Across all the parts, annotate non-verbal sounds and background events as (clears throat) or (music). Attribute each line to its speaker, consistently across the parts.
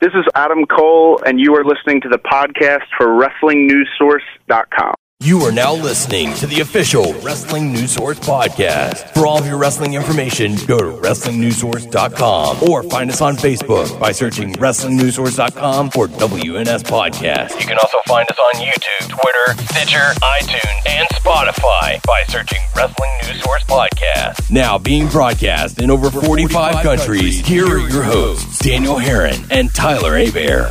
Speaker 1: This is Adam Cole, and you are listening to the podcast for WrestlingNewsSource.com.
Speaker 2: You are now listening to the official Wrestling News Source podcast. For all of your wrestling information, go to WrestlingNewsSource.com or find us on Facebook by searching WrestlingNewsSource.com or WNS Podcast. You can also find us on YouTube, Twitter, Stitcher, iTunes, and Spotify by searching Wrestling News Source Podcast. Now being broadcast in over 45 countries, here are your hosts, Daniel Herron and Tyler Abear.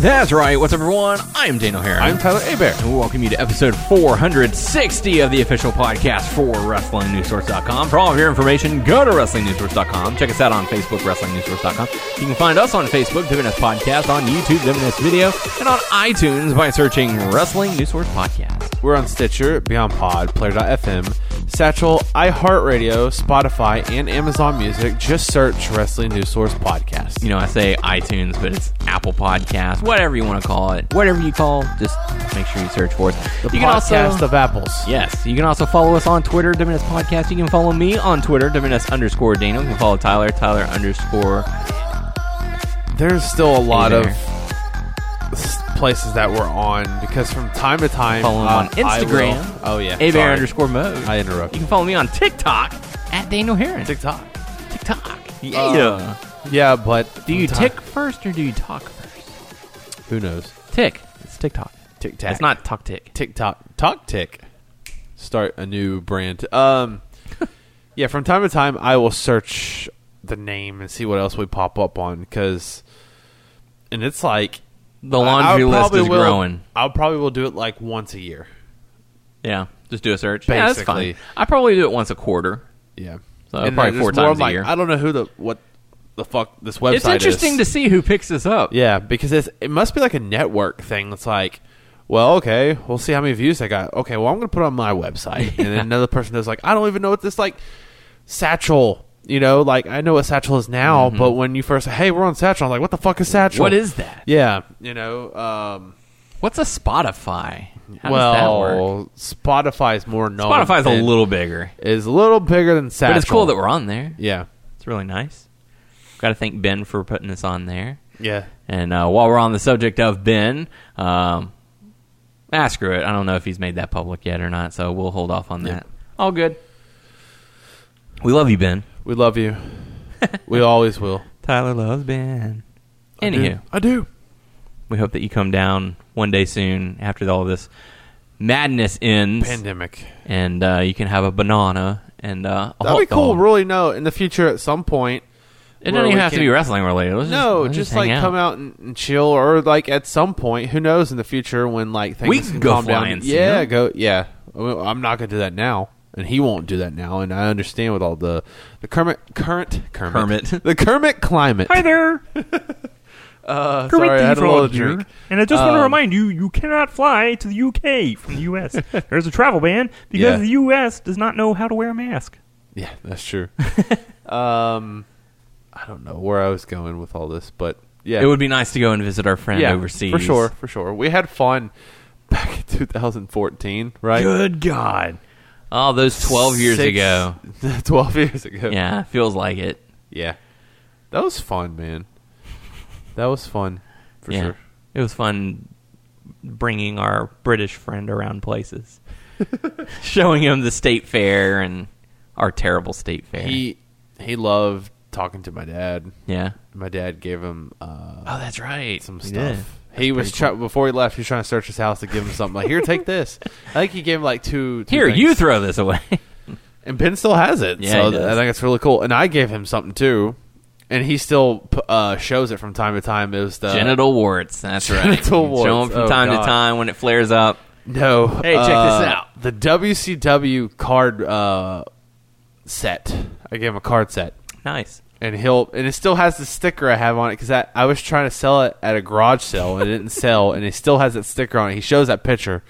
Speaker 3: That's right. What's up, everyone? I'm Daniel Herron.
Speaker 4: I'm Tyler Abear.
Speaker 3: and we welcome you to episode 460 of the official podcast for WrestlingNewsSource.com. For all of your information, go to WrestlingNewsSource.com. Check us out on Facebook, WrestlingNewsSource.com. You can find us on Facebook, WNS Podcast, on YouTube, WNS Video, and on iTunes by searching Wrestling News Source Podcast.
Speaker 4: We're on Stitcher, Beyond Pod, Player.fm, Satchel, iHeartRadio, Spotify, and Amazon Music. Just search Wrestling News Source Podcast.
Speaker 3: You know, I say iTunes, but it's Apple Podcast, whatever you want to call it. Whatever you call, just make sure you search for it.
Speaker 4: the
Speaker 3: you
Speaker 4: podcast of apples.
Speaker 3: Yes. You can also follow us on Twitter, WNS Podcast. You can follow me on Twitter, WNS underscore Daniel. You can follow Tyler, Tyler underscore.
Speaker 4: There's still a lot
Speaker 3: Hey
Speaker 4: of
Speaker 3: there.
Speaker 4: s- places that we're on because from time to time,
Speaker 3: Follow him
Speaker 4: uh,
Speaker 3: on
Speaker 4: I will-
Speaker 3: Instagram.
Speaker 4: oh yeah,
Speaker 3: Abear
Speaker 4: sorry.
Speaker 3: underscore mode.
Speaker 4: I interrupted.
Speaker 3: You can follow me on TikTok at Daniel Heron.
Speaker 4: TikTok.
Speaker 3: TikTok. Yeah.
Speaker 4: Uh, Yeah, but
Speaker 3: do you
Speaker 4: sometimes-
Speaker 3: tick first or do you talk first?
Speaker 4: Who knows?
Speaker 3: Tick. It's TikTok.
Speaker 4: Tick tack.
Speaker 3: It's not talk tick.
Speaker 4: TikTok Talk Tick. Start a new brand.
Speaker 3: (laughs)
Speaker 4: Um Yeah, from time to time I will search the name and see what else we pop up on cuz and it's like
Speaker 3: The
Speaker 4: I- I
Speaker 3: laundry list
Speaker 4: probably
Speaker 3: is
Speaker 4: will-
Speaker 3: growing.
Speaker 4: I probably will do it like once a year.
Speaker 3: Yeah. Just do a search. Yeah, that's fine.
Speaker 4: Basically.
Speaker 3: I probably do it once a quarter.
Speaker 4: Yeah.
Speaker 3: So probably
Speaker 4: there's
Speaker 3: four
Speaker 4: more,
Speaker 3: times a
Speaker 4: like,
Speaker 3: year.
Speaker 4: I don't know who the what the fuck this website
Speaker 3: It's interesting
Speaker 4: is.
Speaker 3: to see who picks this up.
Speaker 4: Yeah, because it's, it must be like a network thing. It's like, well, okay, we'll see how many views I got. Okay, well, I'm going to put it on my website,
Speaker 3: (laughs)
Speaker 4: and then another person is like, I don't even know what this like satchel. You know, like I know what satchel is now, but when you first, hey, we're on satchel, I'm like, what the fuck is satchel?
Speaker 3: Mm-hmm. What is that?
Speaker 4: Yeah, you know. Um,
Speaker 3: What's a Spotify? How does that work?
Speaker 4: well, Spotify is more known.
Speaker 3: Spotify's a
Speaker 4: than-
Speaker 3: little bigger,
Speaker 4: is a little bigger than satchel.
Speaker 3: but it's cool that we're on there.
Speaker 4: yeah,
Speaker 3: It's really nice. Got to thank Ben for putting us on there.
Speaker 4: yeah.
Speaker 3: And uh, while we're on the subject of Ben, um, ah, screw it. I don't know if he's made that public yet or not, so we'll hold off on that. All good. We love you, Ben.
Speaker 4: We
Speaker 3: (laughs)
Speaker 4: love you. we always will.
Speaker 3: Tyler loves Ben. Anywho,
Speaker 4: I do.
Speaker 3: we hope that you come down one day soon after all this madness ends,
Speaker 4: Pandemic.
Speaker 3: and uh, you can have a banana and uh, a
Speaker 4: That'd
Speaker 3: hot
Speaker 4: be cool.
Speaker 3: dog.
Speaker 4: Really, no. In the future, at some point,
Speaker 3: It
Speaker 4: where
Speaker 3: doesn't even
Speaker 4: we
Speaker 3: have to
Speaker 4: can-
Speaker 3: be wrestling related. Let's
Speaker 4: no,
Speaker 3: let's
Speaker 4: just,
Speaker 3: hang
Speaker 4: like come out and, and chill, or like at some point, who knows? In the future, when like things
Speaker 3: We can go
Speaker 4: calm down,
Speaker 3: flying soon.
Speaker 4: yeah, go, yeah. Well, I'm not gonna do that now, and he won't do that now, and I understand with all the the Kermit current Kermit,
Speaker 3: Kermit.
Speaker 4: (laughs) the Kermit climate.
Speaker 5: Hi there,
Speaker 4: (laughs) Uh,
Speaker 5: Kermit
Speaker 4: sorry, I
Speaker 5: the
Speaker 4: had a little
Speaker 5: Frog
Speaker 4: drink.
Speaker 5: here, and I just want to
Speaker 4: Um,
Speaker 5: remind you: you cannot fly to the UK from the US. There's a travel ban because
Speaker 4: Yeah.
Speaker 5: the US does not know how to wear a mask.
Speaker 4: Yeah, that's
Speaker 5: (laughs)
Speaker 4: true. um, I don't know where I was going with all this, but yeah,
Speaker 3: It would be nice to go and visit our friend
Speaker 4: yeah
Speaker 3: overseas
Speaker 4: for sure, for sure. We had fun back in (laughs) 2014, right?
Speaker 5: Good God!
Speaker 3: Oh, those twelve years
Speaker 4: Six-
Speaker 3: (laughs) ago.
Speaker 4: 12 years ago.
Speaker 3: Yeah, feels like it.
Speaker 4: Yeah. That was fun, man. That was fun. For
Speaker 3: yeah,
Speaker 4: sure.
Speaker 3: it was fun bringing our British friend around
Speaker 4: (laughs)
Speaker 3: places, showing him the state fair and our terrible state fair.
Speaker 4: He he loved talking to my dad.
Speaker 3: yeah.
Speaker 4: My dad gave him uh,
Speaker 3: Oh, that's right.
Speaker 4: some stuff. He was try- before he left. He was trying to search his house to give him something. Like here,
Speaker 3: (laughs)
Speaker 4: take this. I think he gave him like two. two
Speaker 3: Here,
Speaker 4: things.
Speaker 3: you throw this
Speaker 4: (laughs)
Speaker 3: away.
Speaker 4: and Ben still has it.
Speaker 3: Yeah,
Speaker 4: so
Speaker 3: he does.
Speaker 4: I think it's really cool. And I gave him something too, and he still p- uh, shows it from time to time. It was the
Speaker 3: genital warts. That's right.
Speaker 4: Uh, Genital warts.
Speaker 3: Show 'em from
Speaker 4: Oh,
Speaker 3: time to
Speaker 4: God.
Speaker 3: time when it flares up.
Speaker 4: No.
Speaker 3: Hey, check this
Speaker 4: uh,
Speaker 3: out.
Speaker 4: The WCW card uh, set. I gave him a card set,
Speaker 3: Nice.
Speaker 4: and he'll and it still has the sticker I have on it because I, I was trying to sell it at a garage sale and it didn't (laughs) sell, and it still has that sticker on it. He shows that picture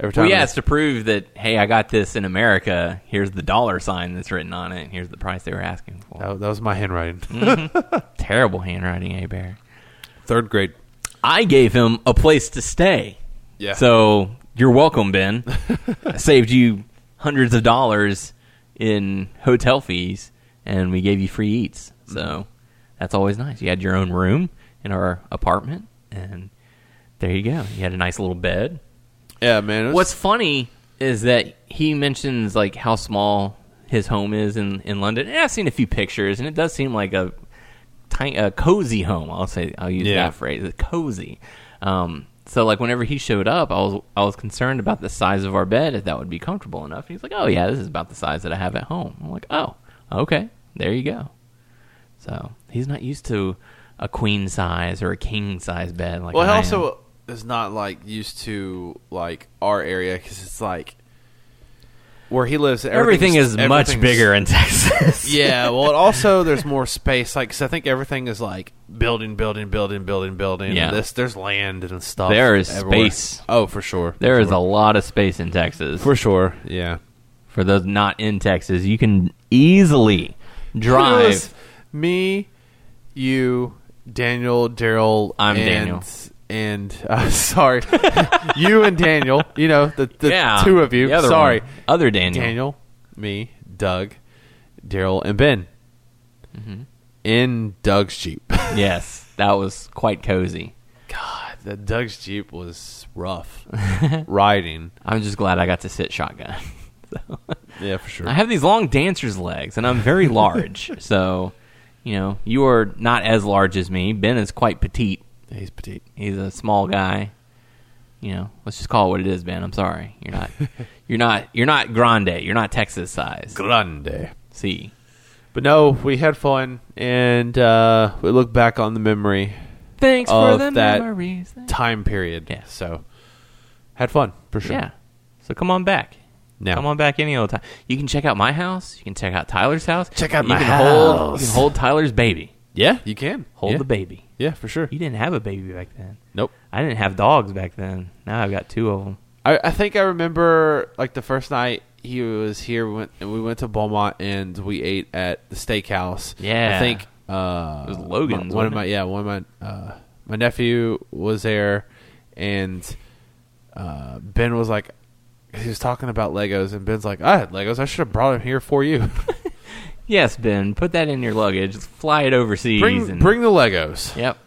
Speaker 4: every time.
Speaker 3: Well, yeah, it's to prove that hey, I got this in America. Here's the dollar sign that's written on it. And here's the price they were asking for.
Speaker 4: that, that was my handwriting.
Speaker 3: Mm-hmm. Terrible handwriting, A Bear.
Speaker 4: Third grade.
Speaker 3: I gave him a place to stay.
Speaker 4: (laughs) Yeah.
Speaker 3: So you're welcome,
Speaker 4: (laughs)
Speaker 3: Ben. I saved you hundreds of
Speaker 4: Mm-hmm.
Speaker 3: dollars in hotel fees, and we gave you free eats. So that's always nice. You had your own room in our apartment, and there you go. You had a nice little bed.
Speaker 4: Yeah, man. it was-
Speaker 3: What's funny is that he mentions like how small his home is in, in London, and I've seen a few pictures, and it does seem like a tiny, a cozy home. I'll say I'll use
Speaker 4: Yeah.
Speaker 3: that phrase, a cozy. Um, so like whenever he showed up, I was I was concerned about the size of our bed if that would be comfortable enough. He's like, oh yeah, this is about the size that I have at home. I'm like, oh okay, there you go. So he's not used to a queen size or a king size bed like
Speaker 4: well,
Speaker 3: I
Speaker 4: he
Speaker 3: am.
Speaker 4: also is not like used to like our area because it's like where he lives.
Speaker 3: everything
Speaker 4: everything's-
Speaker 3: is much
Speaker 4: everything's-
Speaker 3: bigger in Texas. (laughs)
Speaker 4: (laughs) Yeah. Well, it also there's more space. Like, 'cause I think everything is like building, building, building, building, building.
Speaker 3: Yeah.
Speaker 4: This there's land and stuff.
Speaker 3: There is
Speaker 4: everywhere.
Speaker 3: space.
Speaker 4: Oh, for sure.
Speaker 3: There is a lot of space in Texas. For,
Speaker 4: For sure. Yeah.
Speaker 3: those not in Texas, you can easily drive.
Speaker 4: Me, you, Daniel, Daryl.
Speaker 3: I'm
Speaker 4: and,
Speaker 3: Daniel.
Speaker 4: And (laughs) uh, sorry, you and Daniel. You know the, the
Speaker 3: yeah,
Speaker 4: two of you.
Speaker 3: the other
Speaker 4: sorry,
Speaker 3: one. other Daniel.
Speaker 4: Daniel, (laughs) me, Doug, Daryl, and Ben.
Speaker 3: Mm-hmm.
Speaker 4: In Doug's Jeep. (laughs)
Speaker 3: Yes, that was quite cozy.
Speaker 4: God, the Doug's Jeep was rough riding.
Speaker 3: I'm just glad I got to sit shotgun. (laughs)
Speaker 4: Yeah, for sure.
Speaker 3: I have these long dancer's legs, and I'm very
Speaker 4: (laughs)
Speaker 3: large. so, you know, you are not as large as me. Ben is quite petite.
Speaker 4: He's petite.
Speaker 3: (laughs) He's a small guy. You know, let's just call it what it is, Ben. I'm sorry. You're
Speaker 4: (laughs)
Speaker 3: not. You're not. You're not grande. You're not Texas size.
Speaker 4: Grande.
Speaker 3: See.
Speaker 4: But no, we had fun, and uh, we look back on the memory
Speaker 3: Thanks
Speaker 4: Of
Speaker 3: for the
Speaker 4: that
Speaker 3: memories.
Speaker 4: time period.
Speaker 3: Yeah.
Speaker 4: So, had fun for sure.
Speaker 3: Yeah. So come on back.
Speaker 4: Now,
Speaker 3: Come on back any old time. You can check out my house. You can check out Tyler's house.
Speaker 4: Check out
Speaker 3: you
Speaker 4: my
Speaker 3: can Hold,
Speaker 4: house.
Speaker 3: you can hold Tyler's baby.
Speaker 4: Yeah, you can
Speaker 3: Hold
Speaker 4: yeah.
Speaker 3: the baby.
Speaker 4: Yeah, for sure.
Speaker 3: You didn't have a baby back then.
Speaker 4: Nope.
Speaker 3: I didn't have dogs back then. Now I've got two of them.
Speaker 4: I, I think I remember like the first night he was here. We went and we went to Beaumont and we ate at the steakhouse.
Speaker 3: Yeah.
Speaker 4: I think uh,
Speaker 3: It was Logan's,
Speaker 4: One of
Speaker 3: wasn't
Speaker 4: my
Speaker 3: it?
Speaker 4: yeah, one of my uh, my nephew was there, and uh, Ben was like, he was talking about Legos, and Ben's like, I had Legos. I should have brought them here for you. (laughs)
Speaker 3: Yes, Ben. Put that in your luggage. Fly it overseas.
Speaker 4: bring
Speaker 3: and,
Speaker 4: bring the Legos.
Speaker 3: Yep.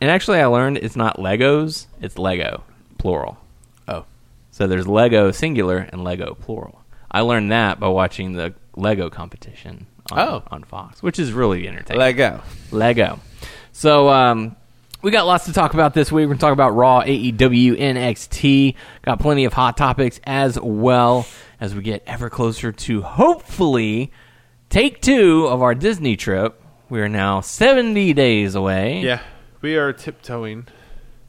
Speaker 3: And actually, I learned it's not Legos. It's Lego, plural.
Speaker 4: Oh,
Speaker 3: So there's Lego singular and Lego plural. I learned that by watching the Lego competition on,
Speaker 4: Oh.
Speaker 3: on Fox, which is really entertaining.
Speaker 4: Lego.
Speaker 3: Lego. So um, we got lots to talk about this week. We're going to talk about Raw, E AEW, NXT. Got plenty of hot topics as well as we get ever closer to hopefully take two of our Disney trip. We are now 70 days away.
Speaker 4: Yeah, we are tiptoeing,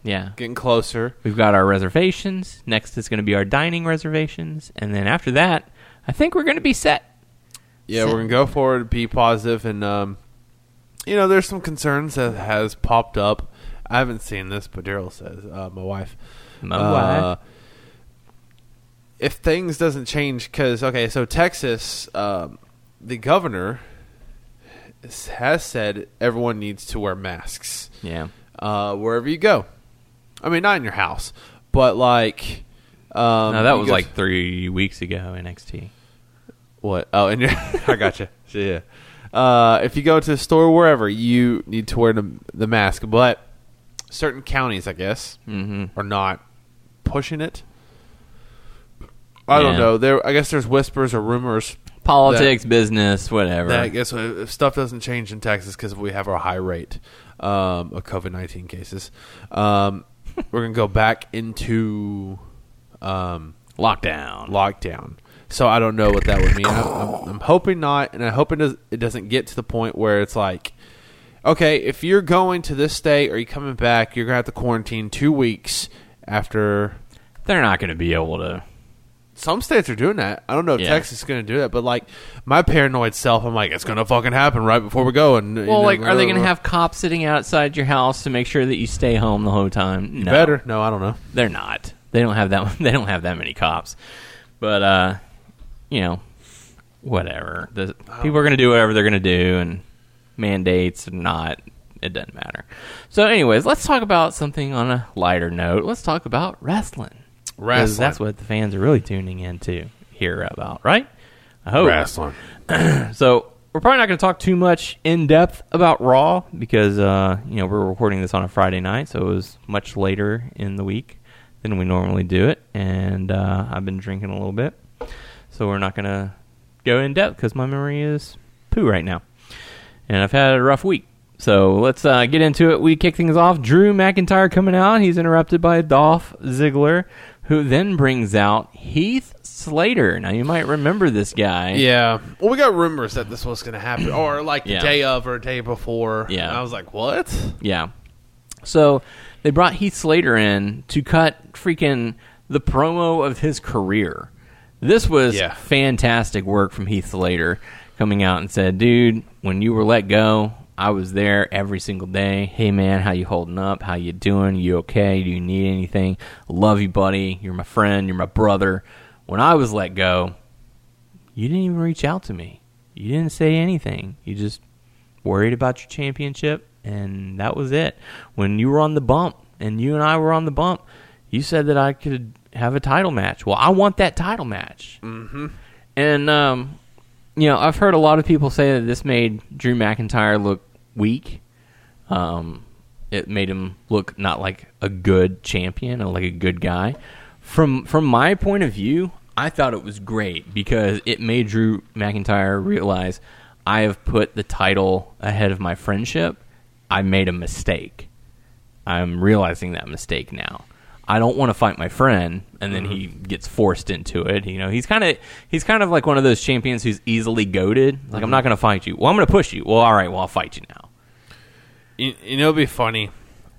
Speaker 3: Yeah.
Speaker 4: getting closer.
Speaker 3: We've got our reservations. Next is going to be our dining reservations. And then after that, I think we're going to be set.
Speaker 4: Yeah, we're gonna go forward, be positive, and um, you know, there's some concerns that has popped up. I haven't seen this, but Daryl says, uh, my wife,
Speaker 3: My
Speaker 4: uh,
Speaker 3: wife.
Speaker 4: if things doesn't change, because okay, so Texas, um, the governor s- has said everyone needs to wear masks
Speaker 3: Yeah.
Speaker 4: uh, wherever you go. I mean, not in your house, but like. Um,
Speaker 3: No, that
Speaker 4: you
Speaker 3: was
Speaker 4: go-
Speaker 3: like three weeks ago, NXT.
Speaker 4: what? Oh, and your (laughs) I gotcha. So, yeah. Uh, if you go to the store wherever, you need to wear the, the mask. But certain counties, I guess, are not pushing it. I don't
Speaker 3: Yeah.
Speaker 4: know. There, I guess there's whispers or rumors
Speaker 3: Politics, business, whatever.
Speaker 4: that I guess if if stuff doesn't change in Texas because we have our high rate um, of COVID nineteen cases, (laughs) um, we're gonna go back into um,
Speaker 3: Lockdown.
Speaker 4: lockdown. So I don't know what that would mean. I'm, I'm, I'm hoping not, and I hope it, does, it doesn't get to the point where it's like, okay, if you're going to this state or you're coming back, you're gonna have to quarantine two weeks after.
Speaker 3: They're not going to be able to.
Speaker 4: Some states are doing that. I don't know if
Speaker 3: Yeah.
Speaker 4: Texas is going to do that, but like my paranoid self, I'm like, it's going to fucking happen right before we go. And you
Speaker 3: Well,
Speaker 4: know, uh,
Speaker 3: like, are they going
Speaker 4: blah,
Speaker 3: to
Speaker 4: blah,
Speaker 3: have cops sitting outside your house to make sure that you stay home the whole time? No,
Speaker 4: blah. better? No, I don't know.
Speaker 3: They're not. They don't have that. (laughs) They don't have that many cops. But uh, you know, whatever. The, people are going to do whatever they're going to do, and mandates or not, it doesn't matter. So, anyways, let's talk about something on a lighter note. Let's talk about wrestling. 'Cause
Speaker 4: Wrestling.
Speaker 3: That's what the Oh. fans are really tuning in to hear about, right? I hope.
Speaker 4: Wrestling.
Speaker 3: So we're probably not going to talk too much in depth about Raw because uh, you know we're recording this on a Friday night, so it was much later in the week than we normally do it, and uh, I've been drinking a little bit, so we're not going to go in depth because my memory is poo right now, and I've had a rough week. So let's uh, get into it. We kick things off. Drew McIntyre coming out. He's interrupted by Dolph Ziggler, who then brings out Heath Slater. Now you might remember this guy.
Speaker 4: Yeah. Well, we got rumors that this was going to happen, or like the
Speaker 3: Yeah.
Speaker 4: day of or day before.
Speaker 3: Yeah.
Speaker 4: And I was like, what?
Speaker 3: Yeah. So they brought Heath Slater in to cut freaking the promo of his career. This was
Speaker 4: Yeah.
Speaker 3: fantastic work from Heath Slater coming out and said, "Dude, when you were let go, I was there every single day. Hey man, how you holding up? How you doing? You okay? Do you need anything? Love you, buddy. You're my friend, you're my brother. When I was let go, you didn't even reach out to me. You didn't say anything. You just worried about your championship, and that was it. When you were on the bump, and you and I were on the bump, you said that I could have a title match. Well, I want that title match. Mm-hmm. And um, you know, I've heard a lot of people say that this made Drew McIntyre look weak. Um, it made him look not like a good champion or like a good guy. From from my point of view, I thought it was great because it made Drew McIntyre realize I have put the title ahead of my friendship. I made a mistake. I'm realizing that mistake now. I don't want to fight my friend, and then he gets forced into it. You know, he's kind of he's kind of like one of those champions who's easily goaded. Like, I'm not going to fight you. Well, I'm going to push you. Well, all right. Well, I'll fight you now.
Speaker 4: You, you know, it'd be funny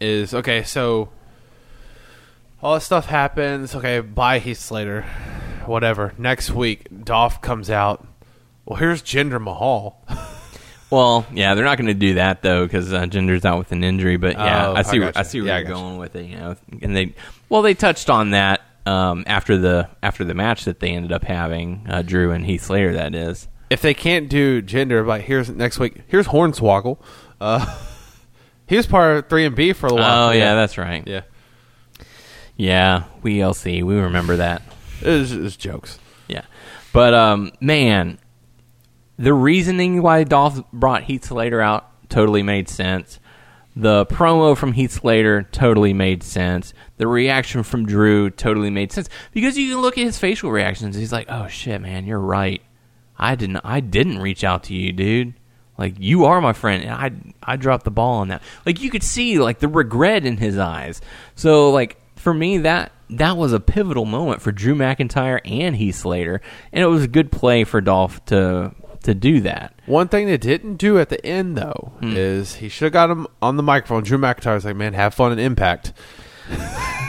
Speaker 4: is okay. So all this stuff happens. Okay, bye Heath Slater. Whatever. Next week, Dolph comes out. Well, here's Jinder Mahal.
Speaker 3: Well, yeah, they're not going to do that though because uh, Ginger's out with an injury. But yeah,
Speaker 4: Oh,
Speaker 3: I see,
Speaker 4: I
Speaker 3: where- I,
Speaker 4: gotcha.
Speaker 3: see where
Speaker 4: Yeah, I
Speaker 3: you're
Speaker 4: gotcha.
Speaker 3: going with it. You know, and they well, they touched on that um, after the after the match that they ended up having uh, Drew and Heath Slater. That is,
Speaker 4: If they can't do Jinder, but here's next week. Here's Hornswoggle. Uh, (laughs) he was part of three and B for a while.
Speaker 3: oh yeah, that's right.
Speaker 4: yeah.
Speaker 3: yeah, we LC, we remember that.
Speaker 4: It was, it was jokes.
Speaker 3: Yeah. But um, man, the reasoning why Dolph brought Heath Slater out totally made sense. The promo from Heath Slater totally made sense. The reaction from Drew totally made sense because you can look at his facial reactions. He's like, "Oh shit, man, you're right. I didn't. I didn't reach out to you, dude. Like you are my friend, and I I dropped the ball on that. Like you could see like the regret in his eyes. So like for me that that was a pivotal moment for Drew McIntyre and Heath Slater, and it was a good play for Dolph to to do that.
Speaker 4: One thing they didn't do at the end though
Speaker 3: Hmm.
Speaker 4: is he should have got him on the microphone. Drew McIntyre's like, man, have fun and impact.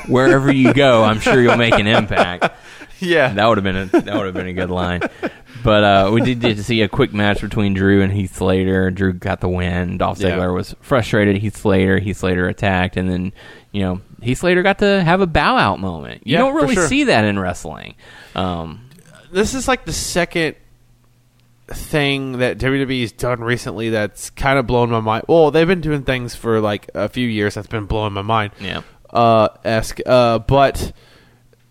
Speaker 3: Wherever you go, I'm sure you'll make an impact. (laughs)
Speaker 4: Yeah,
Speaker 3: That would have been a that would have been a good line. But uh, we did, did see a quick match between Drew and Heath Slater. Drew got the win. Dolph
Speaker 4: Yeah.
Speaker 3: Ziggler was frustrated. Heath Slater. Heath Slater attacked, and then you know Heath Slater got to have a bow out moment. You
Speaker 4: Yeah,
Speaker 3: don't
Speaker 4: for
Speaker 3: really
Speaker 4: sure.
Speaker 3: see that in wrestling. Um,
Speaker 4: this is like the second thing that WWE's done recently that's kind of blown my mind. Well, they've been doing things for like a few years that's been blowing my mind.
Speaker 3: Yeah.
Speaker 4: Uh, esque. Uh, but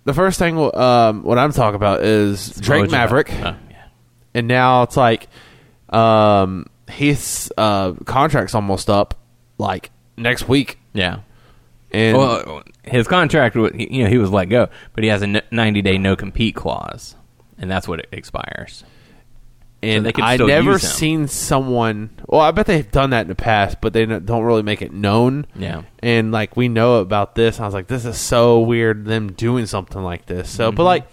Speaker 4: the first thing um, what I'm talking about is Drake
Speaker 3: Mojo.
Speaker 4: Maverick,
Speaker 3: Oh, yeah.
Speaker 4: and now it's like um, his uh, contract's almost up, like next week.
Speaker 3: yeah.
Speaker 4: And
Speaker 3: Well, his contract, wa- he- you know, he was let go, but he has a n- 90 day no compete clause, and that's what it expires.
Speaker 4: and
Speaker 3: they can
Speaker 4: I
Speaker 3: still
Speaker 4: never
Speaker 3: use him.
Speaker 4: seen someone. Well, I bet they've done that in the past, but they n- don't really make it known.
Speaker 3: Yeah.
Speaker 4: and like we know about this, I was like, this is so weird. Them doing something like this. So, but like,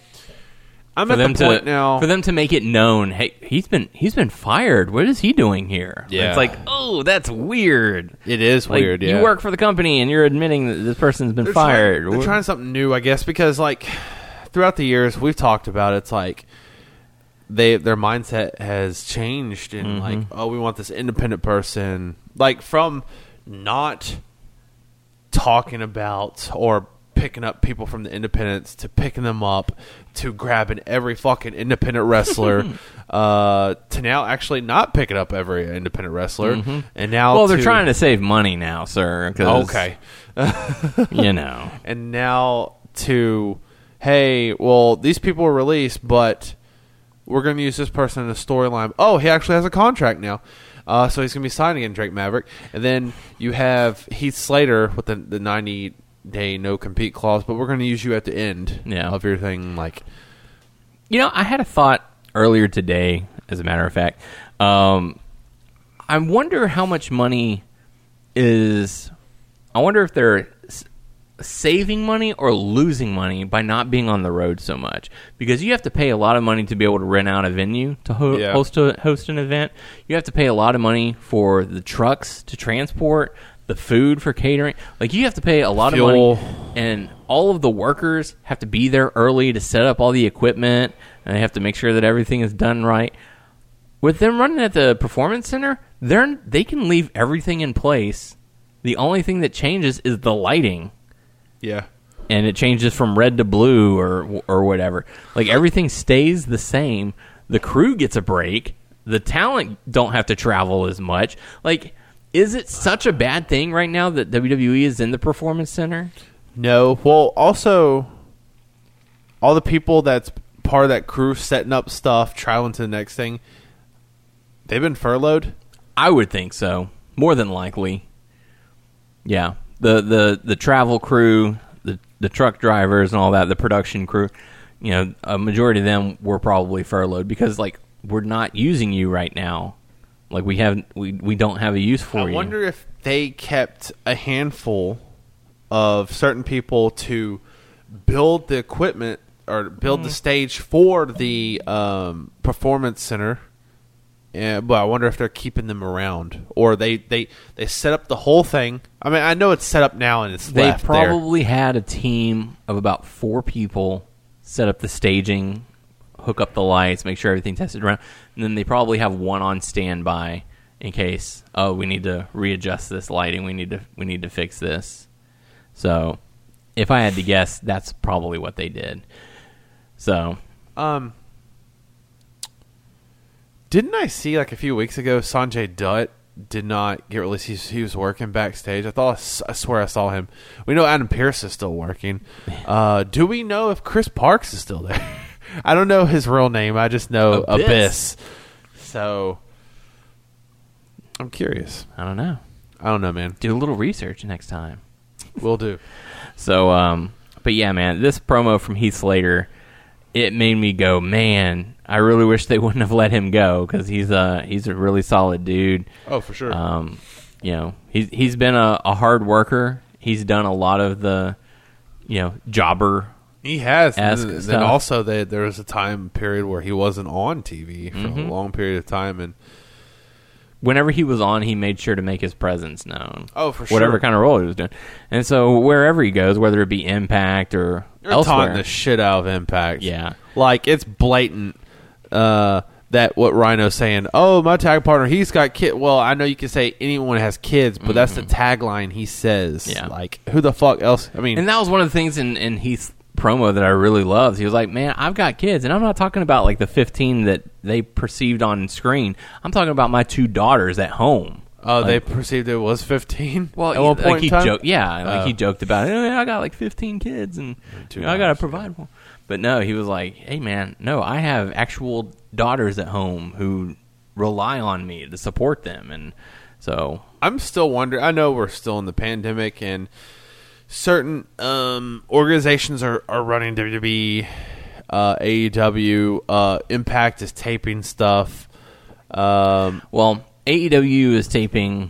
Speaker 4: I'm
Speaker 3: Mm-hmm. For
Speaker 4: at
Speaker 3: them
Speaker 4: the point
Speaker 3: to
Speaker 4: now.
Speaker 3: for them to make it known, hey, he's been he's been fired. What is he doing here?
Speaker 4: Yeah.
Speaker 3: It's like, oh, that's weird.
Speaker 4: it is
Speaker 3: Like,
Speaker 4: weird. Yeah,
Speaker 3: You work for the company and you're admitting that this person's been
Speaker 4: They're trying-
Speaker 3: fired.
Speaker 4: they're
Speaker 3: Wh-
Speaker 4: trying something new, I guess, because like throughout the years we've talked about it, it's like they their mindset has changed and like
Speaker 3: Mm-hmm.
Speaker 4: oh we want this independent person like from not talking about or picking up people from the independents to picking them up to grabbing every fucking
Speaker 3: (laughs)
Speaker 4: independent wrestler uh to now actually not picking up every independent wrestler and now
Speaker 3: Mm-hmm. well, they're trying to save money now, sir. 'cause,
Speaker 4: okay
Speaker 3: you know.
Speaker 4: and now to hey well these people were released but we're going to use this person in a storyline. Oh, he actually has a contract now. Uh, so he's going to be signing in Drake Maverick. And then you have Heath Slater with the, the 90 day no compete clause, but we're going to use you at the end
Speaker 3: Yeah.
Speaker 4: of your thing. Like,
Speaker 3: You know, I had a thought earlier today, as a matter of fact. Um, I wonder how much money is. I wonder if they're s- saving money or losing money by not being on the road so much. Because you have to pay a lot of money to be able to rent out a venue to ho-
Speaker 4: Yeah.
Speaker 3: host, a, host an event. You have to pay a lot of money for the trucks to transport, the food for catering. Like, you have to pay a lot of money
Speaker 4: Fuel.
Speaker 3: and all of the workers have to be there early to set up all the equipment and they have to make sure that everything is done right with them running at the performance center they're they can leave everything in place the only thing that changes is the lighting
Speaker 4: yeah.
Speaker 3: and it changes from red to blue or or whatever like everything stays the same the crew gets a break the talent don't have to travel as much like is it such a bad thing right now that WWE is in the performance center?
Speaker 4: No. Well, also, all the people that's part of that crew setting up stuff, traveling to the next thing, they've been furloughed.
Speaker 3: I would think so. More than likely. Yeah. The the the travel crew, the the truck drivers and all that, the production crew, you know, a majority of them were probably furloughed because like we're not using you right now. Like we have we we don't have a use for
Speaker 4: I
Speaker 3: you.
Speaker 4: wonder if they kept a handful of certain people to build the equipment or build
Speaker 3: Mm.
Speaker 4: the stage for the um, performance center. Yeah, but I wonder if they're keeping them around, or they, they, they set up the whole thing. I mean, I know it's set up now and it's
Speaker 3: they
Speaker 4: left there.
Speaker 3: probably had a team of about four people set up the staging, hook up the lights, make sure everything tested around, and then they probably have one on standby in case oh we need to readjust this lighting, we need to we need to fix this. So, if I had to guess, that's probably what they did. So
Speaker 4: Um, didn't I see like a few weeks ago Sanjay Dutt did not get released? He's, he was working backstage. I thought I s- I swear I saw him. We know Adam Pierce is still working. Uh, do we know if Chris Parks is still there? (laughs) I don't know his real name. I just know
Speaker 3: Abyss.
Speaker 4: Abyss. So I'm curious.
Speaker 3: I don't know.
Speaker 4: I don't know, man.
Speaker 3: Do a little research next time.
Speaker 4: We'll do.
Speaker 3: So, um, but yeah, man, this promo from Heath Slater, it made me go, man, I really wish they (laughs) wouldn't have let him go because he's a he's a really solid dude.
Speaker 4: Oh, for sure.
Speaker 3: Um, you know, he's he's been a, a hard worker. He's done a lot of the, you know, jobber.
Speaker 4: He has.
Speaker 3: ask
Speaker 4: and then
Speaker 3: stuff.
Speaker 4: also, they, there was a time period where he wasn't on TV for
Speaker 3: Mm-hmm.
Speaker 4: a long period of time, and
Speaker 3: Whenever he was on, he made sure to make his presence known.
Speaker 4: Oh, for
Speaker 3: Whatever
Speaker 4: sure.
Speaker 3: kind of role he was doing, and so wherever he goes, whether it be Impact or
Speaker 4: They're
Speaker 3: elsewhere,
Speaker 4: taunting the shit out of Impact.
Speaker 3: Yeah.
Speaker 4: like it's blatant uh, that what Rhino's saying. Oh, my tag partner, he's got kid. Well, I know you can say anyone has kids, but that's the tagline he says.
Speaker 3: Mm-hmm. Yeah.
Speaker 4: like who the fuck else? I mean,
Speaker 3: And that was one of the things in, in Heath's promo that I really loved. He was like, Man, I've got kids, and I'm not talking about like the 15 that they perceived on screen. I'm talking about my two daughters at home.
Speaker 4: oh, they perceived it was fifteen.
Speaker 3: Well,
Speaker 4: at one point
Speaker 3: like
Speaker 4: in
Speaker 3: he
Speaker 4: time?
Speaker 3: joked, yeah, like he
Speaker 4: Oh.
Speaker 3: joked about, "Eh, I got like 15 kids, and you know, I got to
Speaker 4: daughters,
Speaker 3: provide for. 'em." But no, he was like, Hey, man, no, I have actual daughters at home who rely on me to support them, and so
Speaker 4: I'm still wondering. I know we're still in the pandemic, and certain um, organizations are, are running WWE, uh, AEW. Uh, Impact is taping stuff. Um,
Speaker 3: Well, AEW is taping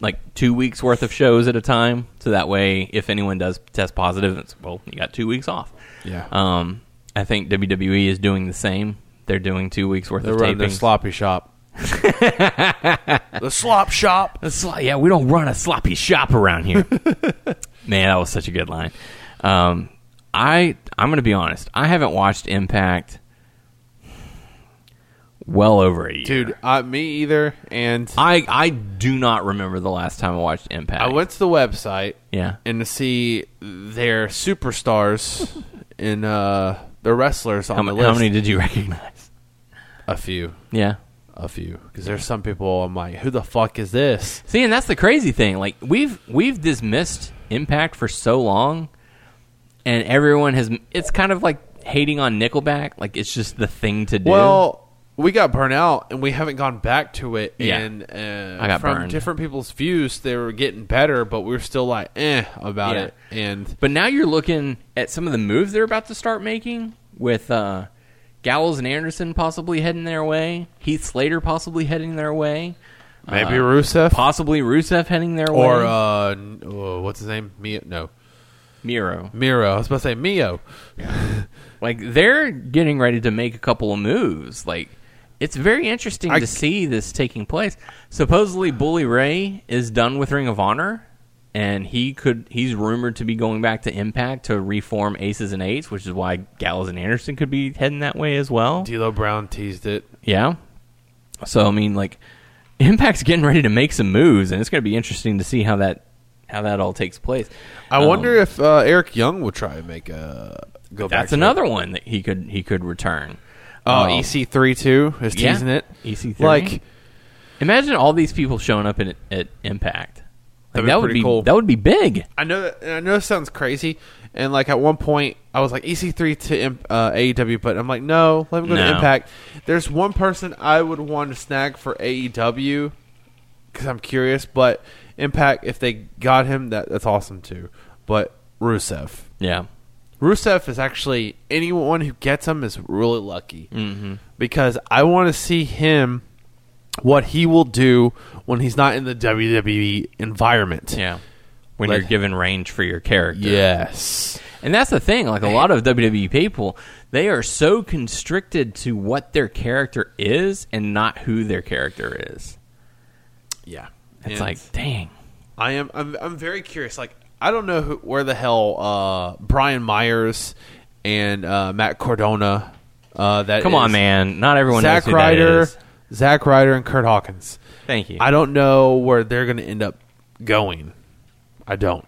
Speaker 3: like two weeks worth of shows at a time, so that way, if anyone does test positive, it's, well, you got two weeks off.
Speaker 4: Yeah.
Speaker 3: Um, I think WWE is doing the same. They're doing two weeks worth
Speaker 4: They're
Speaker 3: of
Speaker 4: running
Speaker 3: taping.
Speaker 4: their sloppy shop. the slop shop.
Speaker 3: A slo- yeah, we don't run a sloppy shop around
Speaker 4: (laughs)
Speaker 3: here. Man, that was such a good line. Um, I I'm gonna be honest. I haven't watched Impact well over a year,
Speaker 4: Dude, uh, me either. And
Speaker 3: I I do not remember the last time I watched Impact.
Speaker 4: I went to the website
Speaker 3: Yeah.
Speaker 4: and to see their
Speaker 3: (laughs)
Speaker 4: superstars and uh, their wrestlers on
Speaker 3: How, ma-
Speaker 4: the list.
Speaker 3: how many did you (laughs) recognize?
Speaker 4: A few.
Speaker 3: Yeah.
Speaker 4: A few. Because there's some people I'm like, who the fuck is this?
Speaker 3: See, and that's the crazy thing. Like we've we've dismissed Impact for so long, and everyone has. It's kind of like hating on Nickelback, like it's just the thing to do.
Speaker 4: Well, we got burnt out and we haven't gone back to it.
Speaker 3: Yeah.
Speaker 4: And uh,
Speaker 3: I got
Speaker 4: from
Speaker 3: burned.
Speaker 4: different people's views, they were getting better, but we were still like eh about
Speaker 3: Yeah.
Speaker 4: it. And
Speaker 3: But now you're looking at some of the moves they're about to start making with uh, Gallows and Anderson possibly heading their way, Heath Slater possibly heading their way,
Speaker 4: maybe
Speaker 3: Uh,
Speaker 4: Rusev
Speaker 3: possibly Rusev heading their
Speaker 4: or
Speaker 3: way,
Speaker 4: uh, n- oh, what's his name? Mio? No,
Speaker 3: Miro.
Speaker 4: Miro. I was about to say Mio.
Speaker 3: Like they're getting ready to make a couple of moves. Like it's very interesting
Speaker 4: I-
Speaker 3: to see this taking place. Supposedly Bully Ray is done with Ring of Honor and he could he's rumored to be going back to Impact to reform Aces and Eights, which is why Gallows and Anderson could be heading that way as well.
Speaker 4: D'Lo Brown teased it.
Speaker 3: Yeah. So I mean, like, Impact's getting ready to make some moves, and it's going to be interesting to see how that how that all takes place.
Speaker 4: I
Speaker 3: Um,
Speaker 4: wonder if uh, Eric Young would try to make a go back.
Speaker 3: that's
Speaker 4: to
Speaker 3: another
Speaker 4: it.
Speaker 3: one that he could he could return.
Speaker 4: Oh,
Speaker 3: Um,
Speaker 4: EC3 too is
Speaker 3: yeah,
Speaker 4: teasing it.
Speaker 3: EC3.
Speaker 4: Like
Speaker 3: Imagine all these people showing up in, at Impact. Like,
Speaker 4: That'd be
Speaker 3: that would
Speaker 4: pretty
Speaker 3: be
Speaker 4: cool.
Speaker 3: that would be big.
Speaker 4: I know that and I know it sounds crazy, and like at one point I was like E EC3 to Imp- uh, AEW, but I'm like no, let me go
Speaker 3: No.
Speaker 4: to Impact. There's one person I would want to snag for AEW because I'm curious, but Impact if they got him, that that's awesome too. But Rusev,
Speaker 3: Yeah.
Speaker 4: Rusev is actually anyone who gets him is really lucky mm-hmm. because I want to see him what he will do when he's not in the WWE environment.
Speaker 3: Yeah. When
Speaker 4: Let-
Speaker 3: you're given range for your character.
Speaker 4: Yes.
Speaker 3: And that's the thing. Like a lot of WWE people, they are so constricted to what their character is and not who their character is.
Speaker 4: Yeah.
Speaker 3: It's
Speaker 4: And
Speaker 3: like, dang.
Speaker 4: I am I'm I'm very curious. Like I don't know who, where the hell uh Brian Myers and uh Matt Cordona uh that
Speaker 3: Come
Speaker 4: is.
Speaker 3: on, man. Not everyone
Speaker 4: Zack
Speaker 3: knows who that
Speaker 4: Ryder
Speaker 3: is.
Speaker 4: Zack Ryder and Kurt Hawkins.
Speaker 3: Thank you.
Speaker 4: I don't know where they're going to end up going. I don't.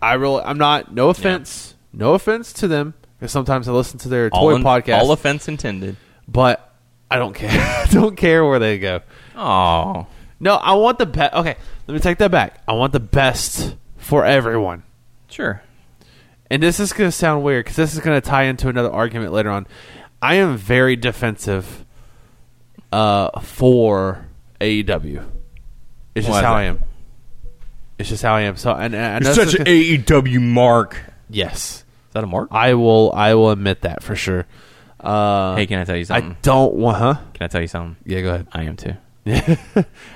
Speaker 4: I really, I'm not. No offense, no offense to them. Because sometimes I listen to their
Speaker 3: all
Speaker 4: toy
Speaker 3: in-
Speaker 4: podcast,
Speaker 3: All offense intended.
Speaker 4: but I don't care. (laughs) I don't care where they go.
Speaker 3: Oh.
Speaker 4: No, I want the best. Okay, let me take that back. I want the best for everyone.
Speaker 3: Sure.
Speaker 4: And this is going to sound weird because this is going to tie into another argument later on. I am very defensive uh, for AEW. It's
Speaker 3: Why is
Speaker 4: just how
Speaker 3: that?
Speaker 4: I am. It's just how I am. So, and, and I know this is gonna-
Speaker 3: AEW mark. Is
Speaker 4: yes,
Speaker 3: that a mark?
Speaker 4: E I will. I will admit that for sure. Uh,
Speaker 3: hey, can I tell you
Speaker 4: I
Speaker 3: something?
Speaker 4: don't want. Huh?
Speaker 3: can I tell you something?
Speaker 4: Yeah, go ahead.
Speaker 3: I am too.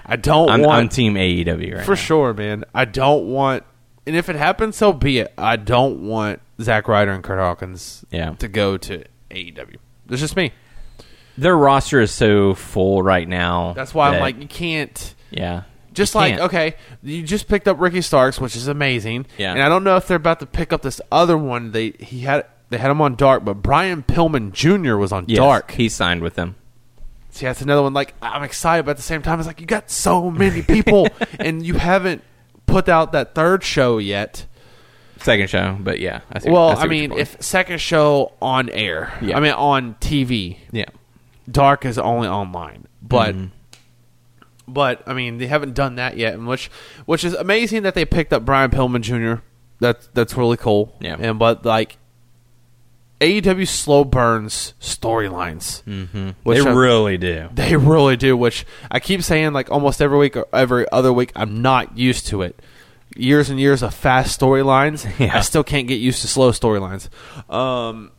Speaker 4: I don't
Speaker 3: I'm,
Speaker 4: want
Speaker 3: I'm team AEW right
Speaker 4: for
Speaker 3: now.
Speaker 4: sure, man. I don't want. And if it happens, so be it. I don't want Zack Ryder and Kurt Hawkins
Speaker 3: Yeah.
Speaker 4: to go to AEW. That's just me.
Speaker 3: Their roster is so full right now.
Speaker 4: That's why
Speaker 3: that-
Speaker 4: I'm like, you can't.
Speaker 3: yeah.
Speaker 4: Just
Speaker 3: You
Speaker 4: like
Speaker 3: can't.
Speaker 4: okay, you just picked up Ricky Starks, which is amazing.
Speaker 3: Yeah.
Speaker 4: And I don't know if they're about to pick up this other one. They he had they had him on Dark, but Brian Pillman Jr. was on
Speaker 3: Yes,
Speaker 4: Dark.
Speaker 3: He signed with them.
Speaker 4: See, that's another one. Like I'm excited, but at the same time, it's like you got so
Speaker 3: (laughs)
Speaker 4: many people, and you haven't put out that third show yet.
Speaker 3: Second show, but yeah. I see,
Speaker 4: Well,
Speaker 3: see
Speaker 4: I,
Speaker 3: what
Speaker 4: mean,
Speaker 3: you're
Speaker 4: if second show on air,
Speaker 3: Yeah.
Speaker 4: I mean on TV,
Speaker 3: Yeah.
Speaker 4: Dark is only online, but but I mean they haven't done that yet, and which which is amazing that they picked up Brian Pillman Jr. That's that's really cool.
Speaker 3: Yeah.
Speaker 4: and but like AEW slow burns storylines. Mm-hmm.
Speaker 3: They really do.
Speaker 4: (laughs) They really do, which I keep saying like almost every week or every other week. I'm not used to it. Years and years of fast
Speaker 3: (laughs)
Speaker 4: storylines.
Speaker 3: Yeah.
Speaker 4: I still can't get used to slow storylines. Um,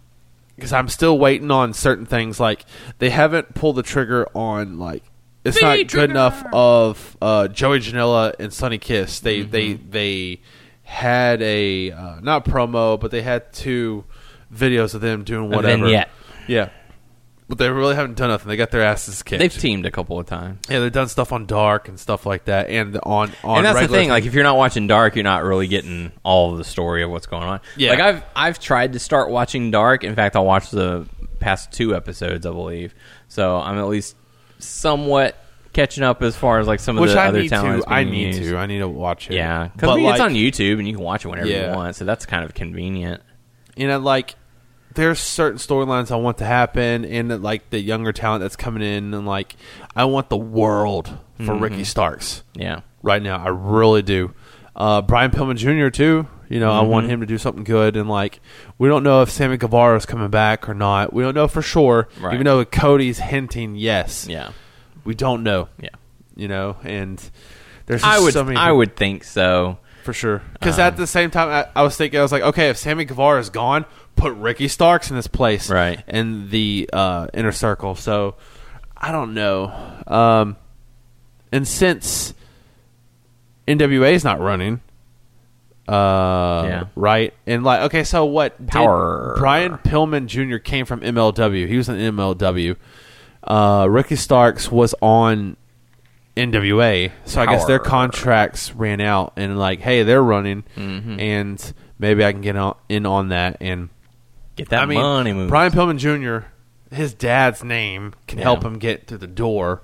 Speaker 4: because I'm still waiting on certain things. Like they haven't pulled the trigger on like it's not good enough of uh, Joey Janela and Sonny Kiss. They
Speaker 3: Mm-hmm.
Speaker 4: they they had a uh, not promo, but they had two videos of them doing whatever.
Speaker 3: vignette.
Speaker 4: Yeah. But they really haven't done nothing. They got their asses kicked.
Speaker 3: They've teamed a couple of times.
Speaker 4: yeah, they've done stuff on Dark and stuff like that, and on on.
Speaker 3: and that's the
Speaker 4: regular
Speaker 3: thing. Like, if you're not watching Dark, you're not really getting all of the story of what's going on.
Speaker 4: Yeah.
Speaker 3: Like, I've I've tried to start watching Dark. In fact, I'll watch the past two episodes, I believe. So I'm at least somewhat catching up as far as like some of
Speaker 4: which
Speaker 3: the
Speaker 4: I
Speaker 3: other
Speaker 4: need
Speaker 3: talent.
Speaker 4: to.
Speaker 3: that's
Speaker 4: I
Speaker 3: being
Speaker 4: need
Speaker 3: used.
Speaker 4: to. I need to watch it.
Speaker 3: Yeah, because
Speaker 4: but
Speaker 3: it's
Speaker 4: like,
Speaker 3: on YouTube and you can watch it whenever
Speaker 4: Yeah.
Speaker 3: you want. So that's kind of convenient.
Speaker 4: you know, like there's certain storylines I want to happen, and like the younger talent that's coming in, and like I want the world Mm-hmm. for Ricky Starks
Speaker 3: Yeah.
Speaker 4: right now. I really do. Uh, Brian Pillman Jr. too. You know, I want
Speaker 3: Mm-hmm.
Speaker 4: him to do something good, and like we don't know if Sammy Guevara is coming back or not. We don't know for sure.
Speaker 3: Right.
Speaker 4: Even though Cody's hinting yes,
Speaker 3: Yeah.
Speaker 4: we don't know.
Speaker 3: Yeah.
Speaker 4: You know, and there's just
Speaker 3: I would
Speaker 4: so many
Speaker 3: I would think so.
Speaker 4: for sure. Because at
Speaker 3: Um,
Speaker 4: the same time, I, I was thinking, I was like, okay, if Sammy Guevara is gone, put Ricky Starks in his place,
Speaker 3: Right.
Speaker 4: in the uh, inner circle. So I don't know. Um, and since NWA is not running, uh,
Speaker 3: Yeah.
Speaker 4: right, and like, okay, so what? did-
Speaker 3: Power.
Speaker 4: Brian Pillman Jr. came from MLW. He was in MLW. Uh, Ricky Starks was on NWA, so I guess their
Speaker 3: Power.
Speaker 4: contracts ran out, and like, hey, they're running,
Speaker 3: Mm-hmm.
Speaker 4: and maybe I can get on, in on that. And
Speaker 3: Get that
Speaker 4: I mean,
Speaker 3: money moving.
Speaker 4: Brian Pillman Jr., his dad's name can
Speaker 3: Yeah.
Speaker 4: help him get through the door.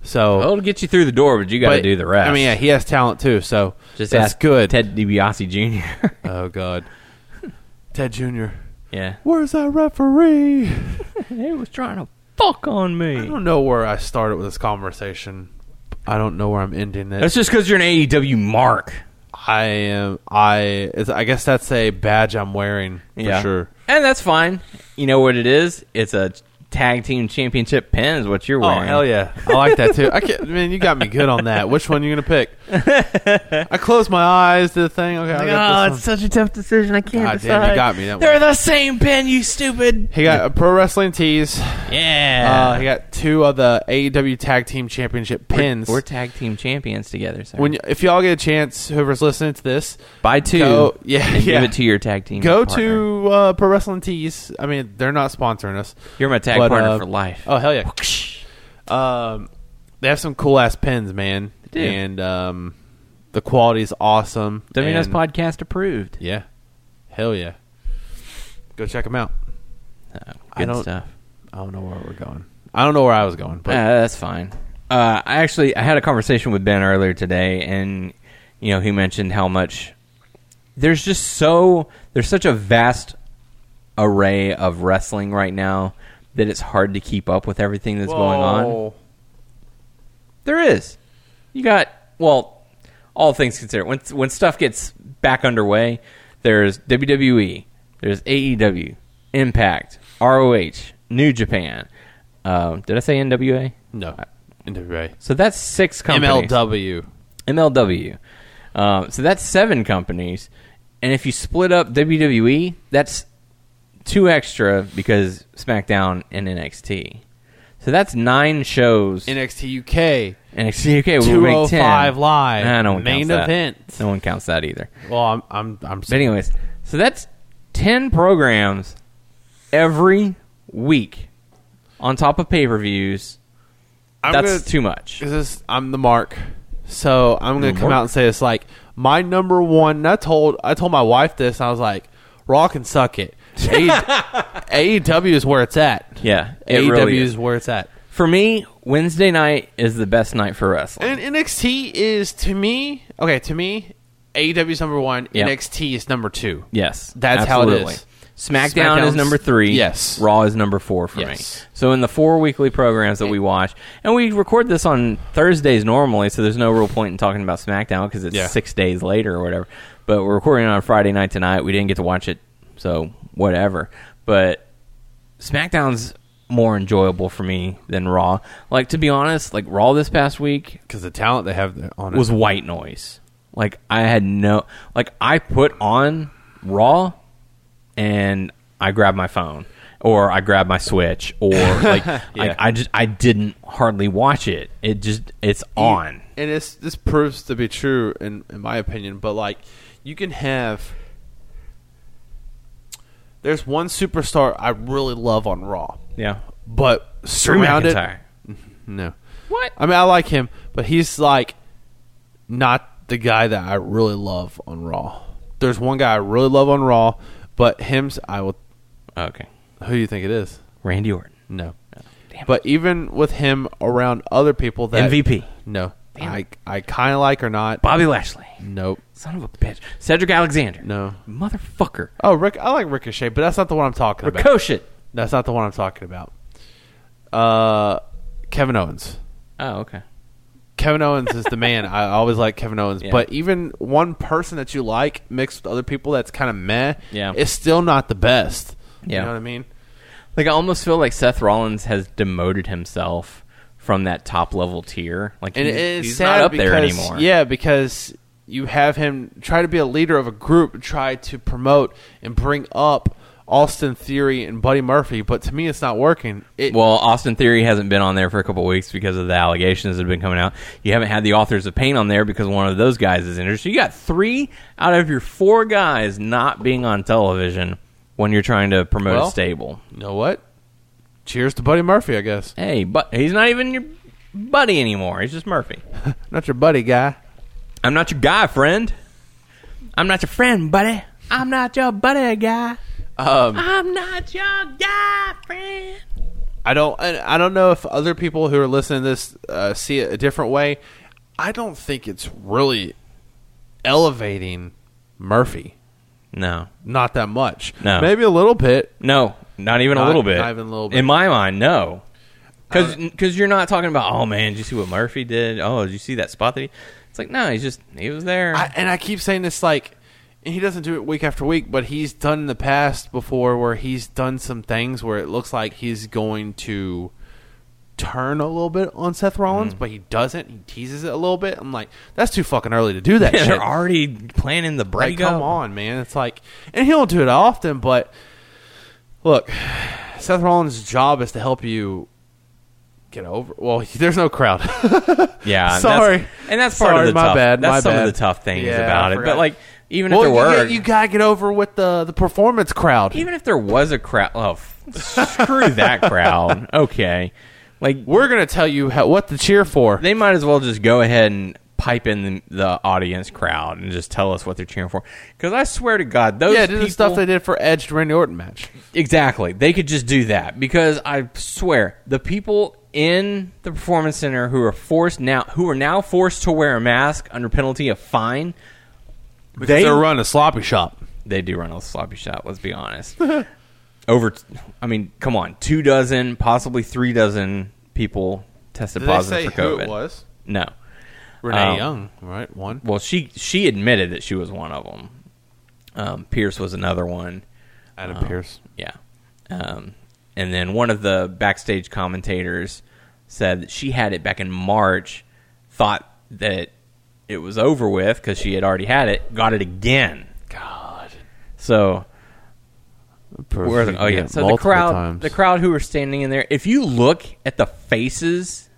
Speaker 4: So,
Speaker 3: Well, it'll get you through the door, but you got to
Speaker 4: but,
Speaker 3: do the rest.
Speaker 4: I mean, yeah, he has talent too, so
Speaker 3: just
Speaker 4: that's
Speaker 3: ask
Speaker 4: good.
Speaker 3: Ted DiBiase Jr.
Speaker 4: oh God, Ted Jr.
Speaker 3: (laughs) yeah,
Speaker 4: Where's that referee?
Speaker 3: he was trying to fuck on
Speaker 4: I
Speaker 3: me.
Speaker 4: don't know where I started with this conversation. I don't know where I'm ending it.
Speaker 3: That's just because you're an AEW mark.
Speaker 4: I am. I. it's- I guess that's a badge I'm wearing for sure.
Speaker 3: and that's fine. You know what it is? It's a tag team championship pin. Is what you're
Speaker 4: Oh
Speaker 3: wearing.
Speaker 4: hell yeah! I like that too. I can't, man, you got me good on that. Which one you
Speaker 3: (laughs)
Speaker 4: gonna pick? I closed my eyes to the thing. Okay, I
Speaker 3: Oh,
Speaker 4: got
Speaker 3: it's such a tough decision. I can't
Speaker 4: God
Speaker 3: decide.
Speaker 4: damn, you got me that
Speaker 3: They're
Speaker 4: one.
Speaker 3: the same pin, you stupid.
Speaker 4: He got a pro wrestling tees.
Speaker 3: Yeah.
Speaker 4: Uh, he got two of the AEW Tag Team Championship pins.
Speaker 3: We're tag team champions together. So
Speaker 4: when y- if y'all get a chance, whoever's listening to this,
Speaker 3: buy two,
Speaker 4: go- yeah,
Speaker 3: and
Speaker 4: yeah.
Speaker 3: give it to your tag team.
Speaker 4: go
Speaker 3: partner.
Speaker 4: to uh, pro wrestling tees. I mean, they're not sponsoring us.
Speaker 3: You're my tag
Speaker 4: But,
Speaker 3: partner
Speaker 4: uh,
Speaker 3: for life.
Speaker 4: Oh hell yeah! Um, they have some cool ass pins, man.
Speaker 3: do.
Speaker 4: And um, the quality's awesome.
Speaker 3: WNS
Speaker 4: And-
Speaker 3: podcast approved.
Speaker 4: Yeah, hell yeah. Go check them out.
Speaker 3: Uh,
Speaker 4: I
Speaker 3: good
Speaker 4: don't-
Speaker 3: stuff.
Speaker 4: I don't know where we're going. I don't know where I was going, but
Speaker 3: Uh, that's fine. Uh, I actually I had a conversation with Ben earlier today, and you know he mentioned how much there's just so there's such a vast array of wrestling right now that it's hard to keep up with everything that's going on. There is. You got well, all things considered, when when stuff gets back underway, there's WWE, there's AEW, Impact, ROH, New Japan. Um, did I say NWA?
Speaker 4: no NWA,
Speaker 3: So that's six companies.
Speaker 4: MLW.
Speaker 3: MLW. Um, so that's seven companies, and if you split up WWE, that's two extra because SmackDown and NXT. So that's nine shows.
Speaker 4: NXT UK.
Speaker 3: NXT UK will make ten.
Speaker 4: 205 Live,
Speaker 3: Nah, no one counts
Speaker 4: main
Speaker 3: that.
Speaker 4: event.
Speaker 3: No one counts that either.
Speaker 4: Well, I'm I'm I'm
Speaker 3: But anyways, so that's ten programs every week on top of pay per views.
Speaker 4: I'm
Speaker 3: That's
Speaker 4: gonna-
Speaker 3: too much.
Speaker 4: Cause this, I'm the mark, so I'm gonna
Speaker 3: The
Speaker 4: come
Speaker 3: mark.
Speaker 4: out and say this. Like my number one, and I told I told my wife this. And I was like, "Raw can suck it. E AE (laughs) AEW E is where it's at.
Speaker 3: Yeah, it
Speaker 4: AEW
Speaker 3: really
Speaker 4: is
Speaker 3: is.
Speaker 4: where it's at.
Speaker 3: For me, Wednesday night is the best night for wrestling.
Speaker 4: And NXT is to me okay. To me, AEW is number one.
Speaker 3: Yeah.
Speaker 4: NXT is number two.
Speaker 3: Yes,
Speaker 4: That's how it
Speaker 3: absolutely.
Speaker 4: is.
Speaker 3: SmackDown is
Speaker 4: SmackDown's-
Speaker 3: number three.
Speaker 4: Yes.
Speaker 3: Raw is number four for
Speaker 4: Yes.
Speaker 3: me. So in the four weekly programs that we watch, and we record this on Thursdays normally, so there's no real point in talking about SmackDown because it's
Speaker 4: Yeah.
Speaker 3: six days later or whatever. But we're recording on Friday night tonight. We didn't get to watch it, so whatever. But SmackDown's more enjoyable for me than Raw. Like to be honest, like Raw this past week
Speaker 4: Because the talent they have there on it
Speaker 3: was white noise. Like I had no like I put on Raw and I grabbed my phone or I grabbed my Switch (laughs) or like I, I just I didn't hardly watch it. It just it's on.
Speaker 4: and this this proves to be true in in my opinion. But like, you can have there's one superstar I really love on Raw,
Speaker 3: Yeah.
Speaker 4: but
Speaker 3: Drew
Speaker 4: surrounded
Speaker 3: McIntyre.
Speaker 4: no,
Speaker 3: What?
Speaker 4: I mean I like him, but he's like not the guy that I really love on Raw. There's one guy I really love on Raw, but him's I will.
Speaker 3: Oh, Okay.
Speaker 4: Who do you think it is?
Speaker 3: Randy Orton.
Speaker 4: No.
Speaker 3: Damn it.
Speaker 4: But even with him around other people that
Speaker 3: MVP.
Speaker 4: No.
Speaker 3: Damn
Speaker 4: I I kind of like or not.
Speaker 3: Bobby Lashley.
Speaker 4: Nope.
Speaker 3: Son of a bitch. Cedric Alexander.
Speaker 4: No.
Speaker 3: Motherfucker.
Speaker 4: Oh, Rick. I like Ricochet, but that's not the one I'm talking about.
Speaker 3: Ricochet.
Speaker 4: That's not the one I'm talking about. Uh, Kevin Owens.
Speaker 3: Oh, okay.
Speaker 4: Kevin Owens is the man. I always like Kevin Owens,
Speaker 3: Yeah.
Speaker 4: but even one person that you like mixed with other people that's kind of meh,
Speaker 3: Yeah.
Speaker 4: is still not the best.
Speaker 3: Yeah.
Speaker 4: You know what I mean?
Speaker 3: Like I almost feel like Seth Rollins has demoted himself from that top level tier. Like
Speaker 4: And
Speaker 3: he's,
Speaker 4: it is
Speaker 3: he's
Speaker 4: sad
Speaker 3: not up
Speaker 4: because,
Speaker 3: there anymore.
Speaker 4: Yeah, because you have him try to be a leader of a group, try to promote and bring up Austin Theory and Buddy Murphy, but to me, it's not working. It,
Speaker 3: Well, Austin Theory hasn't been on there for a couple weeks because of the allegations that have been coming out. You haven't had the authors of pain on there because one of those guys is injured. So you got three out of your four guys not being on television when you're trying to promote
Speaker 4: Well-
Speaker 3: a stable.
Speaker 4: you know what? Cheers to Buddy Murphy, I guess.
Speaker 3: Hey, but he's not even your buddy anymore. He's just Murphy.
Speaker 4: Not your buddy guy.
Speaker 3: I'm not your guy, friend. I'm not your friend, buddy. I'm not your buddy, guy.
Speaker 4: Um,
Speaker 3: I'm not your guy, friend.
Speaker 4: I don't. I I don't know if other people who are listening to this uh, see it a different way. I don't think it's really elevating Murphy.
Speaker 3: No,
Speaker 4: Not that much.
Speaker 3: No.
Speaker 4: Maybe a little bit.
Speaker 3: no, not even a
Speaker 4: Not-
Speaker 3: little bit.
Speaker 4: not even a little bit.
Speaker 3: In my mind, no. Because you're not talking about, oh man, did you see what Murphy did? Oh, did you see that spot that he. It's like, no, he's just, he was there. (laughs)
Speaker 4: I, and I keep saying this like, and he doesn't do it week after week, but he's done in the past before where he's done some things where it looks like he's going to turn a little bit on Seth Rollins,
Speaker 3: Mm.
Speaker 4: but he doesn't. He teases it a little bit. I'm like, that's too fucking early to do
Speaker 3: (laughs)
Speaker 4: that.
Speaker 3: Yeah,
Speaker 4: shit.
Speaker 3: they're already planning the
Speaker 4: Like,
Speaker 3: breakup.
Speaker 4: come on, man. It's like, and he don't do it often, but look, Seth Rollins' job is to help you get over. Well, (laughs) there's no crowd.
Speaker 3: Yeah. and that's-
Speaker 4: Sorry.
Speaker 3: and that's part
Speaker 4: Sorry,
Speaker 3: of the
Speaker 4: my
Speaker 3: tough,
Speaker 4: bad,
Speaker 3: That's
Speaker 4: my
Speaker 3: some
Speaker 4: bad.
Speaker 3: of the tough things
Speaker 4: Yeah, I
Speaker 3: about it. But
Speaker 4: forgot.
Speaker 3: like, even
Speaker 4: well,
Speaker 3: if there
Speaker 4: you,
Speaker 3: were.
Speaker 4: get- you gotta get over with the the performance crowd.
Speaker 3: even if there was a crowd, oh, f- screw that
Speaker 4: (laughs)
Speaker 3: crowd. Okay, like
Speaker 4: We're gonna tell you how, what to cheer for.
Speaker 3: (laughs) they might as well just go ahead and pipe in the, the audience crowd and just tell us what they're cheering for. Because I swear to God, those
Speaker 4: yeah, do
Speaker 3: people,
Speaker 4: the stuff they did for Edge to Randy Orton match.
Speaker 3: exactly they could just do that. Because I swear, the people in the performance center who are forced now, who are now forced to wear a mask under penalty of fine, they
Speaker 4: running a sloppy shop.
Speaker 3: they do run a sloppy shop. Let's be honest. (laughs) Over, t- I mean, come on, two dozen, possibly three dozen people tested positive for COVID.
Speaker 4: was?
Speaker 3: No,
Speaker 4: Renee
Speaker 3: Um,
Speaker 4: Young, right? One.
Speaker 3: well, she she admitted that she was one of them. Um, Pierce was another one.
Speaker 4: Adam
Speaker 3: uh,
Speaker 4: Pierce.
Speaker 3: Yeah, um, and then one of the backstage commentators said that she had it back in March, thought that it was over with because she had already had it, got it again.
Speaker 4: God.
Speaker 3: So Where the- oh yeah, so the crowd, the crowd who were standing in there. If you look at the faces,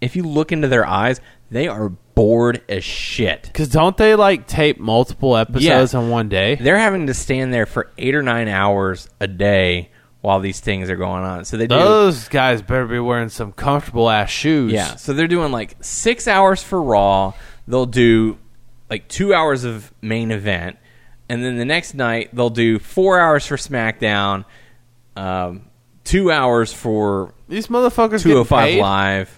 Speaker 3: if you look into their eyes, they are bored as shit.
Speaker 4: Because don't they like tape multiple episodes in one day?
Speaker 3: They're having to stand there for eight or nine hours a day while these things are going on. So they do,
Speaker 4: Those guys better be wearing some comfortable ass shoes.
Speaker 3: yeah. So they're doing like six hours for Raw. They'll do like two hours of main event, and then the next night they'll do four hours for SmackDown, um, two hours for
Speaker 4: These motherfuckers. Two
Speaker 3: 205
Speaker 4: paid.
Speaker 3: live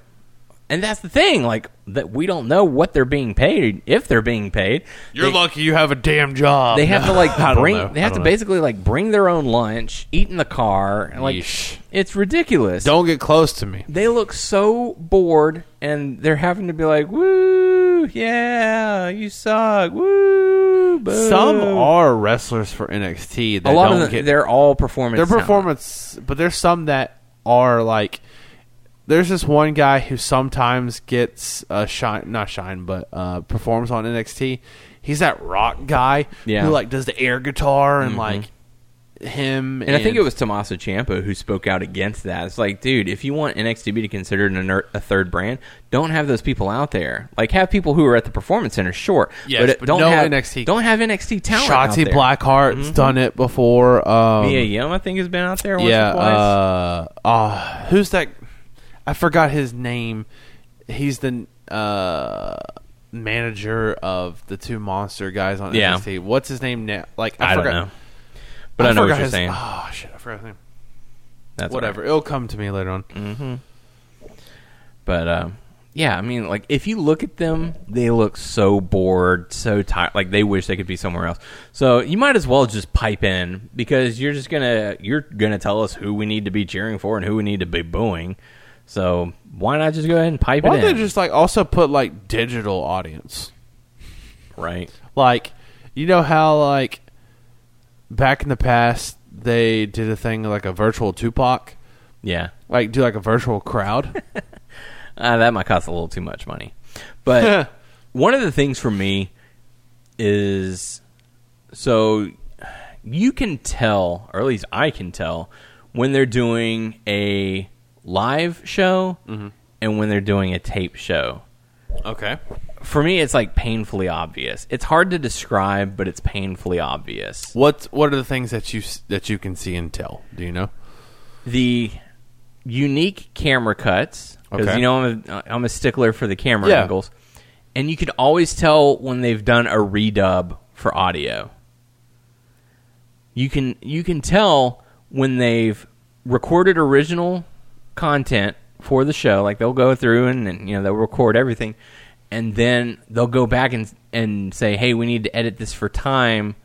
Speaker 3: and that's the thing like that we don't know what they're being paid if they're being paid
Speaker 4: You're
Speaker 3: they,
Speaker 4: lucky you have a damn job.
Speaker 3: they have to
Speaker 4: (laughs) I
Speaker 3: like
Speaker 4: don't
Speaker 3: bring
Speaker 4: know.
Speaker 3: they
Speaker 4: I
Speaker 3: have to
Speaker 4: don't know.
Speaker 3: basically like bring their own lunch eat in the car and like
Speaker 4: Yeesh.
Speaker 3: it's ridiculous
Speaker 4: Don't get close to me.
Speaker 3: they look so bored and they're having to be like woo yeah you suck woo boo."
Speaker 4: Some are wrestlers for NXT. That
Speaker 3: a lot
Speaker 4: don't
Speaker 3: of them,
Speaker 4: get
Speaker 3: they're all performance
Speaker 4: their
Speaker 3: talent.
Speaker 4: performance, but there's some that are like. There's this one guy who sometimes gets uh, shine, not shine, but uh, performs on NXT. He's that rock guy
Speaker 3: Yeah. Mm-hmm.
Speaker 4: who like does the air guitar and like him.
Speaker 3: And I think it was Tommaso Ciampa who spoke out against that. It's like, dude, if you want NXT to be considered an, a third brand, don't have those people out there. Like, have people who are at the Performance Center, sure,
Speaker 4: Yes,
Speaker 3: it-
Speaker 4: but
Speaker 3: don't
Speaker 4: no
Speaker 3: have
Speaker 4: NXT.
Speaker 3: Don't have NXT talent. out
Speaker 4: Shotzi
Speaker 3: there. Mm-hmm.
Speaker 4: Blackheart's done it before. Um,
Speaker 3: Mia Yim, I think, has been out there once
Speaker 4: yeah.
Speaker 3: or twice.
Speaker 4: Uh, ah, who's that? I forgot his name. He's the uh, manager of the two monster guys on
Speaker 3: Yeah.
Speaker 4: NXT. What's his name now? Like I,
Speaker 3: I don't
Speaker 4: forgot.
Speaker 3: know, but I, know what
Speaker 4: forgot
Speaker 3: you're
Speaker 4: his-
Speaker 3: saying.
Speaker 4: Oh shit! I forgot his name.
Speaker 3: That's
Speaker 4: Whatever.
Speaker 3: all right.
Speaker 4: It'll come to me later on.
Speaker 3: But um, yeah, I mean, like if you look at them, they look so bored, so tired. Like they wish they could be somewhere else. So you might as well just pipe in because you're just gonna you're gonna tell us who we need to be cheering for and who we need to be booing. So why not just go ahead and pipe
Speaker 4: Why
Speaker 3: it
Speaker 4: don't
Speaker 3: in?
Speaker 4: they just like also put like digital audience?
Speaker 3: right.
Speaker 4: Like, you know how like back in the past they did a thing like a virtual Tupac,
Speaker 3: Yeah.
Speaker 4: like do like a
Speaker 3: (laughs)
Speaker 4: virtual crowd. (laughs)
Speaker 3: Uh, that might cost a little too much money.
Speaker 4: (laughs)
Speaker 3: But one of the things for me is so you can tell, or at least I can tell, when they're doing a live show
Speaker 4: Mm-hmm.
Speaker 3: and when they're doing a tape show.
Speaker 4: okay.
Speaker 3: For me, it's like painfully obvious. It's hard to describe, but it's painfully obvious.
Speaker 4: What What are the things that you s- that you can see and tell? Do you know?
Speaker 3: The unique camera cuts, because
Speaker 4: Okay.
Speaker 3: you know I'm a, I'm a stickler for the camera
Speaker 4: Yeah.
Speaker 3: angles, and you can always tell when they've done a redub for audio. You can you can tell when they've recorded original content for the show, like they'll go through and, and you know they'll record everything, and then they'll go back and and say, hey, we need to edit this for time.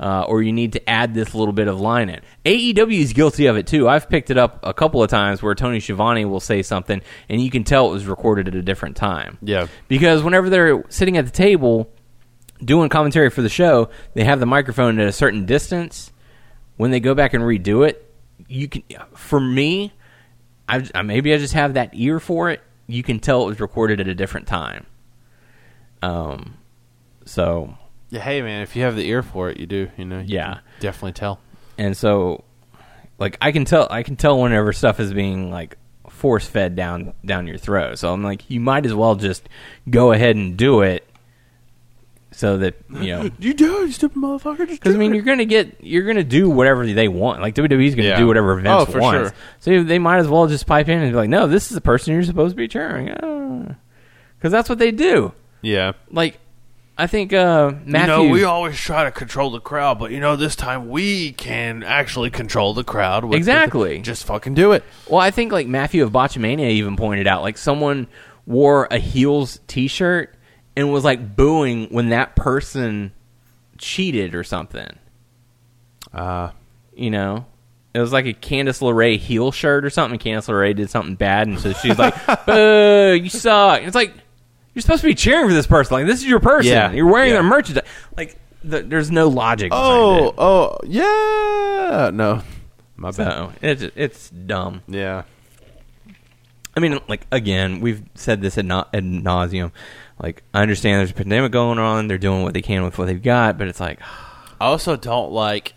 Speaker 3: Uh, or you need to add this little bit of line in. AEW is guilty of it too. I've picked it up a couple of times where Tony Schiavone will say something, and you can tell it was recorded at a different time.
Speaker 4: Yeah.
Speaker 3: Because whenever they're sitting at the table doing commentary for the show, they have the microphone at a certain distance. When they go back and redo it, you can. For me, I, I maybe I just have that ear for it. You can tell it was recorded at a different time. Um, so
Speaker 4: Yeah, hey man, if you have the ear for it, you do. You know. You
Speaker 3: Yeah.
Speaker 4: can Definitely tell.
Speaker 3: and so like I can tell I can tell whenever stuff is being like force fed down down your throat. So I'm like, you might as well just go ahead and do it, so that you know
Speaker 4: You do, you stupid motherfucker.
Speaker 3: Because I mean, you're gonna get, you're gonna do whatever they want. Like WWE's gonna
Speaker 4: Yeah.
Speaker 3: do whatever Vince
Speaker 4: Oh, for
Speaker 3: wants.
Speaker 4: sure.
Speaker 3: So they might as well just pipe in and be like, "No, this is the person you're supposed to be cheering," because that's what they do.
Speaker 4: yeah.
Speaker 3: Like, I think uh, Matthew.
Speaker 4: You know, we always try to control the crowd, but you know, this time we can actually control the crowd. With,
Speaker 3: Exactly.
Speaker 4: with- just fucking do it.
Speaker 3: well, I think like Matthew of Botchamania even pointed out, like someone wore a heels T-shirt and was like booing when that person cheated or something.
Speaker 4: Uh,
Speaker 3: you know. It was like a Candice LeRae heel shirt or something. Candice LeRae did something bad, and so she's
Speaker 4: (laughs)
Speaker 3: like, "Boo, you suck." And it's like you're supposed to be cheering for this person. Like this is your person.
Speaker 4: Yeah,
Speaker 3: You're wearing
Speaker 4: yeah.
Speaker 3: their merchandise. Like th- there's no logic.
Speaker 4: oh,
Speaker 3: behind
Speaker 4: oh, yeah. No, my
Speaker 3: it.
Speaker 4: bad.
Speaker 3: so it's it's dumb.
Speaker 4: Yeah,
Speaker 3: I mean, like again, we've said this ad, na- ad nauseum. Like I understand there's a pandemic going on. They're doing what they can with what they've got, but it's like
Speaker 4: I also don't like,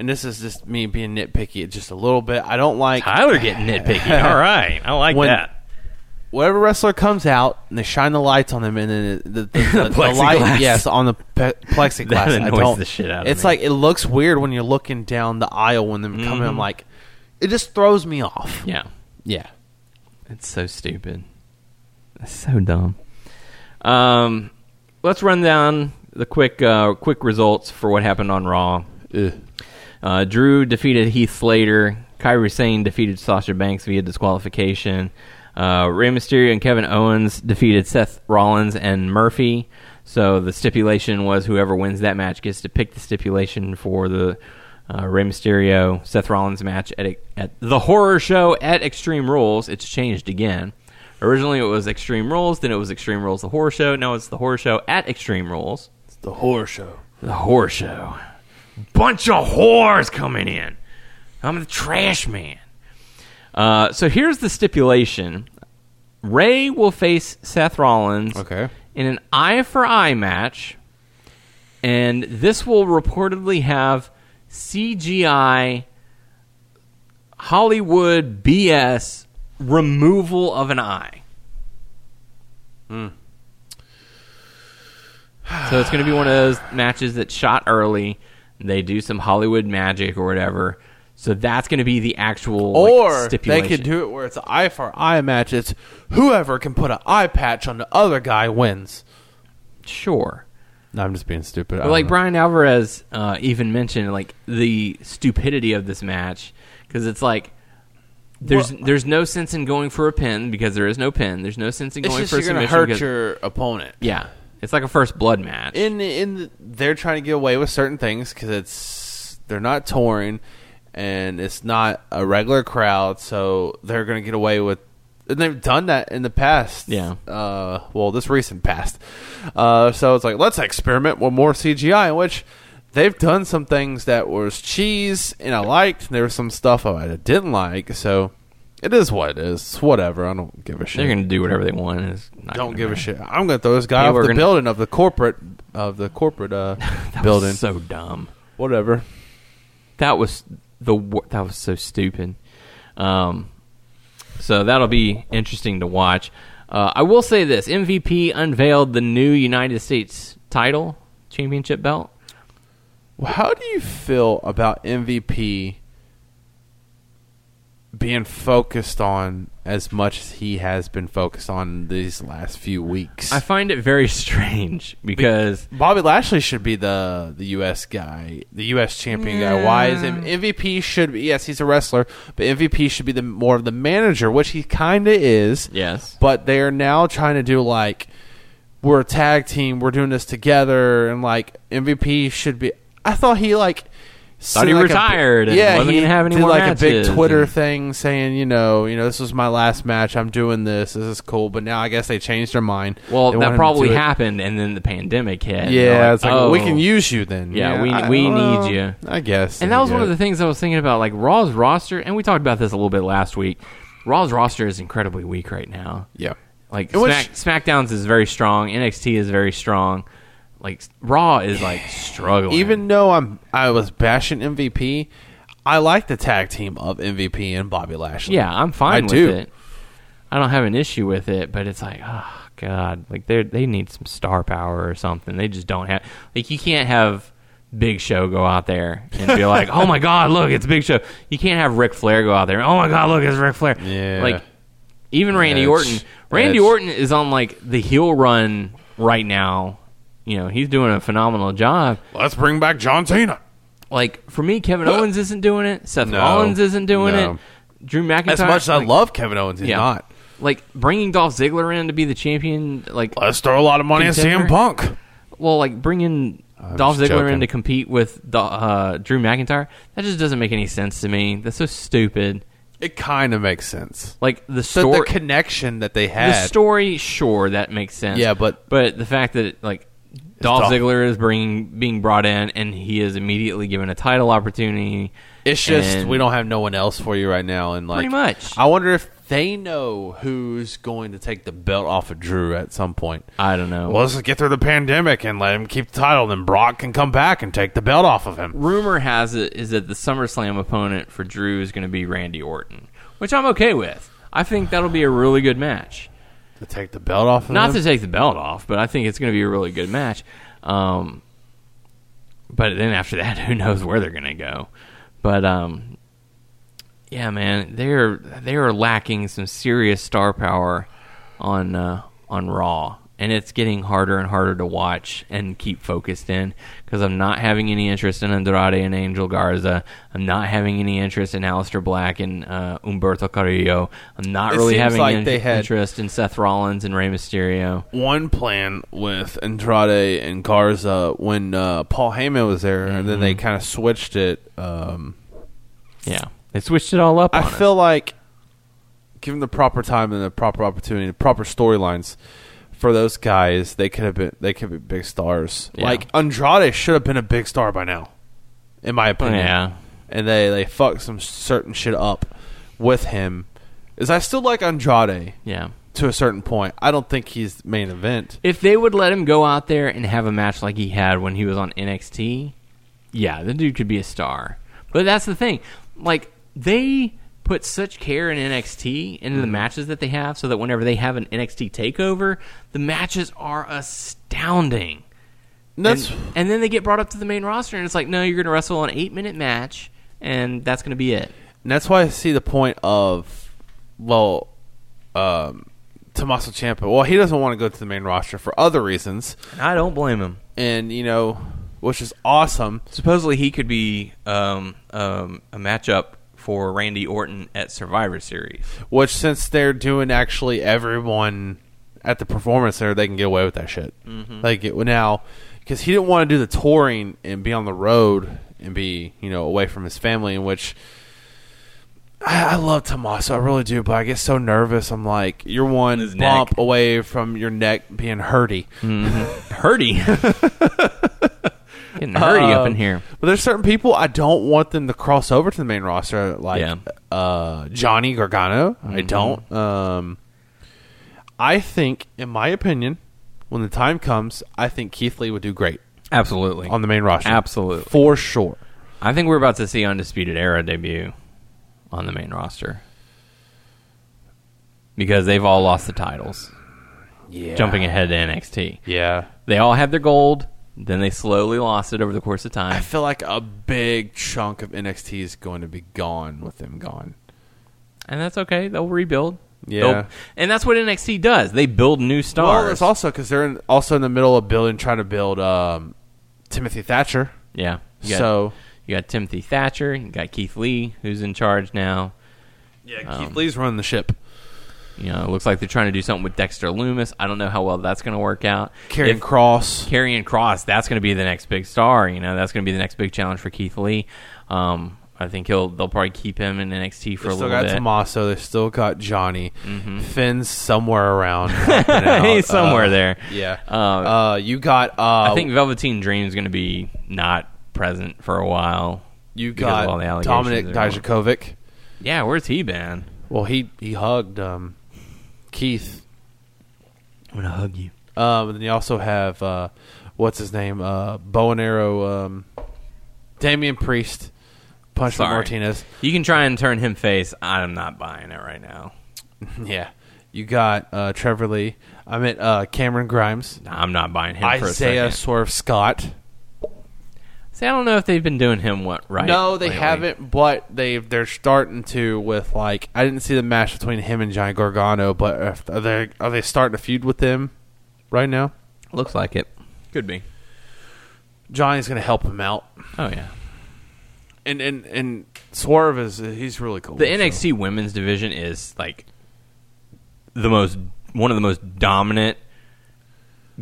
Speaker 4: and this is just me being nitpicky just a little bit. I don't
Speaker 3: (sighs)
Speaker 4: like
Speaker 3: Tyler getting (laughs) nitpicky. All right, I like
Speaker 4: When-
Speaker 3: that.
Speaker 4: whatever wrestler comes out and they shine the lights on them and then
Speaker 3: (laughs)
Speaker 4: it- the, the, the, the
Speaker 3: Plexiglass.
Speaker 4: light yes on the pe- plexiglass
Speaker 3: That
Speaker 4: I
Speaker 3: annoys
Speaker 4: don't-
Speaker 3: the shit out of me.
Speaker 4: it's like it looks weird when you're looking down the aisle when them coming
Speaker 3: Mm-hmm.
Speaker 4: I'm like it just throws me off
Speaker 3: Yeah.
Speaker 4: yeah
Speaker 3: It's so stupid. It's so dumb. Um, let's run down the quick uh, quick results for what happened on Raw. Uh, Drew defeated Heath Slater. Kyrie Sane defeated Sasha Banks via disqualification. Uh, Rey Mysterio and Kevin Owens defeated Seth Rollins and Murphy. So the stipulation was whoever wins that match gets to pick the stipulation for the uh, Rey Mysterio Seth Rollins match at, at the horror show at Extreme Rules. It's changed again. Originally it was Extreme Rules, then it was Extreme Rules the horror show. Now it's the horror show at Extreme Rules.
Speaker 4: the horror show
Speaker 3: The whore show. Bunch of whores coming in. I'm the trash man. Uh, so here's the stipulation Ray will face Seth Rollins
Speaker 4: Okay.
Speaker 3: in an eye for eye match, and this will reportedly have CGI Hollywood BS removal of an eye.
Speaker 4: Hmm.
Speaker 3: So it's going to be one of those matches that's shot early. They do some Hollywood magic or whatever. So that's going to be the actual like,
Speaker 4: or they
Speaker 3: stipulation.
Speaker 4: could do it where it's an eye for eye match it's whoever can put an eye patch on the other guy wins
Speaker 3: sure.
Speaker 4: no, I'm just being stupid I
Speaker 3: But like
Speaker 4: don't know.
Speaker 3: Brian Alvarez uh, even mentioned, like the stupidity of this match because it's like there's there's no sense in going for a pin because there is no pin. There's no sense in
Speaker 4: it's
Speaker 3: going
Speaker 4: just
Speaker 3: for a
Speaker 4: you're gonna
Speaker 3: submission.
Speaker 4: hurt
Speaker 3: because-
Speaker 4: your opponent
Speaker 3: yeah, it's like a first blood match.
Speaker 4: in in the, they're trying to get away with certain things because it's they're not touring and it's not a regular crowd, so they're going to get away with and they've done that in the past.
Speaker 3: Yeah.
Speaker 4: Uh, well, this recent past. Uh, so it's like let's experiment with more CGI, which they've done some things that was cheese and I liked. And there was some stuff I didn't like. So it is what it is. It's whatever. I don't give a shit.
Speaker 3: They're going to do whatever they want. and It's not
Speaker 4: don't
Speaker 3: gonna
Speaker 4: give a
Speaker 3: matter.
Speaker 4: shit. I'm gonna throw this guy
Speaker 3: Yeah,
Speaker 4: off
Speaker 3: we're
Speaker 4: the
Speaker 3: gonna-
Speaker 4: building of the corporate of the corporate
Speaker 3: (laughs)
Speaker 4: uh
Speaker 3: (laughs) That
Speaker 4: building.
Speaker 3: was so dumb.
Speaker 4: whatever.
Speaker 3: That was the wor- that was so stupid. Um, so that'll be interesting to watch. Uh, I will say this: MVP unveiled the new United States title championship belt.
Speaker 4: How do you feel about MVP being focused on as much as he has been focused on these last few weeks?
Speaker 3: I find it very (laughs) strange because
Speaker 4: Bobby Lashley should be the the U.S. guy, the U.S. champion guy. Why is him MVP should be? Yes, he's a wrestler, but MVP should be the more of the manager, which he kind of is.
Speaker 3: Yes.
Speaker 4: but they are now trying to do like we're a tag team, we're doing this together, and like MVP should be. I thought he like
Speaker 3: Thought he
Speaker 4: like, a-
Speaker 3: retired and
Speaker 4: yeah,
Speaker 3: wasn't
Speaker 4: he
Speaker 3: gonna have any
Speaker 4: did
Speaker 3: more
Speaker 4: like a big
Speaker 3: matches
Speaker 4: Twitter
Speaker 3: and-
Speaker 4: thing saying, you know, you know, this was my last match. I'm doing this. This is cool. But now I guess they changed their mind.
Speaker 3: well,
Speaker 4: They want him
Speaker 3: that
Speaker 4: to
Speaker 3: probably
Speaker 4: do it.
Speaker 3: happened, and then the pandemic hit. and they're
Speaker 4: Yeah, it's like we
Speaker 3: oh.
Speaker 4: can use you then.
Speaker 3: Yeah, we- we need you.
Speaker 4: I guess.
Speaker 3: And that was one of the things I was thinking about, like Raw's roster, and we talked about this a little bit last week. Raw's roster is incredibly weak right now.
Speaker 4: yeah.
Speaker 3: Like
Speaker 4: It was-
Speaker 3: Smack, SmackDown's is very strong, NXT is very strong. Like Raw is like struggling.
Speaker 4: Even though I'm I was bashing MVP, I like the tag team of MVP and Bobby Lashley.
Speaker 3: yeah, I'm fine
Speaker 4: I
Speaker 3: with
Speaker 4: do.
Speaker 3: it. I don't have an issue with it, but it's like, oh god, like they they need some star power or something. They just don't have like you can't have Big Show go out there and
Speaker 4: (laughs)
Speaker 3: be like, oh my god, look, it's Big Show. You can't have Ric Flair go out there. Oh my god, look, it's Ric Flair.
Speaker 4: Yeah.
Speaker 3: like even Randy
Speaker 4: Edge.
Speaker 3: Orton. Randy
Speaker 4: Edge.
Speaker 3: Orton is on like the heel run right now. You know, he's doing a phenomenal job.
Speaker 4: Let's bring back John Cena.
Speaker 3: Like for me, Kevin Owens isn't doing it. Seth
Speaker 4: No.
Speaker 3: Rollins isn't doing
Speaker 4: No.
Speaker 3: it. Drew McIntyre.
Speaker 4: As much as I
Speaker 3: like-
Speaker 4: love Kevin Owens, he's not.
Speaker 3: Like bringing Dolph Ziggler in to be the champion, like
Speaker 4: Let's throw a lot of money at
Speaker 3: Contender?
Speaker 4: CM Punk.
Speaker 3: well, like bringing Dolph Ziggler
Speaker 4: Oh, just
Speaker 3: in
Speaker 4: joking.
Speaker 3: to compete with Do- uh, Drew McIntyre. That just doesn't make any sense to me. That's so stupid.
Speaker 4: It kind of makes sense.
Speaker 3: Like the
Speaker 4: The,
Speaker 3: story,
Speaker 4: the connection that they had.
Speaker 3: the story, sure, that makes sense.
Speaker 4: Yeah, but-
Speaker 3: but the fact that like Dolph
Speaker 4: Dolph.
Speaker 3: Ziggler is bringing being brought in and he is immediately given a title opportunity.
Speaker 4: It's just
Speaker 3: and-
Speaker 4: we don't have no one else for you right now, and like
Speaker 3: Pretty much.
Speaker 4: I wonder if they know who's going to take the belt off of Drew at some point.
Speaker 3: I don't know.
Speaker 4: Well, let's just get through the pandemic and let him keep the title. Then Brock can come back and take the belt off of him.
Speaker 3: rumor has it is that the SummerSlam opponent for Drew is going to be Randy Orton, which I'm okay with. I think that'll be a really good match.
Speaker 4: To take the belt off of
Speaker 3: Not to
Speaker 4: him.
Speaker 3: take the belt off, but I think it's going to be a really good match. Um, but then after that, (laughs) who knows where they're going to go? But um, yeah, man, they're they are lacking some serious star power on uh, on Raw, and it's getting harder and harder to watch and keep focused in because I'm not having any interest in Andrade and Angel Garza. I'm not having any interest in Aleister Black and uh, Umberto Carrillo. I'm not
Speaker 4: It
Speaker 3: really
Speaker 4: seems
Speaker 3: having
Speaker 4: like
Speaker 3: in-
Speaker 4: they had-
Speaker 3: interest in Seth Rollins and Rey Mysterio.
Speaker 4: one plan with Andrade and Garza when uh, Paul Heyman was there, and then they kind of switched it. Um,
Speaker 3: Yeah, they switched it all up.
Speaker 4: I
Speaker 3: on us.
Speaker 4: feel like given the proper time and the proper opportunity, the proper storylines for those guys, they could have been they could be big stars.
Speaker 3: Yeah.
Speaker 4: Like Andrade should have been a big star by now, in my opinion.
Speaker 3: Yeah.
Speaker 4: and they they fucked some certain shit up with him. Is I still like Andrade
Speaker 3: Yeah.
Speaker 4: to a certain point. I don't think he's main event.
Speaker 3: If they would let him go out there and have a match like he had when he was on NXT, yeah, the dude could be a star. But that's the thing. Like, they put such care in NXT into the matches that they have so that whenever they have an NXT takeover, the matches are astounding.
Speaker 4: And that's
Speaker 3: and, and then they get brought up to the main roster and it's like, no, you're going to wrestle an eight minute match and that's going to be it.
Speaker 4: And that's why I see the point of, well, um, Tommaso Ciampa. Well, he doesn't want to go to the main roster for other reasons,
Speaker 3: I don't blame him.
Speaker 4: and you know, which is awesome.
Speaker 3: Supposedly, he could be um, um, a matchup for Randy Orton at Survivor Series.
Speaker 4: Which since they're doing actually everyone at the performance center, they can get away with that shit.
Speaker 3: Mm-hmm.
Speaker 4: Like it, now, because he didn't want to do the touring and be on the road and be you know away from his family, in which I, I love Tommaso, I really do, but I get so nervous. I'm like, you're one
Speaker 3: His neck.
Speaker 4: bump away from your neck being hurty. (laughs)
Speaker 3: Hurdy. Getting hurdy up in
Speaker 4: Um,
Speaker 3: here.
Speaker 4: But there's certain people I don't want them to cross over to the main roster, like
Speaker 3: Yeah. Mm-hmm.
Speaker 4: uh, Johnny Gargano. I don't. Um, I think, in my opinion, when the time comes, I think Keith Lee would do great
Speaker 3: Absolutely.
Speaker 4: on the main roster.
Speaker 3: Absolutely.
Speaker 4: for sure.
Speaker 3: I think we're about to see Undisputed Era debut on the main roster because they've all lost the titles.
Speaker 4: Yeah,
Speaker 3: Jumping ahead to NXT,
Speaker 4: Yeah,
Speaker 3: they all had their gold. Then they slowly lost it over the course of
Speaker 4: I
Speaker 3: time.
Speaker 4: feel like a big chunk of NXT is going to be gone with them gone.
Speaker 3: and that's okay. They'll rebuild.
Speaker 4: Yeah.
Speaker 3: They'll- and that's what NXT does. They build new stars.
Speaker 4: Well, it's also because they're in, also in the middle of building, trying to build um, Timothy Thatcher.
Speaker 3: yeah. You got-
Speaker 4: So
Speaker 3: you got Timothy Thatcher. You got Keith Lee, who's in charge now.
Speaker 4: yeah,
Speaker 3: Um,
Speaker 4: Keith Lee's running the ship.
Speaker 3: You know, it looks like they're trying to do something with Dexter Loomis. I don't know how well that's going to work out.
Speaker 4: Carrying
Speaker 3: If-
Speaker 4: Cross.
Speaker 3: Karrion Cross, that's going to be the next big star. You know, that's going to be the next big challenge for Keith Lee. Um, I think he'll they'll probably keep him in NXT for
Speaker 4: They
Speaker 3: a
Speaker 4: still
Speaker 3: little
Speaker 4: got
Speaker 3: bit. Mm-hmm.
Speaker 4: Tommaso. They still got Johnny. Finn's somewhere
Speaker 3: (laughs)
Speaker 4: around. helping
Speaker 3: (laughs)
Speaker 4: out.
Speaker 3: He's somewhere
Speaker 4: Uh,
Speaker 3: there.
Speaker 4: Yeah.
Speaker 3: Um,
Speaker 4: uh, you got. Uh,
Speaker 3: I think Velveteen Dream is going to be not present for a while.
Speaker 4: you
Speaker 3: because of
Speaker 4: got
Speaker 3: all the allegations
Speaker 4: Dominic
Speaker 3: that are going-
Speaker 4: Dijakovic.
Speaker 3: Yeah, where's he been?
Speaker 4: Well, he he hugged um, Keith.
Speaker 3: I'm gonna hug you.
Speaker 4: Um, and then you also have uh, what's his name? Uh, bow and arrow. Um, Damian Priest. Punishment
Speaker 3: Sorry.
Speaker 4: Martinez.
Speaker 3: You can try and turn him face. I'm not buying it right now.
Speaker 4: (laughs) Yeah. You got uh, Trevor Lee. I meant uh, Cameron Grimes.
Speaker 3: I'm not buying him for a
Speaker 4: Isaiah
Speaker 3: second.
Speaker 4: Swerve Scott.
Speaker 3: See, I don't know if they've been doing him what right.
Speaker 4: No, they
Speaker 3: lately.
Speaker 4: haven't. But they they're starting to with like I didn't see the match between him and Johnny Gargano, but if- are they are they starting to feud with them right now?
Speaker 3: Looks like it. Could be.
Speaker 4: Johnny's going to help him out,
Speaker 3: Oh yeah.
Speaker 4: and and and Swerve is he's really cool.
Speaker 3: The
Speaker 4: so.
Speaker 3: NXT women's division is like the most one of the most dominant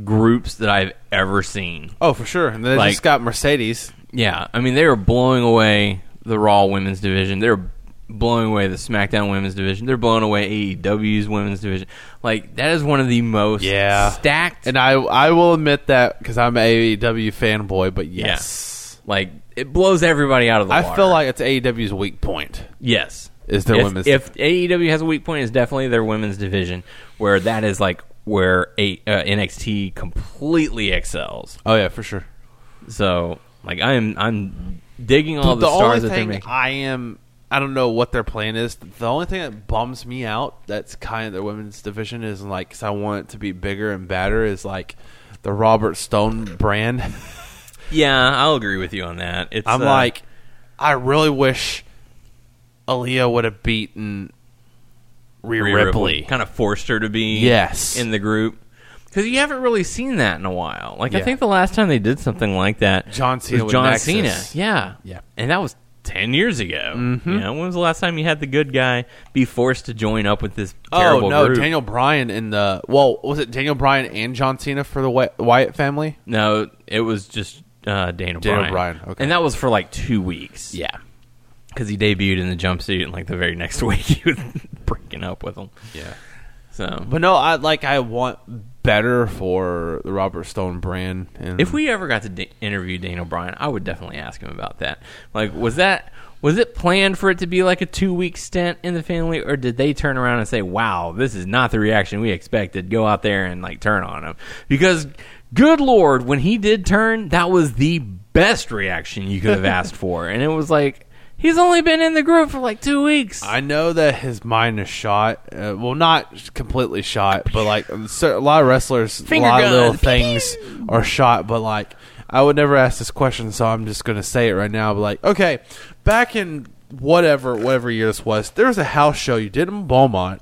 Speaker 3: groups that I've ever seen.
Speaker 4: Oh, for sure. And then they
Speaker 3: Like-
Speaker 4: just got Mercedes.
Speaker 3: Yeah, I mean they were blowing away the Raw women's division. They were blowing away the SmackDown women's division. They're blowing away AEW's women's division. Like that is one of the most
Speaker 4: Yeah.
Speaker 3: stacked
Speaker 4: And I I will admit that because I'm a AEW fanboy, but yes,
Speaker 3: like it blows everybody out of the
Speaker 4: I
Speaker 3: water.
Speaker 4: feel like it's AEW's weak point
Speaker 3: yes.
Speaker 4: is their
Speaker 3: if,
Speaker 4: women's.
Speaker 3: if AEW has a weak point, it's definitely their women's division, where that is like where a, uh, NXT completely excels.
Speaker 4: oh yeah, for sure.
Speaker 3: So like I'm I'm digging all the,
Speaker 4: the
Speaker 3: stars
Speaker 4: only
Speaker 3: that they're
Speaker 4: thing
Speaker 3: making.
Speaker 4: I am, I don't know what their plan is. The only thing that bums me out that's kind of their women's division is like, 'cause I want it to be bigger and badder, is like the Robert Stone brand. (laughs)
Speaker 3: yeah, I'll agree with you on that. It's
Speaker 4: I'm
Speaker 3: uh,
Speaker 4: like, I really wish Aaliyah would have beaten Rhea,
Speaker 3: Rhea
Speaker 4: Ripley.
Speaker 3: kind of forced her to be
Speaker 4: Yes.
Speaker 3: in the group because you haven't really seen that in a while. Like I
Speaker 4: Yeah.
Speaker 3: think the last time they did something like that,
Speaker 4: John Cena
Speaker 3: was
Speaker 4: with
Speaker 3: John
Speaker 4: Nexus.
Speaker 3: Cena, yeah,
Speaker 4: Yeah. Mm-hmm.
Speaker 3: and that was ten years ago. You know, when was the last time you had the good guy be forced to join up with this
Speaker 4: Oh
Speaker 3: terrible
Speaker 4: no,
Speaker 3: group?
Speaker 4: Daniel Bryan in the well, was it Daniel Bryan and John Cena for the Wy- Wyatt family?
Speaker 3: No, it was just uh, Daniel,
Speaker 4: Daniel
Speaker 3: Bryan.
Speaker 4: Bryan, okay.
Speaker 3: And that was for like two weeks. Because he debuted in the jumpsuit, and like the very next (laughs) week, he was breaking up with him.
Speaker 4: yeah.
Speaker 3: So,
Speaker 4: But no, I like I want better for the Robert Stone brand. And
Speaker 3: if we ever got to da- interview Daniel Bryan, I would definitely ask him about that. Like, was that was it planned for it to be like a two week stint in the family, or did they turn around and say, "Wow, this is not the reaction we expected"? Go out there and like turn on him because, good lord, when he did turn, that was the best reaction you could (laughs) have asked for, and it was like he's only been in the group for like two weeks.
Speaker 4: I know that his mind is shot. Uh, well, not completely shot, but like cer- a lot of wrestlers,
Speaker 3: Finger
Speaker 4: a lot
Speaker 3: guns.
Speaker 4: of little things are shot. But like, I would never ask this question, so I'm just gonna say it right now. But like, okay, back in whatever whatever year this was, there was a house show you did in Beaumont.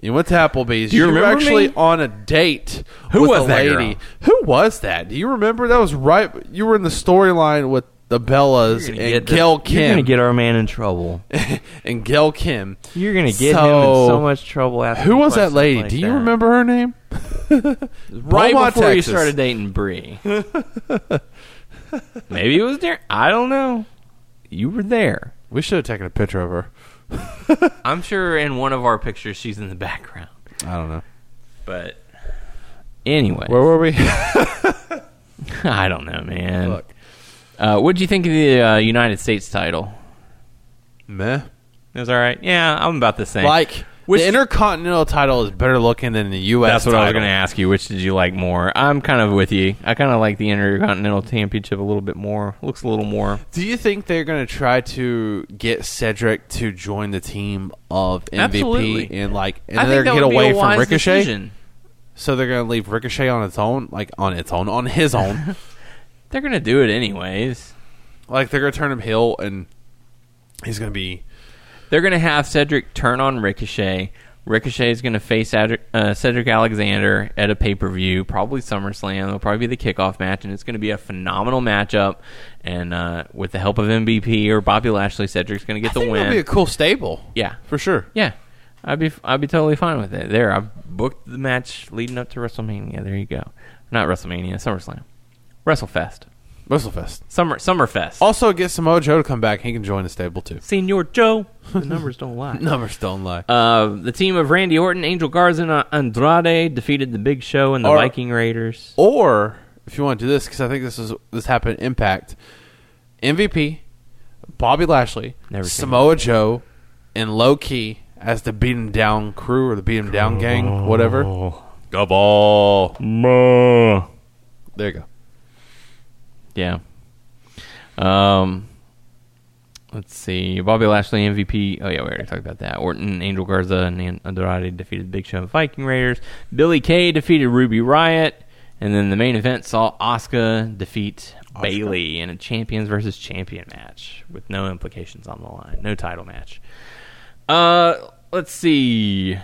Speaker 4: You went to Applebee's.
Speaker 3: you
Speaker 4: you were
Speaker 3: remember
Speaker 4: actually
Speaker 3: me?
Speaker 4: on a date.
Speaker 3: Who
Speaker 4: with
Speaker 3: was
Speaker 4: a
Speaker 3: that girl?
Speaker 4: lady. Who was that? Do you remember? That was right. You were in the storyline with the Bellas
Speaker 3: You're gonna
Speaker 4: and Gail
Speaker 3: the- You're
Speaker 4: Kim
Speaker 3: gonna get our man in trouble.
Speaker 4: (laughs) and Gail Kim.
Speaker 3: You're gonna get him
Speaker 4: (laughs) So-
Speaker 3: in so much trouble. After
Speaker 4: Who was that lady? Do you remember her name?
Speaker 3: Right
Speaker 4: Beaumont,
Speaker 3: before you
Speaker 4: Texas.
Speaker 3: started dating (laughs) Bree. Maybe it was there. I don't know. You were there.
Speaker 4: We should have taken a picture of her.
Speaker 3: I'm sure in one of our pictures she's in the background.
Speaker 4: I don't know.
Speaker 3: But anyway, (laughs)
Speaker 4: Where were we?
Speaker 3: I don't know, man.
Speaker 4: Look.
Speaker 3: Uh, what would you think of the uh, United States title?
Speaker 4: Meh.
Speaker 3: It was all right. Yeah, I'm about the same.
Speaker 4: Like
Speaker 3: Which-
Speaker 4: the Intercontinental title is better looking than the U.S.
Speaker 3: That's what I was
Speaker 4: title.
Speaker 3: going to ask you. Which did you like more? I'm kind of with you. I kind of like the Intercontinental Championship a little bit more. Looks a little more.
Speaker 4: Do you think they're going to try to get Cedric to join the team of MVP
Speaker 3: Absolutely.
Speaker 4: and like and
Speaker 3: I
Speaker 4: they're
Speaker 3: think that
Speaker 4: going to
Speaker 3: would be
Speaker 4: get
Speaker 3: a
Speaker 4: away from
Speaker 3: wise
Speaker 4: Ricochet?
Speaker 3: decision.
Speaker 4: So they're going to leave Ricochet on its own, like on its own, on
Speaker 3: (laughs)
Speaker 4: his own.
Speaker 3: They're going to do it anyways.
Speaker 4: like they're going to turn him heel and he's going to be
Speaker 3: They're going to have Cedric turn on Ricochet. Ricochet is going to face Adri- uh, Cedric Alexander at a pay per view, probably SummerSlam. It'll probably be the kickoff match, and it's going to be a phenomenal matchup. And uh, with the help of MVP or Bobby Lashley, Cedric's going to get the
Speaker 4: think it'll
Speaker 3: win.
Speaker 4: be a cool stable.
Speaker 3: yeah,
Speaker 4: For sure.
Speaker 3: yeah, I'd be I'd be totally fine with it. There, I booked the match leading up to WrestleMania. There you go. Not WrestleMania, SummerSlam, WrestleFest,
Speaker 4: WrestleFest.
Speaker 3: Summer SummerFest.
Speaker 4: Also get Samoa Joe to come back. He can join the stable too.
Speaker 3: Senior Joe, the numbers don't lie.
Speaker 4: (laughs) Numbers don't lie.
Speaker 3: Uh, the team of Randy Orton, Angel Garza, and Andrade defeated the Big Show and the
Speaker 4: Or-
Speaker 3: Viking Raiders.
Speaker 4: Or if you want to do this, because I think this is this happened. at Impact MVP, Bobby Lashley,
Speaker 3: Never seen
Speaker 4: Samoa Joe, and Low Key as the beat 'em down crew or the beat 'em down gang, whatever. Gobble. There you go.
Speaker 3: Yeah. Um, let's see. Bobby Lashley, MVP. Oh, yeah, we already talked about that. Orton, Angel Garza, and An- Andrade defeated Big Show and Viking Raiders. Billy Kay defeated Ruby Riot. And then the main event saw Asuka defeat Bailey in a champions versus champion match with no implications on the line. No title match. Uh, let's see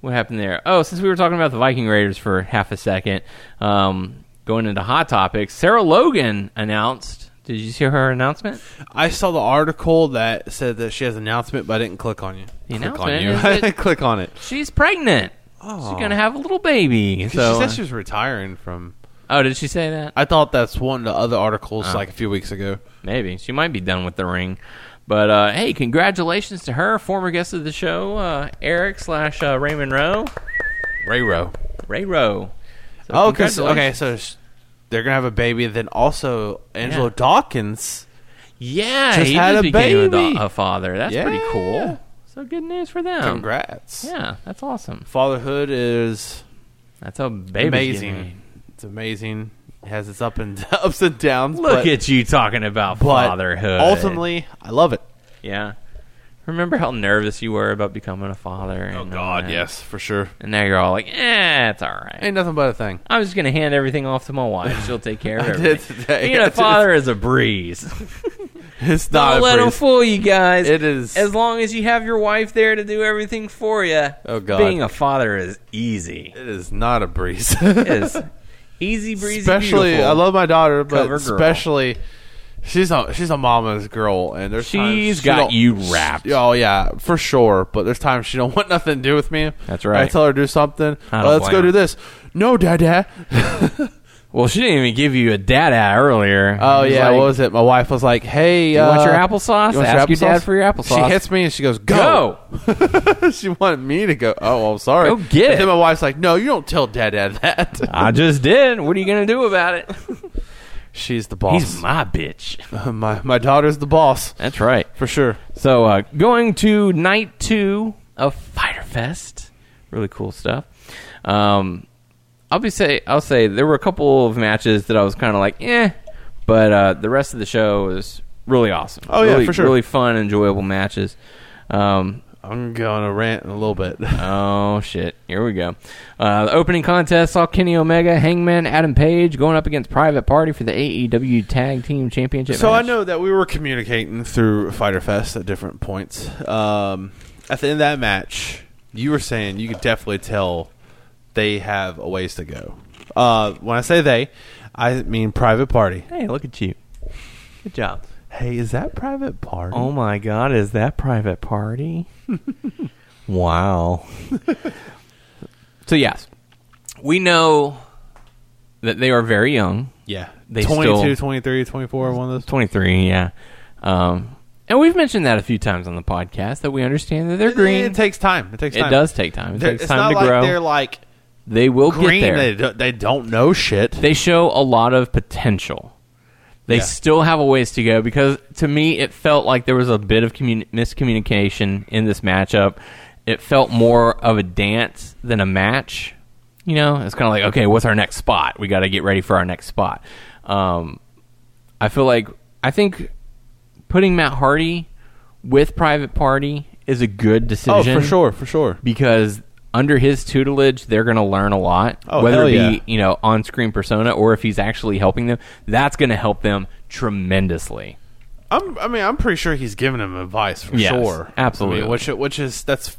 Speaker 3: what happened there. Oh, since we were talking about the Viking Raiders for half a second, um, going into hot topics, Sarah Logan announced. Did you see her announcement?
Speaker 4: I saw the article that said that she has an announcement, but I didn't click on you.
Speaker 3: The
Speaker 4: click on
Speaker 3: announcement
Speaker 4: you.
Speaker 3: is
Speaker 4: I didn't
Speaker 3: that-
Speaker 4: (laughs) click on it.
Speaker 3: She's pregnant. She's gonna have a little baby. So,
Speaker 4: Oh.
Speaker 3: uh,
Speaker 4: she said she was retiring from.
Speaker 3: oh, did she say that?
Speaker 4: I thought that's one of the other articles
Speaker 3: Ah.
Speaker 4: like a few weeks ago.
Speaker 3: Maybe she might be done with the ring. But uh, hey, congratulations to her, former guest of the show, uh, Eric slash uh, Raymond Rowe,
Speaker 4: Ray Rowe.
Speaker 3: Ray Rowe. So
Speaker 4: Oh, because okay,
Speaker 3: congratulations.
Speaker 4: so sh- they're gonna have a baby. Then also Angelo
Speaker 3: Yeah.
Speaker 4: Dawkins.
Speaker 3: yeah,
Speaker 4: Just
Speaker 3: he
Speaker 4: had
Speaker 3: just
Speaker 4: a
Speaker 3: became a,
Speaker 4: baby.
Speaker 3: da- a father. That's pretty
Speaker 4: Yeah.
Speaker 3: cool. So good news for them.
Speaker 4: Congrats!
Speaker 3: Yeah, that's awesome.
Speaker 4: Fatherhood is
Speaker 3: That's a baby.
Speaker 4: amazing. It's amazing. It has its up and (laughs) ups and downs.
Speaker 3: Look
Speaker 4: but,
Speaker 3: at you talking about
Speaker 4: but
Speaker 3: fatherhood.
Speaker 4: Ultimately, I love it.
Speaker 3: yeah. Remember how nervous you were about becoming a father? And all that?
Speaker 4: for sure.
Speaker 3: And now you're all like, eh, it's all right.
Speaker 4: Ain't nothing but a thing.
Speaker 3: I'm just gonna hand everything off to my wife. She'll take care of
Speaker 4: (laughs) I
Speaker 3: it.
Speaker 4: did today.
Speaker 3: Being a
Speaker 4: I did.
Speaker 3: father is a breeze.
Speaker 4: It's not.
Speaker 3: Don't
Speaker 4: a
Speaker 3: let them
Speaker 4: breeze.
Speaker 3: fool you guys.
Speaker 4: It is-
Speaker 3: as long as you have your wife there to do everything for you.
Speaker 4: Oh, God.
Speaker 3: being a father is easy.
Speaker 4: It is not
Speaker 3: (laughs)
Speaker 4: a breeze.
Speaker 3: It is easy breezy.
Speaker 4: especially,
Speaker 3: beautiful.
Speaker 4: I love my daughter, but
Speaker 3: Cover girl.
Speaker 4: especially. She's a she's a mama's girl, and there's
Speaker 3: She's
Speaker 4: times
Speaker 3: got
Speaker 4: don't-
Speaker 3: you wrapped.
Speaker 4: Oh yeah, for sure. But there's times she don't want nothing to do with me.
Speaker 3: That's right.
Speaker 4: I tell her to do something.
Speaker 3: I don't
Speaker 4: "Oh, let's
Speaker 3: blame
Speaker 4: go
Speaker 3: her.
Speaker 4: do this.
Speaker 3: (laughs)
Speaker 4: No, dada.
Speaker 3: Well, she didn't even give you a dada earlier.
Speaker 4: Oh
Speaker 3: It
Speaker 4: yeah,
Speaker 3: like,
Speaker 4: what was it? My wife was like, "Hey,
Speaker 3: you
Speaker 4: uh,
Speaker 3: want your applesauce?
Speaker 4: you want
Speaker 3: Ask your dad for your applesauce.
Speaker 4: She hits me and she goes,
Speaker 3: Go.
Speaker 4: "Go." (laughs) she wanted me to go. Oh, well, sorry.
Speaker 3: Go get
Speaker 4: And
Speaker 3: it.
Speaker 4: Then my wife's like, "No, you don't tell dada
Speaker 3: (laughs)
Speaker 4: that."
Speaker 3: I just did. What are you gonna do about it?
Speaker 4: She's the boss.
Speaker 3: He's my bitch.
Speaker 4: (laughs) my my daughter's the boss
Speaker 3: That's right.
Speaker 4: for sure.
Speaker 3: So uh, going to night two of Fighter Fest, really cool stuff. Um, I'll be say I'll say there were a couple of matches that I was kind of like, eh, but uh, the rest of the show was really awesome.
Speaker 4: Oh, yeah,
Speaker 3: Really-
Speaker 4: for sure.
Speaker 3: Really fun, enjoyable matches. Um,
Speaker 4: I'm going to rant in a
Speaker 3: (laughs)
Speaker 4: little bit.
Speaker 3: Oh shit! Here we go. Uh, the opening contest saw Kenny Omega, Hangman, Adam Page going up against Private Party for the AEW Tag Team Championship.
Speaker 4: So I
Speaker 3: match.
Speaker 4: know that we were communicating through Fighter Fest at different points. Um, at the end of that match, you were saying you could definitely tell they have a ways to go. Uh, when I say they, I mean Private Party.
Speaker 3: Hey, look at you! Good job.
Speaker 4: Hey, is that Private Party?
Speaker 3: Oh my God! Is that Private Party? (laughs) wow. so yes, we know that they are very young.
Speaker 4: yeah.
Speaker 3: They
Speaker 4: 22,
Speaker 3: still-
Speaker 4: 23, 24, one of those.
Speaker 3: 23, yeah. Um, And we've mentioned that a few times on the podcast that we understand that they're
Speaker 4: It-
Speaker 3: green.
Speaker 4: It, takes time. It takes
Speaker 3: It
Speaker 4: time.
Speaker 3: does take time. It
Speaker 4: They're-
Speaker 3: takes
Speaker 4: it's
Speaker 3: time
Speaker 4: not
Speaker 3: to
Speaker 4: like
Speaker 3: grow.
Speaker 4: They're like
Speaker 3: they will get
Speaker 4: green.
Speaker 3: there.
Speaker 4: They, don't, they don't know shit.
Speaker 3: they show a lot of potential. They
Speaker 4: Yeah.
Speaker 3: still have a ways to go because to me it felt like there was a bit of communi- miscommunication in this matchup. It felt more of a dance than a match. You know, it's kind of like okay, what's our next spot? We got to get ready for our next spot. Um, I feel like I think putting Matt Hardy with Private Party is a good
Speaker 4: oh,
Speaker 3: decision
Speaker 4: for sure, for sure.
Speaker 3: because under his tutelage they're going to learn a lot
Speaker 4: Oh,
Speaker 3: whether
Speaker 4: hell
Speaker 3: it be
Speaker 4: yeah.
Speaker 3: you know on-screen persona or if he's actually helping them that's going to help them tremendously
Speaker 4: I'm, I mean, I'm pretty sure he's giving him advice for
Speaker 3: Yes,
Speaker 4: sure.
Speaker 3: absolutely.
Speaker 4: I mean, which, which is that's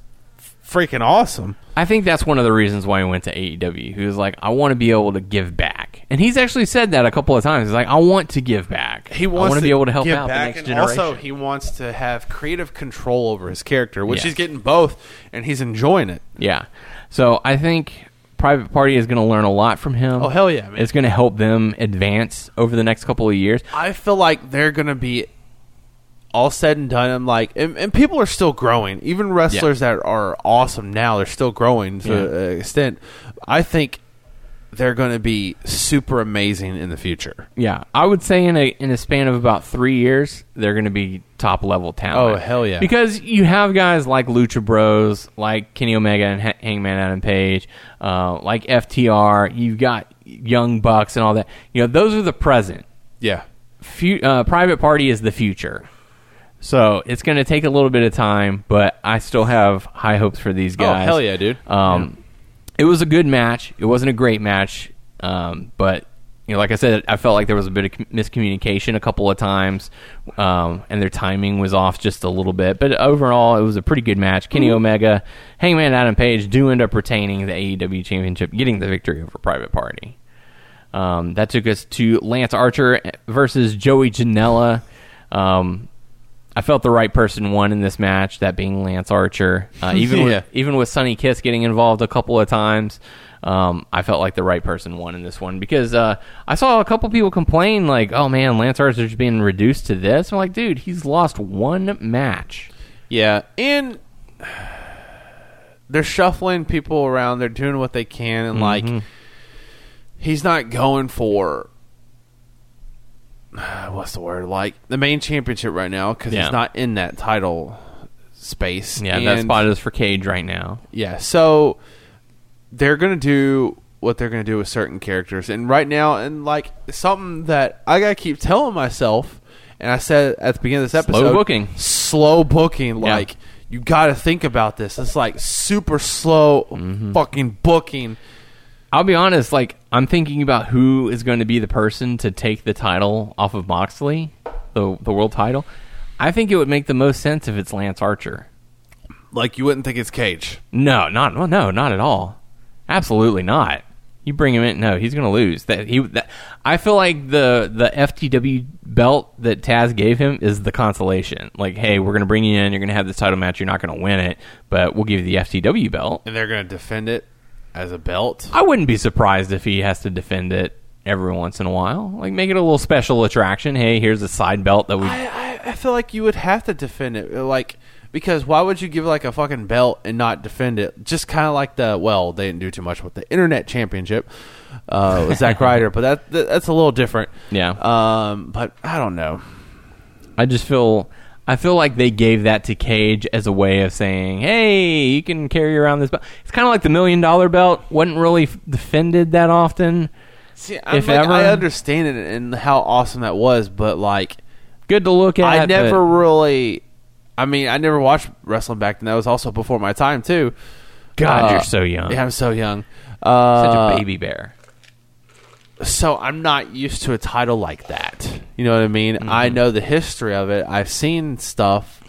Speaker 4: freaking awesome.
Speaker 3: i think that's one of the reasons why he went to aew he was like i want to be able to give back and he's actually said that a couple of times he's like i want to give back
Speaker 4: He
Speaker 3: i
Speaker 4: wants
Speaker 3: want to be able to help
Speaker 4: give
Speaker 3: out
Speaker 4: back,
Speaker 3: the next
Speaker 4: and
Speaker 3: generation
Speaker 4: Also, he wants to have creative control over his character, which
Speaker 3: Yes.
Speaker 4: he's getting both, and he's enjoying it.
Speaker 3: yeah so i think private party is going to learn a lot from him
Speaker 4: Oh, hell yeah, man.
Speaker 3: it's going to help them advance over the next couple of years
Speaker 4: I feel like they're gonna be all said and done. I'm like, and, and people are still growing. Even wrestlers that are awesome now, they're still growing to
Speaker 3: Yeah.
Speaker 4: an extent. I think they're gonna be super amazing in the future.
Speaker 3: Yeah, I would say in a in a span of about three years, they're going to be top level talent.
Speaker 4: Oh, hell yeah.
Speaker 3: Because you have guys like Lucha Bros, like Kenny Omega and Ha- Hangman Adam Page, uh, like FTR. You've got Young Bucks and all that. You know, those are the present.
Speaker 4: Yeah,
Speaker 3: Fu- uh, Private Party is the future. So it's going to take a little bit of time, but I still have high hopes for these guys.
Speaker 4: Oh, hell yeah, dude.
Speaker 3: Um, It was a good match. It wasn't a great match, um, but you know, like I said, I felt like there was a bit of com- miscommunication a couple of times, um, and their timing was off just a little bit. But overall, it was a pretty good match. Kenny Omega, Hangman Adam Page do end up retaining the AEW Championship, getting the victory over Private Party. Um, that took us to Lance Archer versus Joey Janela. Um, I felt the right person won in this match, that being Lance Archer. (laughs) Uh, even
Speaker 4: Yeah.
Speaker 3: with, even with Sonny Kiss getting involved a couple of times, um, I felt like the right person won in this one because uh, I saw a couple people complain like, "Oh man, Lance Archer's being reduced to this." I'm like, dude, he's lost one match.
Speaker 4: yeah, and they're shuffling people around. They're doing what they can, and
Speaker 3: Mm-hmm.
Speaker 4: like, he's not going for. (sighs) What's the word? Like the main championship right now because
Speaker 3: Yeah.
Speaker 4: he's not in that title space.
Speaker 3: Yeah, that
Speaker 4: and-
Speaker 3: spot is for Cage right now.
Speaker 4: Yeah, so they're gonna do what they're gonna do with certain characters, and right now, and like something that I gotta keep telling myself, and I said at the beginning of this
Speaker 3: Slow
Speaker 4: episode,
Speaker 3: booking.
Speaker 4: slow booking,
Speaker 3: Yeah.
Speaker 4: like you gotta think about this. It's like super slow
Speaker 3: Mm-hmm.
Speaker 4: fucking booking.
Speaker 3: I'll be honest, like I'm thinking about who is going to be the person to take the title off of Moxley, the the world title. I think it would make the most sense if it's Lance Archer.
Speaker 4: Like you wouldn't think it's Cage.
Speaker 3: No, not well, no, not at all. Absolutely not. You bring him in, no, he's going to lose. That he that, I feel like the the FTW belt that Taz gave him is the consolation. Like, hey, we're going to bring you in, you're going to have this title match, you're not going to win it, but we'll give you the FTW belt.
Speaker 4: and they're gonna defend it as a belt.
Speaker 3: I wouldn't be surprised if he has to defend it every once in a while. Like make it a little special attraction. Hey, here's a side belt that we
Speaker 4: I, I, I feel like you would have to defend it, uh, like because why would you give like a fucking belt and not defend it? Just kind of like the well, they didn't do too much with the internet championship uh,
Speaker 3: (laughs)
Speaker 4: with Zack Ryder, but that, that that's a little different.
Speaker 3: Yeah.
Speaker 4: Um, but I don't know.
Speaker 3: I just feel I feel like they gave that to Cage as a way of saying, "Hey, you can carry around this belt." It's kind of like the million dollar belt wasn't really f- defended that often.
Speaker 4: See, I'm
Speaker 3: If
Speaker 4: like,
Speaker 3: ever-
Speaker 4: I understand it and how awesome that was, but like
Speaker 3: Good to look at.
Speaker 4: I
Speaker 3: but-
Speaker 4: never really. I mean, I never watched wrestling back then. That was also before my time too.
Speaker 3: God,
Speaker 4: Uh,
Speaker 3: you're so young.
Speaker 4: Yeah, I'm so young.
Speaker 3: such
Speaker 4: Uh,
Speaker 3: a baby bear.
Speaker 4: so I'm not used to a title like that. You know what I mean? I
Speaker 3: Mm-hmm.
Speaker 4: know the history of it. I've seen stuff,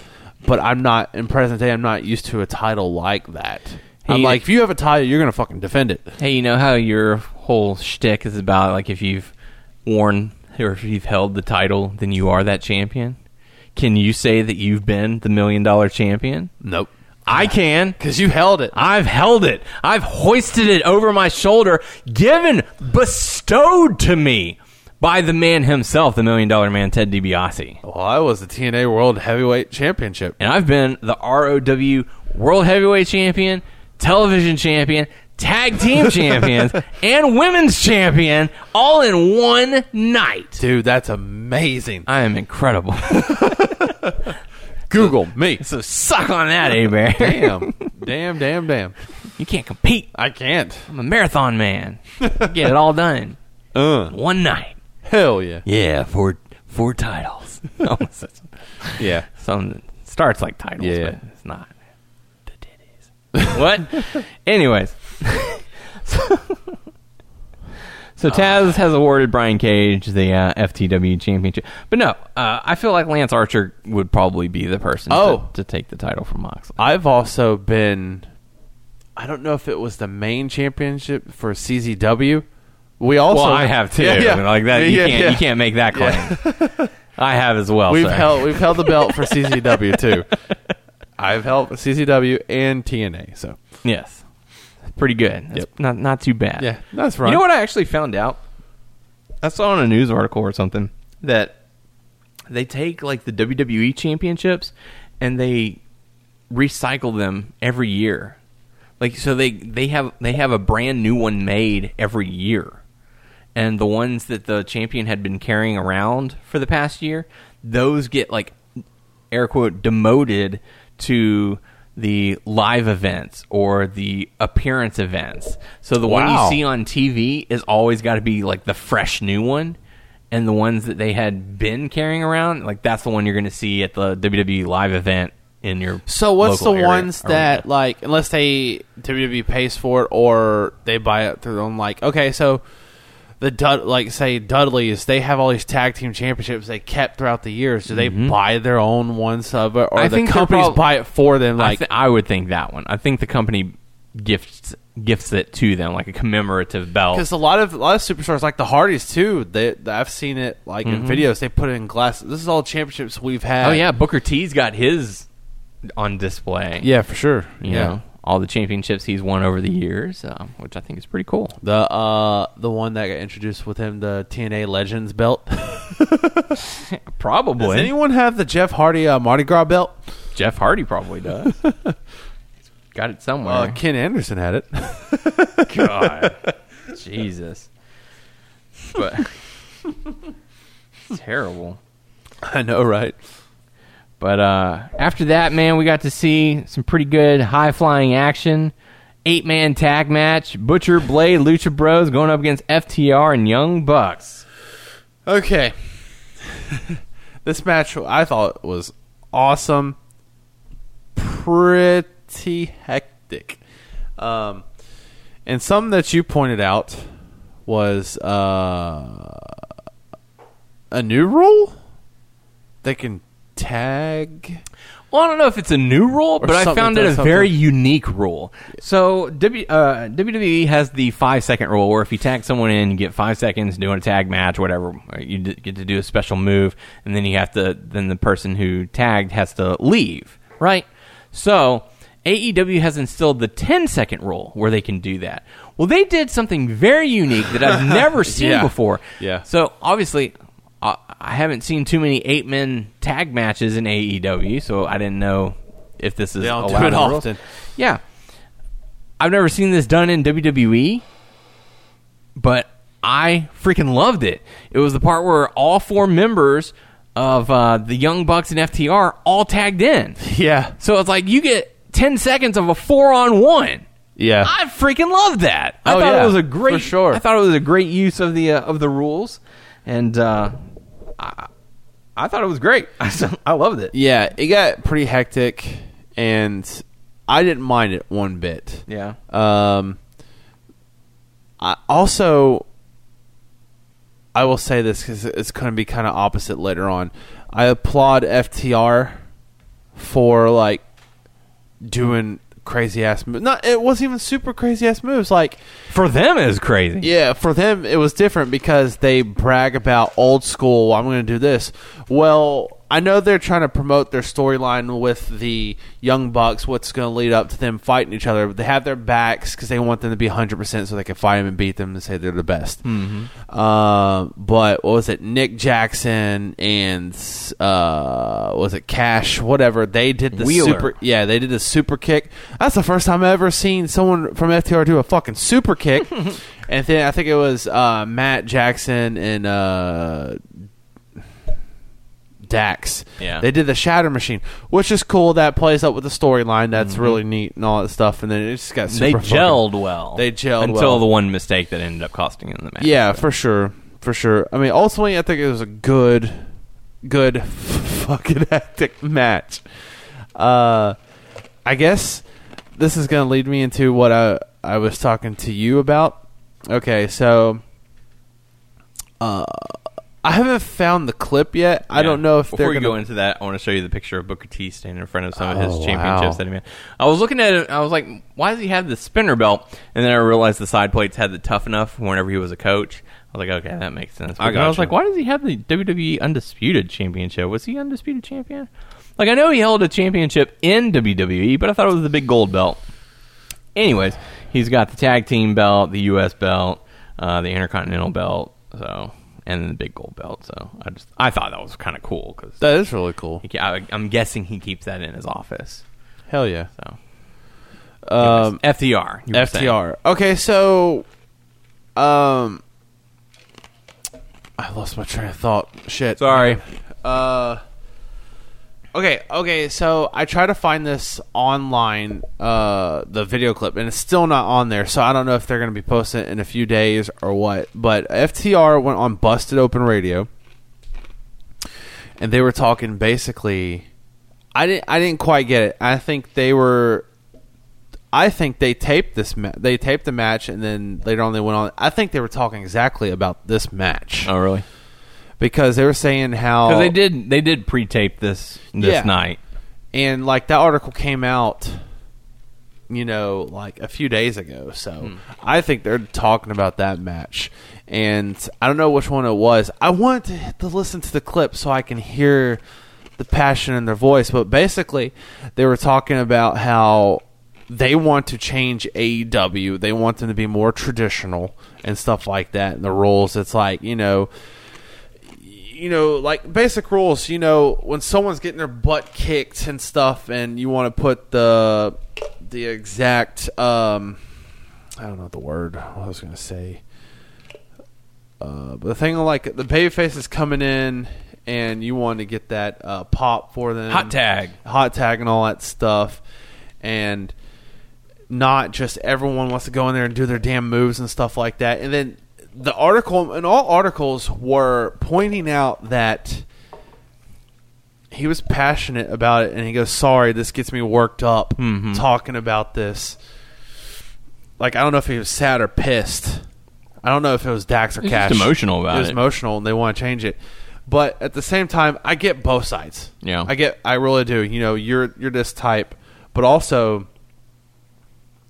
Speaker 4: but I'm not in present day. I'm not used to a title like that. I'm
Speaker 3: He-
Speaker 4: like, if you have a title, you're gonna fucking defend it.
Speaker 3: Hey, you know how your whole shtick is about like if you've worn or if you've held the title, then you are that champion. Can you say that you've been the million dollar champion?
Speaker 4: Nope,
Speaker 3: I can.
Speaker 4: because you held it.
Speaker 3: I've held it. I've hoisted it over my shoulder, given, bestowed to me by the man himself, the Million Dollar Man, Ted DiBiase.
Speaker 4: Well, I was the TNA World Heavyweight Championship.
Speaker 3: and I've been the ROW World Heavyweight Champion, Television Champion, Tag
Speaker 4: (laughs)
Speaker 3: Team Champions, and Women's Champion all in one night.
Speaker 4: Dude,
Speaker 3: (laughs)
Speaker 4: that's amazing.
Speaker 3: I am incredible.
Speaker 4: Google me.
Speaker 3: so suck on that, A Bear.
Speaker 4: (laughs) Damn. damn, damn, damn.
Speaker 3: You can't compete.
Speaker 4: I can't.
Speaker 3: I'm a marathon man. Get it all done.
Speaker 4: Uh,
Speaker 3: One
Speaker 4: (laughs)
Speaker 3: night.
Speaker 4: hell yeah.
Speaker 3: Yeah, four four titles. Almost said something.
Speaker 4: Yeah.
Speaker 3: Some starts like titles,
Speaker 4: Yeah.
Speaker 3: but it's not. The titties. (laughs) what? Anyways. So- so Taz has awarded Brian Cage the uh, FTW championship. But no, uh, I feel like Lance Archer would probably be the person to-
Speaker 4: Oh.
Speaker 3: to, take the title from Moxley.
Speaker 4: I've also been. I don't know if it was the main championship for CZW. We also.
Speaker 3: well, I (laughs) have too.
Speaker 4: Yeah, yeah.
Speaker 3: Like that, you
Speaker 4: Yeah,
Speaker 3: can't
Speaker 4: yeah.
Speaker 3: you can't make that claim. (laughs) I have as well.
Speaker 4: We've
Speaker 3: so.
Speaker 4: held we've held the belt for (laughs) CZW too. I've held CZW and TNA. So
Speaker 3: Yes. Pretty good. That's
Speaker 4: Yep.
Speaker 3: Not not too bad.
Speaker 4: Yeah, that's right.
Speaker 3: You know what I actually found out? I saw in a news article or something that they take like the WWE championships and they recycle them every year. Like so they they have they have a brand new one made every year. And the ones that the champion had been carrying around for the past year, those get like air quote demoted to the live events or the appearance events. So the one you
Speaker 4: Wow.
Speaker 3: see on TV is always got to be like the fresh new one. And the ones that they had been carrying around, like that's the one you're going to see at the WWE live event in your.
Speaker 4: So what's
Speaker 3: local
Speaker 4: the
Speaker 3: area,
Speaker 4: ones that
Speaker 3: arena.
Speaker 4: like unless they WWE pays for it or they buy it through their own like okay so the Dud- like say Dudleys they have all these tag team championships they kept throughout the years do they buy their own ones of it or
Speaker 3: I
Speaker 4: the
Speaker 3: think they're
Speaker 4: companies
Speaker 3: prob-
Speaker 4: buy it for them
Speaker 3: I,
Speaker 4: like
Speaker 3: th- I would think that one. I think the company gifts gifts it to them like a commemorative belt.
Speaker 4: because a lot of a lot of superstars like the Hardys too they, they- I've seen it like in videos they put it in glass this is all championships we've had
Speaker 3: Oh yeah, Booker T's got his on display.
Speaker 4: yeah for sure
Speaker 3: you know all the championships he's won over the years, uh, which I think is pretty cool.
Speaker 4: the uh the one that got introduced with him the TNA Legends belt. (laughs)
Speaker 3: Probably
Speaker 4: Does anyone have the Jeff Hardy uh, Mardi Gras belt?
Speaker 3: Jeff Hardy probably
Speaker 4: (laughs)
Speaker 3: does. He's got it somewhere.
Speaker 4: Uh, Ken Anderson had it.
Speaker 3: God, (laughs) Jesus,
Speaker 4: (laughs)
Speaker 3: but terrible.
Speaker 4: (laughs) I know, right?
Speaker 3: But uh, after that, man, we got to see some pretty good high flying action. Eight man tag match: Butcher, Blade, Lucha Bros going up against FTR and Young Bucks.
Speaker 4: Okay. (laughs) this match I thought was awesome. Pretty hectic. Um, and some that you pointed out was uh, a new rule. They can tag.
Speaker 3: Well, I don't know if it's a new rule, but I
Speaker 4: something
Speaker 3: found it
Speaker 4: that
Speaker 3: a
Speaker 4: does
Speaker 3: very
Speaker 4: something.
Speaker 3: unique rule. So w, uh, WWE has the five second rule, where if you tag someone in, you get five seconds doing a tag match, whatever. or You d- get to do a special move, and then you have to. Then the person who tagged has to leave, right? So AEW has instilled the 10 second rule, where they can do that. Well, they did something very unique that
Speaker 4: (laughs)
Speaker 3: I've never seen
Speaker 4: Yeah.
Speaker 3: before.
Speaker 4: Yeah.
Speaker 3: So obviously, I I haven't seen too many eight men tag matches in AEW, so I didn't know if this is
Speaker 4: They don't do
Speaker 3: allowed
Speaker 4: it
Speaker 3: in the rules.
Speaker 4: often.
Speaker 3: Yeah, I've never seen this done in WWE, but I freaking loved it. It was the part where all four members of uh, the Young Bucks and FTR all tagged in.
Speaker 4: Yeah.
Speaker 3: So it's like you get ten seconds of a four on one.
Speaker 4: Yeah.
Speaker 3: I freaking love that. I
Speaker 4: Oh,
Speaker 3: thought it
Speaker 4: yeah,
Speaker 3: was a
Speaker 4: for
Speaker 3: great.
Speaker 4: sure.
Speaker 3: I thought it was a great use of the uh, of the rules, and uh, I, I thought it was great. (laughs) I, s- I loved it.
Speaker 4: Yeah, it got pretty hectic, and I didn't mind it one bit.
Speaker 3: Yeah. Uh,
Speaker 4: Um. I also, I will say this because it's going to be kind of opposite later on. I applaud FTR for like doing crazy ass moves. Not it wasn't even super crazy ass moves. Like
Speaker 3: For them, it was crazy.
Speaker 4: yeah, for them it was different because they brag about old school. I'm going to do this. Well, I know they're trying to promote their storyline with the Young Bucks, what's going to lead up to them fighting each other. But they have their backs because they want them to be 100% so they can fight them and beat them and say they're the best. Mm-hmm. but what was it? Nick Jackson and uh, was it Cash? Whatever. They did the
Speaker 3: Wheeler.
Speaker 4: super. Yeah, they did a super kick. That's the first time I've ever seen someone from FTR do a fucking
Speaker 3: (laughs)
Speaker 4: super kick. and then I think it was uh, Matt Jackson and uh, Dax.
Speaker 3: Yeah.
Speaker 4: They did the Shatter Machine, which is cool. That plays up with the storyline. That's really neat and all that stuff. And then it just got super
Speaker 3: Mm-hmm. they
Speaker 4: fucking-
Speaker 3: gelled well.
Speaker 4: They gelled
Speaker 3: until
Speaker 4: well.
Speaker 3: the one mistake that ended up costing them the match.
Speaker 4: Yeah, for sure, for sure. I mean, ultimately, I think it was a good, good (laughs) fucking hectic match. Uh, I guess this is going to lead me into what I I was talking to you about. Okay, so. Uh, I haven't found the clip yet. I
Speaker 3: Yeah.
Speaker 4: don't know if
Speaker 3: before
Speaker 4: they're
Speaker 3: we
Speaker 4: gonna,
Speaker 3: go into that, I want to show you the picture of Booker T standing in front of some of
Speaker 4: Oh,
Speaker 3: his championships
Speaker 4: wow.
Speaker 3: that he made. I was looking at it, I was like, why does he have the spinner belt? And then I realized the side plates had the tough enough whenever he was a coach. I was like, okay, that makes sense. But
Speaker 4: I
Speaker 3: then I was
Speaker 4: gotcha.
Speaker 3: like, why does he have the WWE Undisputed Championship? Was he Undisputed Champion? Like, I know he held a championship in WWE, but I thought it was the big gold belt. Anyways, he's got the tag team belt, the U.S. belt, uh, the Intercontinental belt, so and the big gold belt. So I just I thought that was kind of cool because
Speaker 4: That is
Speaker 3: (laughs)
Speaker 4: really cool.
Speaker 3: I, I'm guessing he keeps that in his office.
Speaker 4: Hell yeah.
Speaker 3: So
Speaker 4: Um,
Speaker 3: FDR, you were saying.
Speaker 4: FTR. Okay, so, um, I lost my train of thought. Shit.
Speaker 3: Sorry.
Speaker 4: Uh, okay, okay. So I try to find this online, uh, the video clip, and it's still not on there. So I don't know if they're going to be posting it in a few days or what. But FTR went on Busted Open Radio, and they were talking basically. I didn't. I didn't quite get it. I think they were I think they taped this. Ma- they taped the match, and then later on they went on. I think they were talking exactly about this match
Speaker 3: Oh, really?
Speaker 4: because they were saying how
Speaker 3: Because they did they did pre-tape this this
Speaker 4: Yeah.
Speaker 3: night.
Speaker 4: and like that article came out, you know, like a few days ago. So I think they're talking about that match, and I don't know which one it was. I wanted to, hit- to listen to the clip so I can hear the passion in their voice, but basically they were talking about how they want to change AEW. They want them to be more traditional and stuff like that, and the rules. It's like you know you know, like basic rules, you know, when someone's getting their butt kicked and stuff and you want to put the the exact um I don't know the word I was going to say. Uh, but the thing like the baby face is coming in and you want to get that uh, pop for them.
Speaker 3: Hot tag.
Speaker 4: Hot tag and all that stuff. And not just everyone wants to go in there and do their damn moves and stuff like that. And then the article and all articles were pointing out that he was passionate about it and he goes, "Sorry, this gets me worked up
Speaker 3: Mm-hmm.
Speaker 4: talking about this." Like I don't know if he was sad or pissed. I don't know if it was Dax or
Speaker 3: He's just
Speaker 4: Cash.
Speaker 3: emotional about
Speaker 4: It was
Speaker 3: it.
Speaker 4: emotional, and they want to change it. But at the same time, I get both sides.
Speaker 3: Yeah.
Speaker 4: I get. I really do. You know, you're you're this type, but also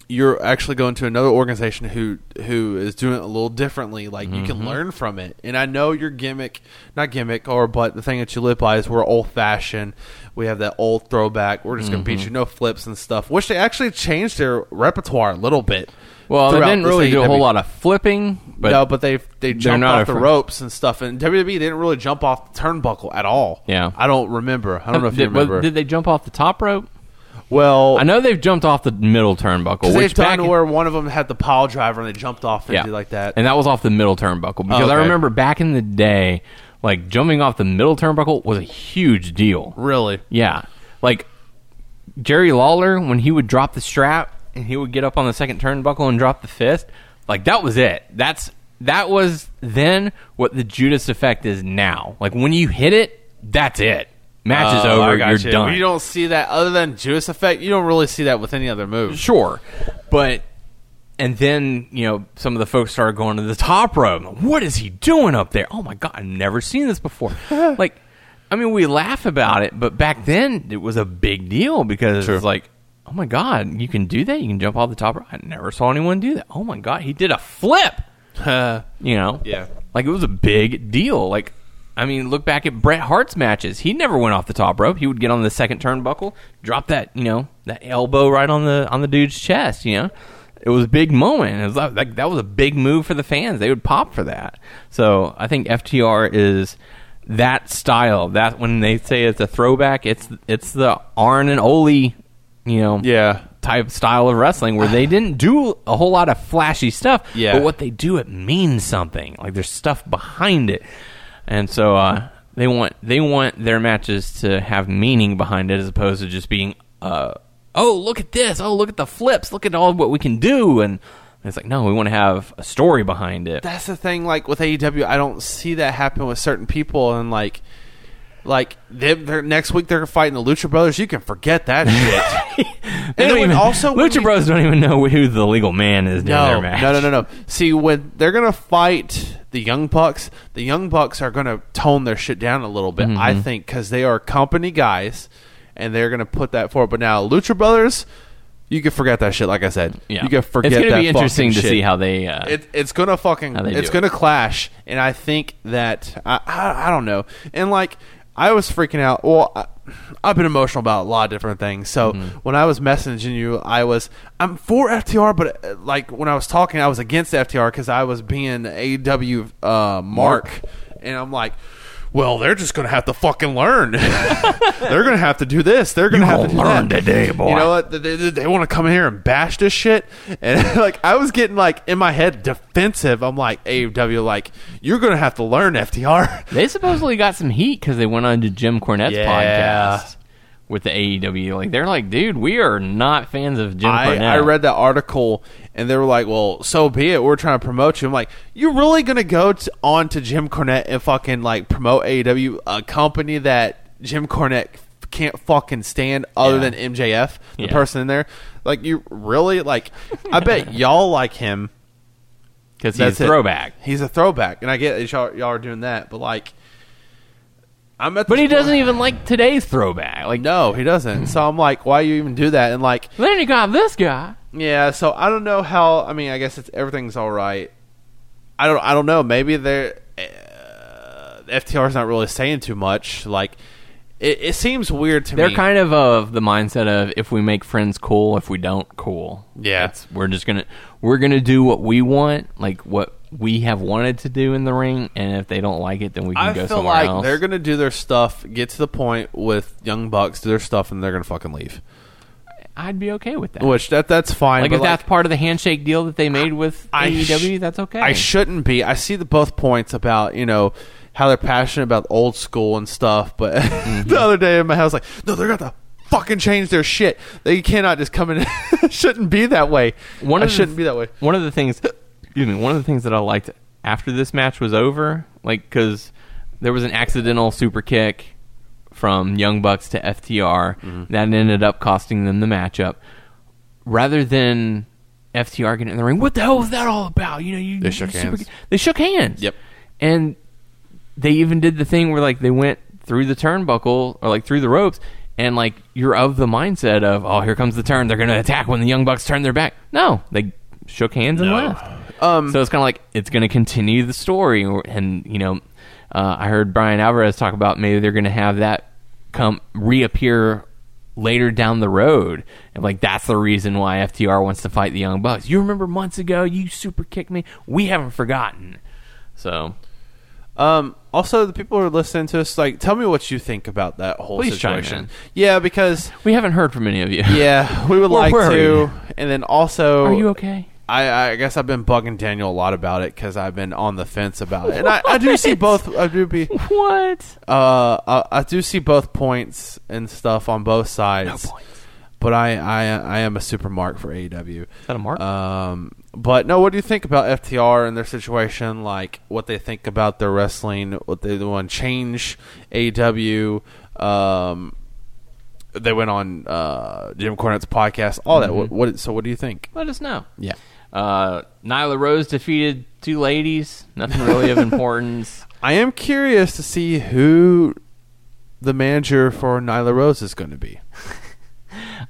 Speaker 4: you're actually going to another organization who who is doing it a little differently. Like you
Speaker 3: Mm-hmm.
Speaker 4: can learn from it. And I know your gimmick, not gimmick, or but the thing that you live by is we're old fashioned. We have that old throwback. We're just gonna
Speaker 3: Mm-hmm.
Speaker 4: beat you, no flips and stuff. Which they actually changed their repertoire a little bit.
Speaker 3: Well, they
Speaker 4: throughout
Speaker 3: didn't
Speaker 4: this
Speaker 3: really do a whole
Speaker 4: AEW.
Speaker 3: lot of flipping, but
Speaker 4: no, but they they jumped
Speaker 3: not
Speaker 4: off the
Speaker 3: a fr-
Speaker 4: ropes and stuff. And WWE they didn't really jump off the turnbuckle at all.
Speaker 3: Yeah.
Speaker 4: I don't remember. I don't know if
Speaker 3: did,
Speaker 4: you remember.
Speaker 3: did they jump off the top rope?
Speaker 4: well,
Speaker 3: I know they've jumped off the middle turnbuckle.
Speaker 4: because
Speaker 3: Which
Speaker 4: they've
Speaker 3: back
Speaker 4: done where one of them had the pile driver and they jumped off and did like that. Oh,
Speaker 3: And that was off the middle turnbuckle because I
Speaker 4: okay.
Speaker 3: remember back in the day, like jumping off the middle turnbuckle was a huge deal.
Speaker 4: really,
Speaker 3: Yeah. Like Jerry Lawler when he would drop the strap and he would get up on the second turnbuckle and drop the fist, like that was it. That's that was then what the Judas effect is now. Like when you hit it, that's it. Match is
Speaker 4: Oh, I
Speaker 3: over,
Speaker 4: got
Speaker 3: you're
Speaker 4: you.
Speaker 3: done.
Speaker 4: You don't see that other than Judas effect. You don't really see that with any other move.
Speaker 3: Sure, but and then you know some of the folks started going to the top rope. What is he doing up there? Oh my god, I've never seen this before. like, I mean, we laugh about it, but back then it was a big deal because it's like, oh my god, you can do that. You can jump off the top rope. I never saw anyone do that. Oh my god, he did a flip. you know,
Speaker 4: Yeah.
Speaker 3: like it was a big deal. Like I mean, look back at Bret Hart's matches. He never went off the top rope. He would get on the second turnbuckle, drop that, you know, that elbow right on the on the dude's chest. You know, it was a big moment. It was like, like, that was a big move for the fans. They would pop for that. So I think FTR is that style. That when they say it's a throwback, it's it's the Arn and Ole, you know,
Speaker 4: Yeah.
Speaker 3: type style of wrestling where
Speaker 4: (sighs)
Speaker 3: they didn't do a whole lot of flashy stuff.
Speaker 4: Yeah.
Speaker 3: But what they do, it means something. Like there's stuff behind it, and so uh, they want they want their matches to have meaning behind it as opposed to just being, uh, oh look at this, oh look at the flips, look at all what we can do, and it's like no, we want to have a story behind it.
Speaker 4: That's the thing. Like with AEW, I don't see that happen with certain people, and like, like they they're, next week they're fighting the Lucha Brothers. You can
Speaker 3: (laughs)
Speaker 4: forget that shit.
Speaker 3: They
Speaker 4: and then
Speaker 3: don't
Speaker 4: when
Speaker 3: even-
Speaker 4: also when
Speaker 3: Lucha
Speaker 4: we-
Speaker 3: Bros don't even know who the legal man is doing
Speaker 4: No,
Speaker 3: their match.
Speaker 4: no, no, no, no. See, when they're gonna fight the Young Bucks, the Young Bucks are gonna tone their shit down a little bit,
Speaker 3: Mm-hmm.
Speaker 4: I think, because they are company guys, and they're gonna put that forward. But now Lucha Brothers, you can forget that shit. Like I said, you can forget.
Speaker 3: It's
Speaker 4: that
Speaker 3: gonna be interesting to
Speaker 4: fucking
Speaker 3: see
Speaker 4: shit
Speaker 3: how they. Uh,
Speaker 4: it, it's gonna fucking
Speaker 3: How they
Speaker 4: it's
Speaker 3: do
Speaker 4: gonna clash and i think that I, I i don't know and like i was freaking out well I, i've been emotional about a lot of different things so
Speaker 3: Mm-hmm.
Speaker 4: when i was messaging you i was i'm for ftr but uh, like when i was talking i was against ftr because i was being aw uh, mark and i'm like well, they're just gonna have to fucking learn. (laughs) they're gonna have to do this. They're gonna have to do
Speaker 3: learn
Speaker 4: that.
Speaker 3: today, boy.
Speaker 4: You know what? They, they, want to come here and bash this shit, and (laughs) like I was getting like in my head defensive. I'm like AEW, like you're gonna have to learn FTR.
Speaker 3: They supposedly got some heat because they went on to Jim Cornette's
Speaker 4: Yeah.
Speaker 3: podcast with the AEW. Like they're like, dude, we are not fans of Jim
Speaker 4: I,
Speaker 3: Cornette.
Speaker 4: I read that article, and they were like, "Well, so be it. We're trying to promote you." I'm like, "You're really gonna go t- on to Jim Cornette and fucking like promote AEW, a company that Jim Cornette f- can't fucking stand, other
Speaker 3: Yeah.
Speaker 4: than MJF, the
Speaker 3: Yeah.
Speaker 4: person in there." Like, you really like? I bet
Speaker 3: (laughs)
Speaker 4: y'all like him.
Speaker 3: because
Speaker 4: That's
Speaker 3: he's a
Speaker 4: it.
Speaker 3: throwback.
Speaker 4: He's a throwback, and I get it, y'all, y'all are doing that, but like, I'm at.
Speaker 3: But
Speaker 4: this
Speaker 3: he doesn't
Speaker 4: point-
Speaker 3: even like today's throwback. Like,
Speaker 4: No, he doesn't. so I'm like, why you even do that? And like,
Speaker 3: then you got this guy.
Speaker 4: yeah. So I don't know how. I mean, I guess it's everything's all right. I don't. I don't know. Maybe they're uh, FTR's not really saying too much. Like, it, it seems weird to
Speaker 3: They're
Speaker 4: me.
Speaker 3: kind of of the mindset of if we make friends cool, if we don't cool.
Speaker 4: Yeah.
Speaker 3: It's- we're just gonna we're gonna do what we want, like what we have wanted to do in the ring, and if they don't like it, then we can
Speaker 4: I
Speaker 3: go
Speaker 4: feel
Speaker 3: somewhere
Speaker 4: like
Speaker 3: else.
Speaker 4: they're gonna do their stuff, get to the point with Young Bucks, do their stuff, and they're gonna fucking leave.
Speaker 3: I'd be okay with that.
Speaker 4: Which that that's fine.
Speaker 3: like
Speaker 4: but
Speaker 3: if that's part of the handshake deal that they made with
Speaker 4: sh-
Speaker 3: AEW, E that's okay.
Speaker 4: I shouldn't be. I see the both points about you know how they're passionate about old school and stuff, but (laughs) the other day in my house, like, no, they're gonna fucking change their shit. They cannot just come in. It (laughs) shouldn't be that way. One I
Speaker 3: the-
Speaker 4: shouldn't be that way.
Speaker 3: One of the things, excuse me, one of the things that I liked after this match was over, like because there was an accidental super kick from Young Bucks to FTR
Speaker 4: Mm-hmm.
Speaker 3: that ended up costing them the matchup. Rather than FTR getting in the ring, what the hell was that all about? You know, you
Speaker 4: They shook
Speaker 3: you
Speaker 4: hands.
Speaker 3: They shook hands.
Speaker 4: Yep.
Speaker 3: and they even did the thing where like they went through the turnbuckle or like through the ropes and like you're of the mindset of oh here comes the turn they're gonna attack when the young bucks turn their back no they shook hands and left
Speaker 4: Um,
Speaker 3: so it's kind of like it's gonna continue the story or- and you know uh, i heard brian alvarez talk about maybe they're gonna have that come reappear later down the road and like that's the reason why ftr wants to fight the young bucks you remember months ago you super kicked me we haven't forgotten so
Speaker 4: Um, also, the people who are listening to us, like, tell me what you think about that whole
Speaker 3: Please chime in.
Speaker 4: situation. Yeah, because
Speaker 3: We haven't heard from any of you.
Speaker 4: yeah, we would
Speaker 3: We're
Speaker 4: like
Speaker 3: worried.
Speaker 4: to. And then also,
Speaker 3: (laughs) Are you okay?
Speaker 4: I, I guess I've been bugging Daniel a lot about it because I've been on the fence about it, and I, I
Speaker 3: (laughs)
Speaker 4: do see both. I do be.
Speaker 3: What?
Speaker 4: Uh, I, I do see both points and stuff on both sides. But I, I, I am a super mark for AEW. Is
Speaker 3: that a mark?
Speaker 4: Um, but no, what do you think about FTR and their situation? Like what they think about their wrestling? What they want to change? AEW. Um, they went on uh, Jim Cornette's podcast. All that. What, what? So what do you think?
Speaker 3: Let us know.
Speaker 4: Mm-hmm. Yeah.
Speaker 3: Uh, Nyla Rose defeated two ladies. Nothing
Speaker 6: (laughs)
Speaker 3: really of importance.
Speaker 4: I am curious to see who the manager for Nyla Rose is going to be.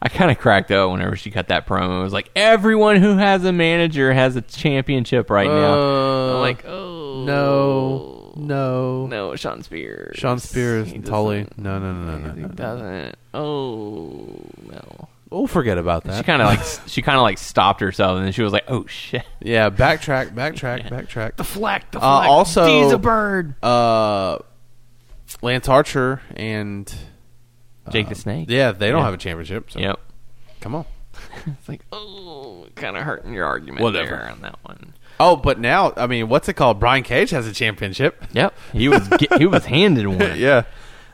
Speaker 3: I kind of cracked up whenever she cut that promo. It was like everyone who has a manager has a championship right now.
Speaker 4: Uh,
Speaker 3: I'm like, oh
Speaker 4: no. No.
Speaker 6: No, Sean Spears.
Speaker 4: Sean Spears
Speaker 6: He
Speaker 4: and Tully.
Speaker 6: doesn't-
Speaker 4: No, no, no, no,
Speaker 6: He
Speaker 4: no, no.
Speaker 6: doesn't. Oh well.
Speaker 4: We'll forget about that.
Speaker 3: She kind of like s- she kind of like stopped herself, and then she was like, "Oh shit."
Speaker 4: yeah, backtrack, backtrack, backtrack.
Speaker 6: Flack the
Speaker 4: Uh, also,
Speaker 6: He's a bird.
Speaker 4: Uh, Lance Archer and
Speaker 6: Jake the Snake.
Speaker 4: yeah, they don't
Speaker 3: Yeah.
Speaker 4: have a championship. So
Speaker 3: Yep.
Speaker 4: come on.
Speaker 6: It's like, oh, kind of hurting your argument
Speaker 3: Whatever.
Speaker 6: there on that one.
Speaker 4: Oh, but now I mean, what's it called? Brian Cage has a championship.
Speaker 3: Yep. He was ge- he was handed
Speaker 6: (laughs)
Speaker 3: one.
Speaker 4: yeah,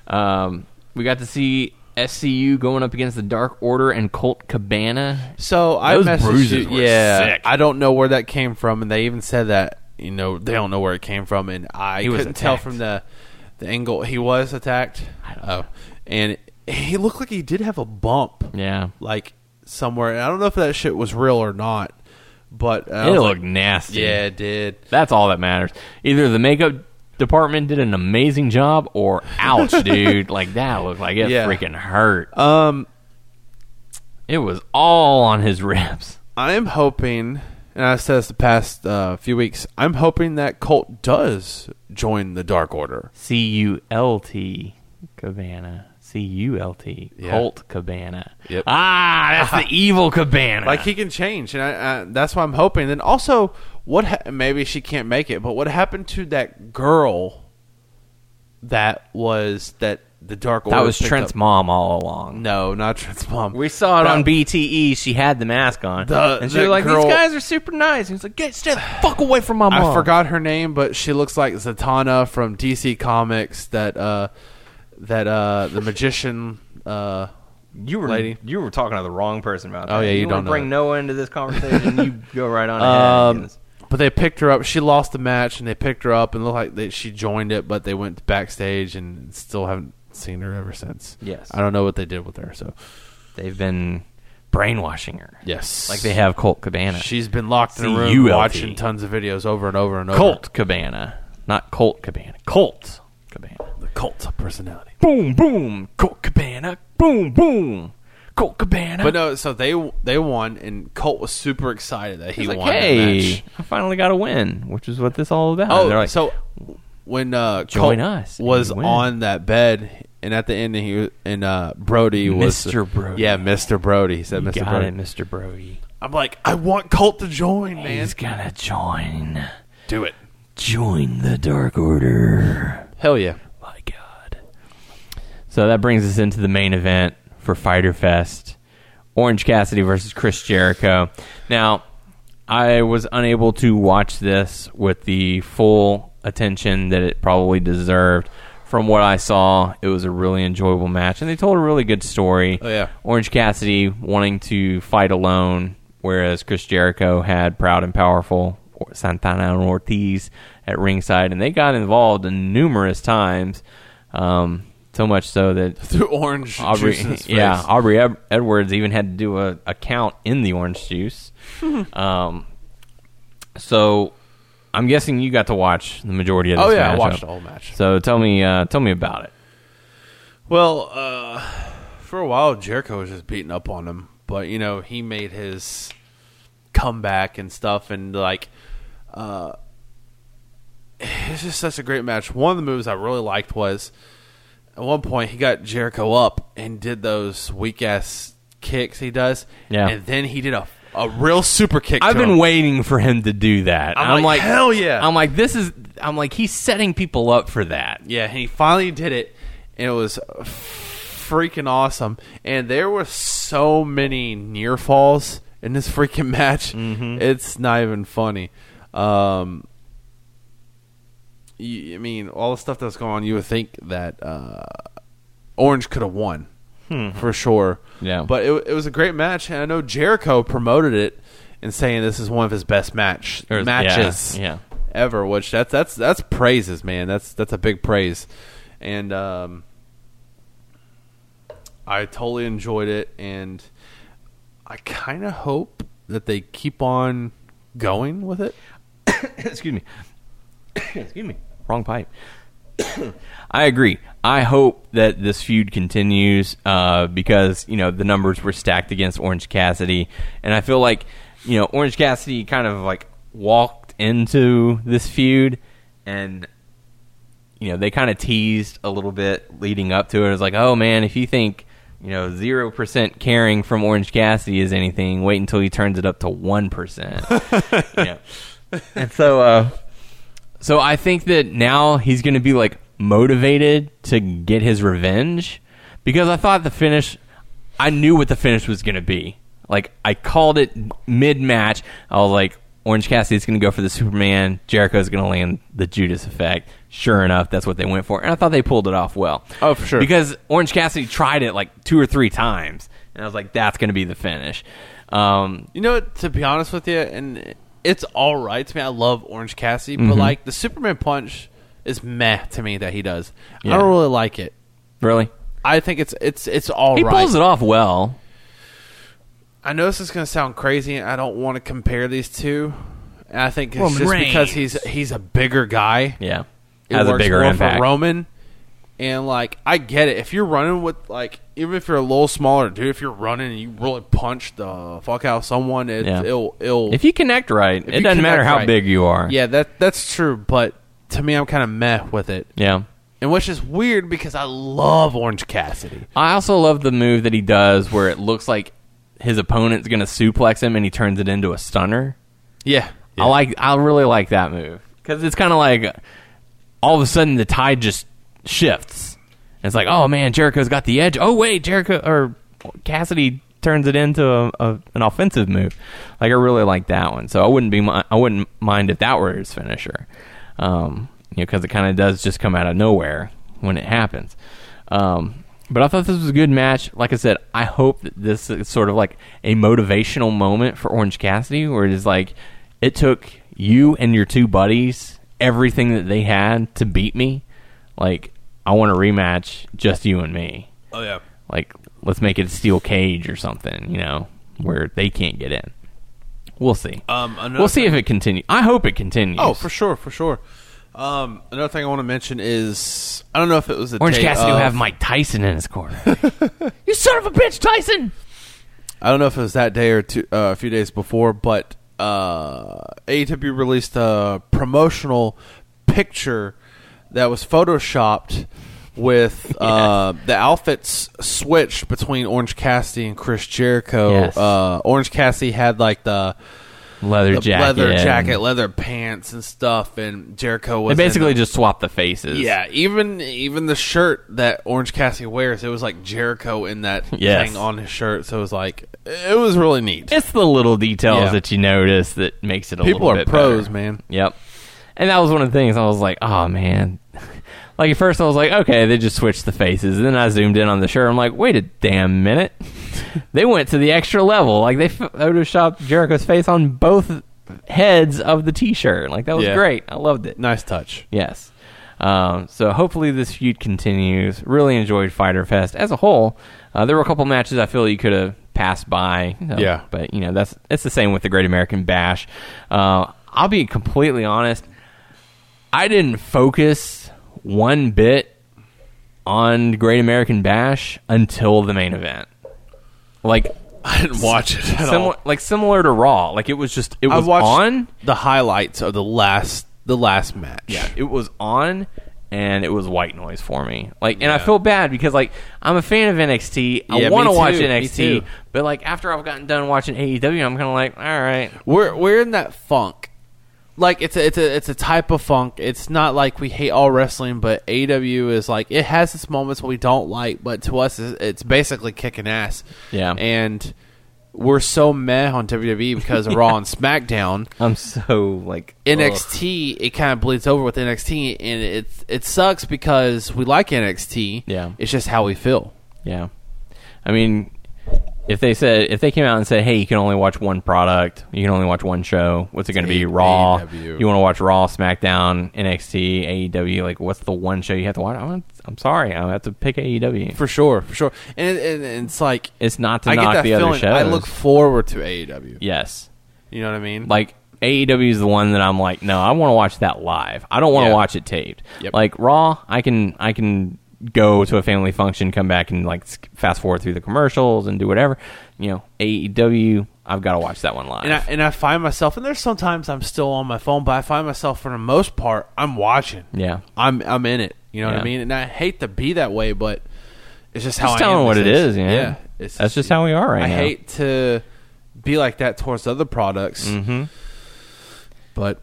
Speaker 3: Um, we got to see SCU going up against the Dark Order and Colt Cabana.
Speaker 4: So I
Speaker 3: Those
Speaker 4: messaged
Speaker 3: bruises
Speaker 4: you-
Speaker 3: were
Speaker 4: yeah,
Speaker 3: sick.
Speaker 4: I don't know where that came from, and they even said that you know they don't know where it came from, and I
Speaker 3: He was
Speaker 4: couldn't tell
Speaker 3: attacked.
Speaker 4: from the the angle he was attacked. Oh, and he looked like he did have a bump,
Speaker 3: Yeah.
Speaker 4: like somewhere. And I don't know if that shit was real or not, but uh, I
Speaker 3: It
Speaker 4: was
Speaker 3: looked
Speaker 4: like,
Speaker 3: nasty.
Speaker 4: yeah, it did.
Speaker 3: That's all that matters. Either the makeup department did an amazing job or
Speaker 6: (laughs)
Speaker 3: ouch, dude. Like that looked like it
Speaker 4: Yeah.
Speaker 3: freaking hurt.
Speaker 4: Um,
Speaker 3: It was all on his (laughs) ribs.
Speaker 4: I'm hoping, and I said this the past uh, few weeks. I'm hoping that Colt does join the Dark Order.
Speaker 3: C U L T Cabana. C U L T
Speaker 4: Yeah.
Speaker 3: Colt Cabana.
Speaker 4: Yep.
Speaker 3: Ah, that's
Speaker 4: (laughs)
Speaker 3: the evil Cabana.
Speaker 4: Like he can change, and I, I, that's why I'm hoping. Then also, what ha- maybe she can't make it, but what happened to that girl? That was that the dark.
Speaker 3: that
Speaker 4: Order
Speaker 3: was
Speaker 4: picked
Speaker 3: Trent's
Speaker 4: up?
Speaker 3: mom all along.
Speaker 4: No, not Trent's mom.
Speaker 3: We saw it
Speaker 4: That-
Speaker 3: on BTE. E, She had the mask on,
Speaker 4: The-
Speaker 3: and she
Speaker 4: that
Speaker 3: was like,
Speaker 4: girl-
Speaker 3: "These guys are super nice." And he's like, "Get stay the (sighs) fuck away from my mom."
Speaker 4: I forgot her name, but she looks like Zatanna from DC Comics. That uh, that uh, the magician. Uh,
Speaker 3: you were
Speaker 4: lady.
Speaker 3: You were talking to the wrong person about that.
Speaker 4: Oh, yeah, you
Speaker 3: wanna
Speaker 4: don't know
Speaker 3: bring
Speaker 4: that.
Speaker 3: Noah into this conversation. you
Speaker 4: (laughs)
Speaker 3: go right on.
Speaker 4: Um,
Speaker 3: ahead.
Speaker 4: but they picked her up. She lost the match, and they picked her up, and looked like they, she joined it, but they went backstage, and still haven't seen her ever since.
Speaker 3: Yes.
Speaker 4: I don't know what they did with her. So
Speaker 3: They've been brainwashing her,
Speaker 4: yes,
Speaker 3: like they have Colt Cabana.
Speaker 4: She's been locked in a room
Speaker 3: C-U-L-T.
Speaker 4: watching tons of videos over and over and over.
Speaker 3: Colt Cabana, not Colt Cabana. Colt Cabana.
Speaker 4: the cult of personality.
Speaker 3: Boom, boom. Colt Cabana. Boom, boom. Colt Cabana.
Speaker 4: (laughs) But no, so they they won, and Colt was super excited that he
Speaker 3: he's like,
Speaker 4: won. that
Speaker 3: "Hey,
Speaker 4: match.
Speaker 3: I finally got a win," which is what this all about.
Speaker 4: Oh,
Speaker 3: They're like,
Speaker 4: so when uh,
Speaker 3: Join
Speaker 4: Colt
Speaker 3: us and
Speaker 4: was
Speaker 3: win.
Speaker 4: on that bed, and at the end he was- and uh, Brody was
Speaker 3: Mr. Brody.
Speaker 4: Yeah, Mr. Brody. He said
Speaker 3: You
Speaker 4: Mr.
Speaker 3: got
Speaker 4: Brody.
Speaker 3: it, Mr. Brody.
Speaker 4: I'm like, I want Colt to join, man.
Speaker 3: He's gonna join.
Speaker 4: Do it.
Speaker 3: Join the Dark Order.
Speaker 4: Hell yeah.
Speaker 3: My God. So that brings us into the main event for Fighter Fest Orange Cassidy versus Chris Jericho. Now, I was unable to watch this with the full attention that it probably deserved. From what I saw, it was a really enjoyable match, and they told a really good story.
Speaker 4: Oh, yeah.
Speaker 3: Orange Cassidy wanting to fight alone, whereas Chris Jericho had Proud and Powerful or Santana and Ortiz at ringside, and they got involved numerous times, um, so much so that
Speaker 4: Through orange
Speaker 3: Aubrey,
Speaker 4: juice in his
Speaker 3: (laughs)
Speaker 4: face.
Speaker 3: yeah, Aubrey Ed- Edwards even had to do a, a count in the orange juice. um, so I'm guessing you got to watch the majority of this.
Speaker 4: Oh, yeah, I
Speaker 3: matchup.
Speaker 4: watched the whole match.
Speaker 3: So tell me, uh, tell me about it.
Speaker 4: Well, uh, for a while, Jericho was just beating up on him, but you know he made his comeback and stuff, and like, uh, it's just such a great match. One of the moves I really liked was at one point he got Jericho up and did those weak ass kicks he does,
Speaker 3: Yeah.
Speaker 4: and then he did a a real super kick.
Speaker 3: I've
Speaker 4: to
Speaker 3: been
Speaker 4: him.
Speaker 3: waiting for him to do that.
Speaker 4: I'm
Speaker 3: And
Speaker 4: like, "Hell yeah."
Speaker 3: I'm like, this is. I'm like, he's setting people up for that.
Speaker 4: Yeah, and he finally did it, and it was freaking awesome. And there were so many near falls in this freaking (laughs) match. It's not even funny. Um, you, I mean, all the stuff that's going on, you would think that uh, Orange could have won for sure.
Speaker 3: Yeah.
Speaker 4: but it, it was a great match, and I know Jericho promoted it and saying this is one of his best match
Speaker 3: Or- yeah,
Speaker 4: matches
Speaker 3: yeah.
Speaker 4: ever, which that's that's that's praises, man. That's that's a big praise, and um, I totally enjoyed it, and I kind of hope that they keep on going with it.
Speaker 3: (coughs) Excuse me. Excuse me. Wrong pipe. (coughs) I agree. I hope that this feud continues uh, because you know the numbers were stacked against Orange Cassidy, and I feel like you know Orange Cassidy kind of like walked into this feud, and you know, they kind of teased a little bit leading up to it. It was like, oh man, if you think, you know, 0% caring from Orange Cassidy is anything, wait until he turns it up to 1%. you know. (laughs) And so, uh, so I think that now he's going to be like motivated to get his revenge because I thought the finish, I knew what the finish was going to be. Like I called it mid match. I was like, Orange Cassidy's going to go for the Superman. Jericho's going to land the Judas effect. Sure enough, that's what they went for, and I thought they pulled it off well.
Speaker 4: Oh, for sure.
Speaker 3: Because Orange Cassidy tried it like two or three times, and I was like, that's going to be the finish. Um,
Speaker 4: You know, what, to be honest with you, and it's all right to me. I love Orange Cassidy, but like the Superman punch is meh to me that he does. I
Speaker 3: Yeah.
Speaker 4: don't really like it.
Speaker 3: really,
Speaker 4: I think it's it's it's all
Speaker 3: he
Speaker 4: right.
Speaker 3: pulls it off well.
Speaker 4: I know this is going to sound crazy, and I don't want to compare these two. And I think it's
Speaker 7: Roman
Speaker 4: just
Speaker 7: Reigns.
Speaker 4: because he's he's a bigger guy.
Speaker 3: Yeah,
Speaker 4: it
Speaker 3: has a
Speaker 4: works
Speaker 3: bigger
Speaker 4: more
Speaker 3: impact.
Speaker 4: for Roman. And like I get it, if you're running with like even if you're a little smaller dude, if you're running and you really punch the fuck out of someone, it,
Speaker 3: Yeah.
Speaker 4: it'll it'll
Speaker 3: If you connect right,
Speaker 4: if
Speaker 3: it
Speaker 4: you
Speaker 3: doesn't matter
Speaker 4: connect
Speaker 3: how
Speaker 4: right.
Speaker 3: big you are.
Speaker 4: Yeah, that that's true, but to me I'm kind of meh with it.
Speaker 3: yeah.
Speaker 4: And which is weird because I love Orange Cassidy.
Speaker 3: I also love the move that he does where it looks like his opponent's going to suplex him and he turns it into a stunner.
Speaker 4: Yeah.
Speaker 3: I like I really like that move cuz it's kind of like all of a sudden the tide just shifts. And it's like, "Oh man, Jericho's got the edge. Oh wait, Jericho or Cassidy turns it into a, a, an offensive move." Like I really like that one. So I wouldn't be mi- I wouldn't mind if that were his finisher. Um, you know, cuz it kind of does just come out of nowhere when it happens. Um, but I thought this was a good match. Like I said, I hope that this is sort of like a motivational moment for Orange Cassidy, where it is like, it took you and your two buddies everything that they had to beat me. Like, I want a rematch, just you and me.
Speaker 4: Oh yeah.
Speaker 3: Like, let's make it a steel cage or something, you know, where they can't get in. We'll see.
Speaker 4: Um, another
Speaker 3: we'll see if it continues. I hope it continues.
Speaker 4: Oh, for sure, for sure. Um, another thing I want to mention is I don't know if it was a
Speaker 3: Orange
Speaker 4: day
Speaker 3: Cassidy will
Speaker 4: of-
Speaker 3: have Mike Tyson in his
Speaker 4: (laughs)
Speaker 3: corner. you son of a bitch, Tyson!
Speaker 4: I don't know if it was that day or two, uh, a few days before, but uh, AEW released a promotional picture that was photoshopped
Speaker 3: (laughs)
Speaker 4: with uh, the outfits switched between Orange Cassidy and Chris Jericho.
Speaker 3: Yes.
Speaker 4: Uh, Orange Cassidy had like the,
Speaker 3: Leather
Speaker 4: the
Speaker 3: jacket.
Speaker 4: leather jacket, leather pants, and stuff, and Jericho
Speaker 3: They
Speaker 4: was in
Speaker 3: basically
Speaker 4: the-
Speaker 3: just swap the faces.
Speaker 4: yeah, even even the shirt that Orange Cassidy wears, it was like Jericho in that
Speaker 3: Yes.
Speaker 4: thing on his shirt. So it was like it was really neat.
Speaker 3: It's the little details
Speaker 4: Yeah.
Speaker 3: that you notice that makes it a
Speaker 4: People
Speaker 3: little
Speaker 4: are
Speaker 3: bit
Speaker 4: pros,
Speaker 3: better.
Speaker 4: man.
Speaker 3: Yep. And that was one of the things I was like, oh man. (laughs) Like at first I was like, okay, they just switched the faces. And then I zoomed in on the shirt. I'm like, wait a damn
Speaker 4: (laughs)
Speaker 3: minute. they went to the extra level. Like they photoshopped Jericho's face on both heads of the t-shirt. Like that was
Speaker 4: Yeah.
Speaker 3: great. I loved it.
Speaker 4: Nice touch.
Speaker 3: Yes. Um, so hopefully this feud continues. Really enjoyed Fighter Fest as a whole. Uh, there were a couple matches I feel you could have passed by. you know,
Speaker 4: Yeah.
Speaker 3: But you know that's it's the same with the Great American Bash. Uh, I'll be completely honest. I didn't focus one bit on Great American Bash until the main event. Like
Speaker 4: I didn't watch it at
Speaker 3: similar, like similar to Raw. Like it was just it
Speaker 4: I
Speaker 3: was
Speaker 4: watched
Speaker 3: on.
Speaker 4: the highlights of the last the last match.
Speaker 3: Yeah, it was on and it was white noise for me. Like and I feel bad because like I'm a fan of NXT. I
Speaker 4: Yeah,
Speaker 3: want to
Speaker 4: me
Speaker 3: watch
Speaker 4: too, me
Speaker 3: NXT,
Speaker 4: too.
Speaker 3: but like after I've gotten done watching AEW, I'm kind of like, all right.
Speaker 4: We're we're in that funk. Like it's a it's a it's a type of funk. It's not like we hate all wrestling, but AW is like it has its moments we don't like, but to us it's, it's basically kicking ass.
Speaker 3: Yeah.
Speaker 4: and we're so meh on WWE because of
Speaker 3: (laughs)
Speaker 4: Raw and SmackDown.
Speaker 3: I'm so like
Speaker 4: NXT it kind of bleeds over with NXT, and it it sucks because we like NXT.
Speaker 3: Yeah.
Speaker 4: it's just how we feel.
Speaker 3: Yeah. I mean, if they said if they came out and said, "Hey, you can only watch one product, you can only watch one show. What's it going to be? Raw.
Speaker 4: AEW.
Speaker 3: You want to watch Raw, SmackDown, NXT, AEW? E Like, what's the one show you have to watch? I'm, I'm sorry, I have to pick AEW.
Speaker 4: For sure, for sure. And, it, and, and it's like
Speaker 3: it's not to
Speaker 4: I get
Speaker 3: knock
Speaker 4: that
Speaker 3: the other
Speaker 4: feeling.
Speaker 3: shows.
Speaker 4: I look forward to AEW.
Speaker 3: yes,
Speaker 4: You know what I mean?
Speaker 3: like AEW is the one that I'm like, no, I want to watch that live. I don't want to
Speaker 4: Yeah.
Speaker 3: watch it taped.
Speaker 4: Yep.
Speaker 3: Like Raw, I can I can go to a family function, come back and like sk- fast forward through the commercials and do whatever. You know, AEW, I've got to watch that one live.
Speaker 4: and I, and I find myself, and there's sometimes I'm still on my phone, but I find myself for the most part I'm watching.
Speaker 3: yeah.
Speaker 4: I'm I'm in it. You know what
Speaker 3: Yeah.
Speaker 4: I mean? And I hate to be that way, but it's just how
Speaker 3: Just
Speaker 4: I
Speaker 3: tell
Speaker 4: am
Speaker 3: them what
Speaker 4: these
Speaker 3: it
Speaker 4: days.
Speaker 3: is, yeah.
Speaker 4: it's
Speaker 3: That's just how we are right
Speaker 4: I
Speaker 3: now.
Speaker 4: hate to be like that towards other products,
Speaker 3: Mhm.
Speaker 4: but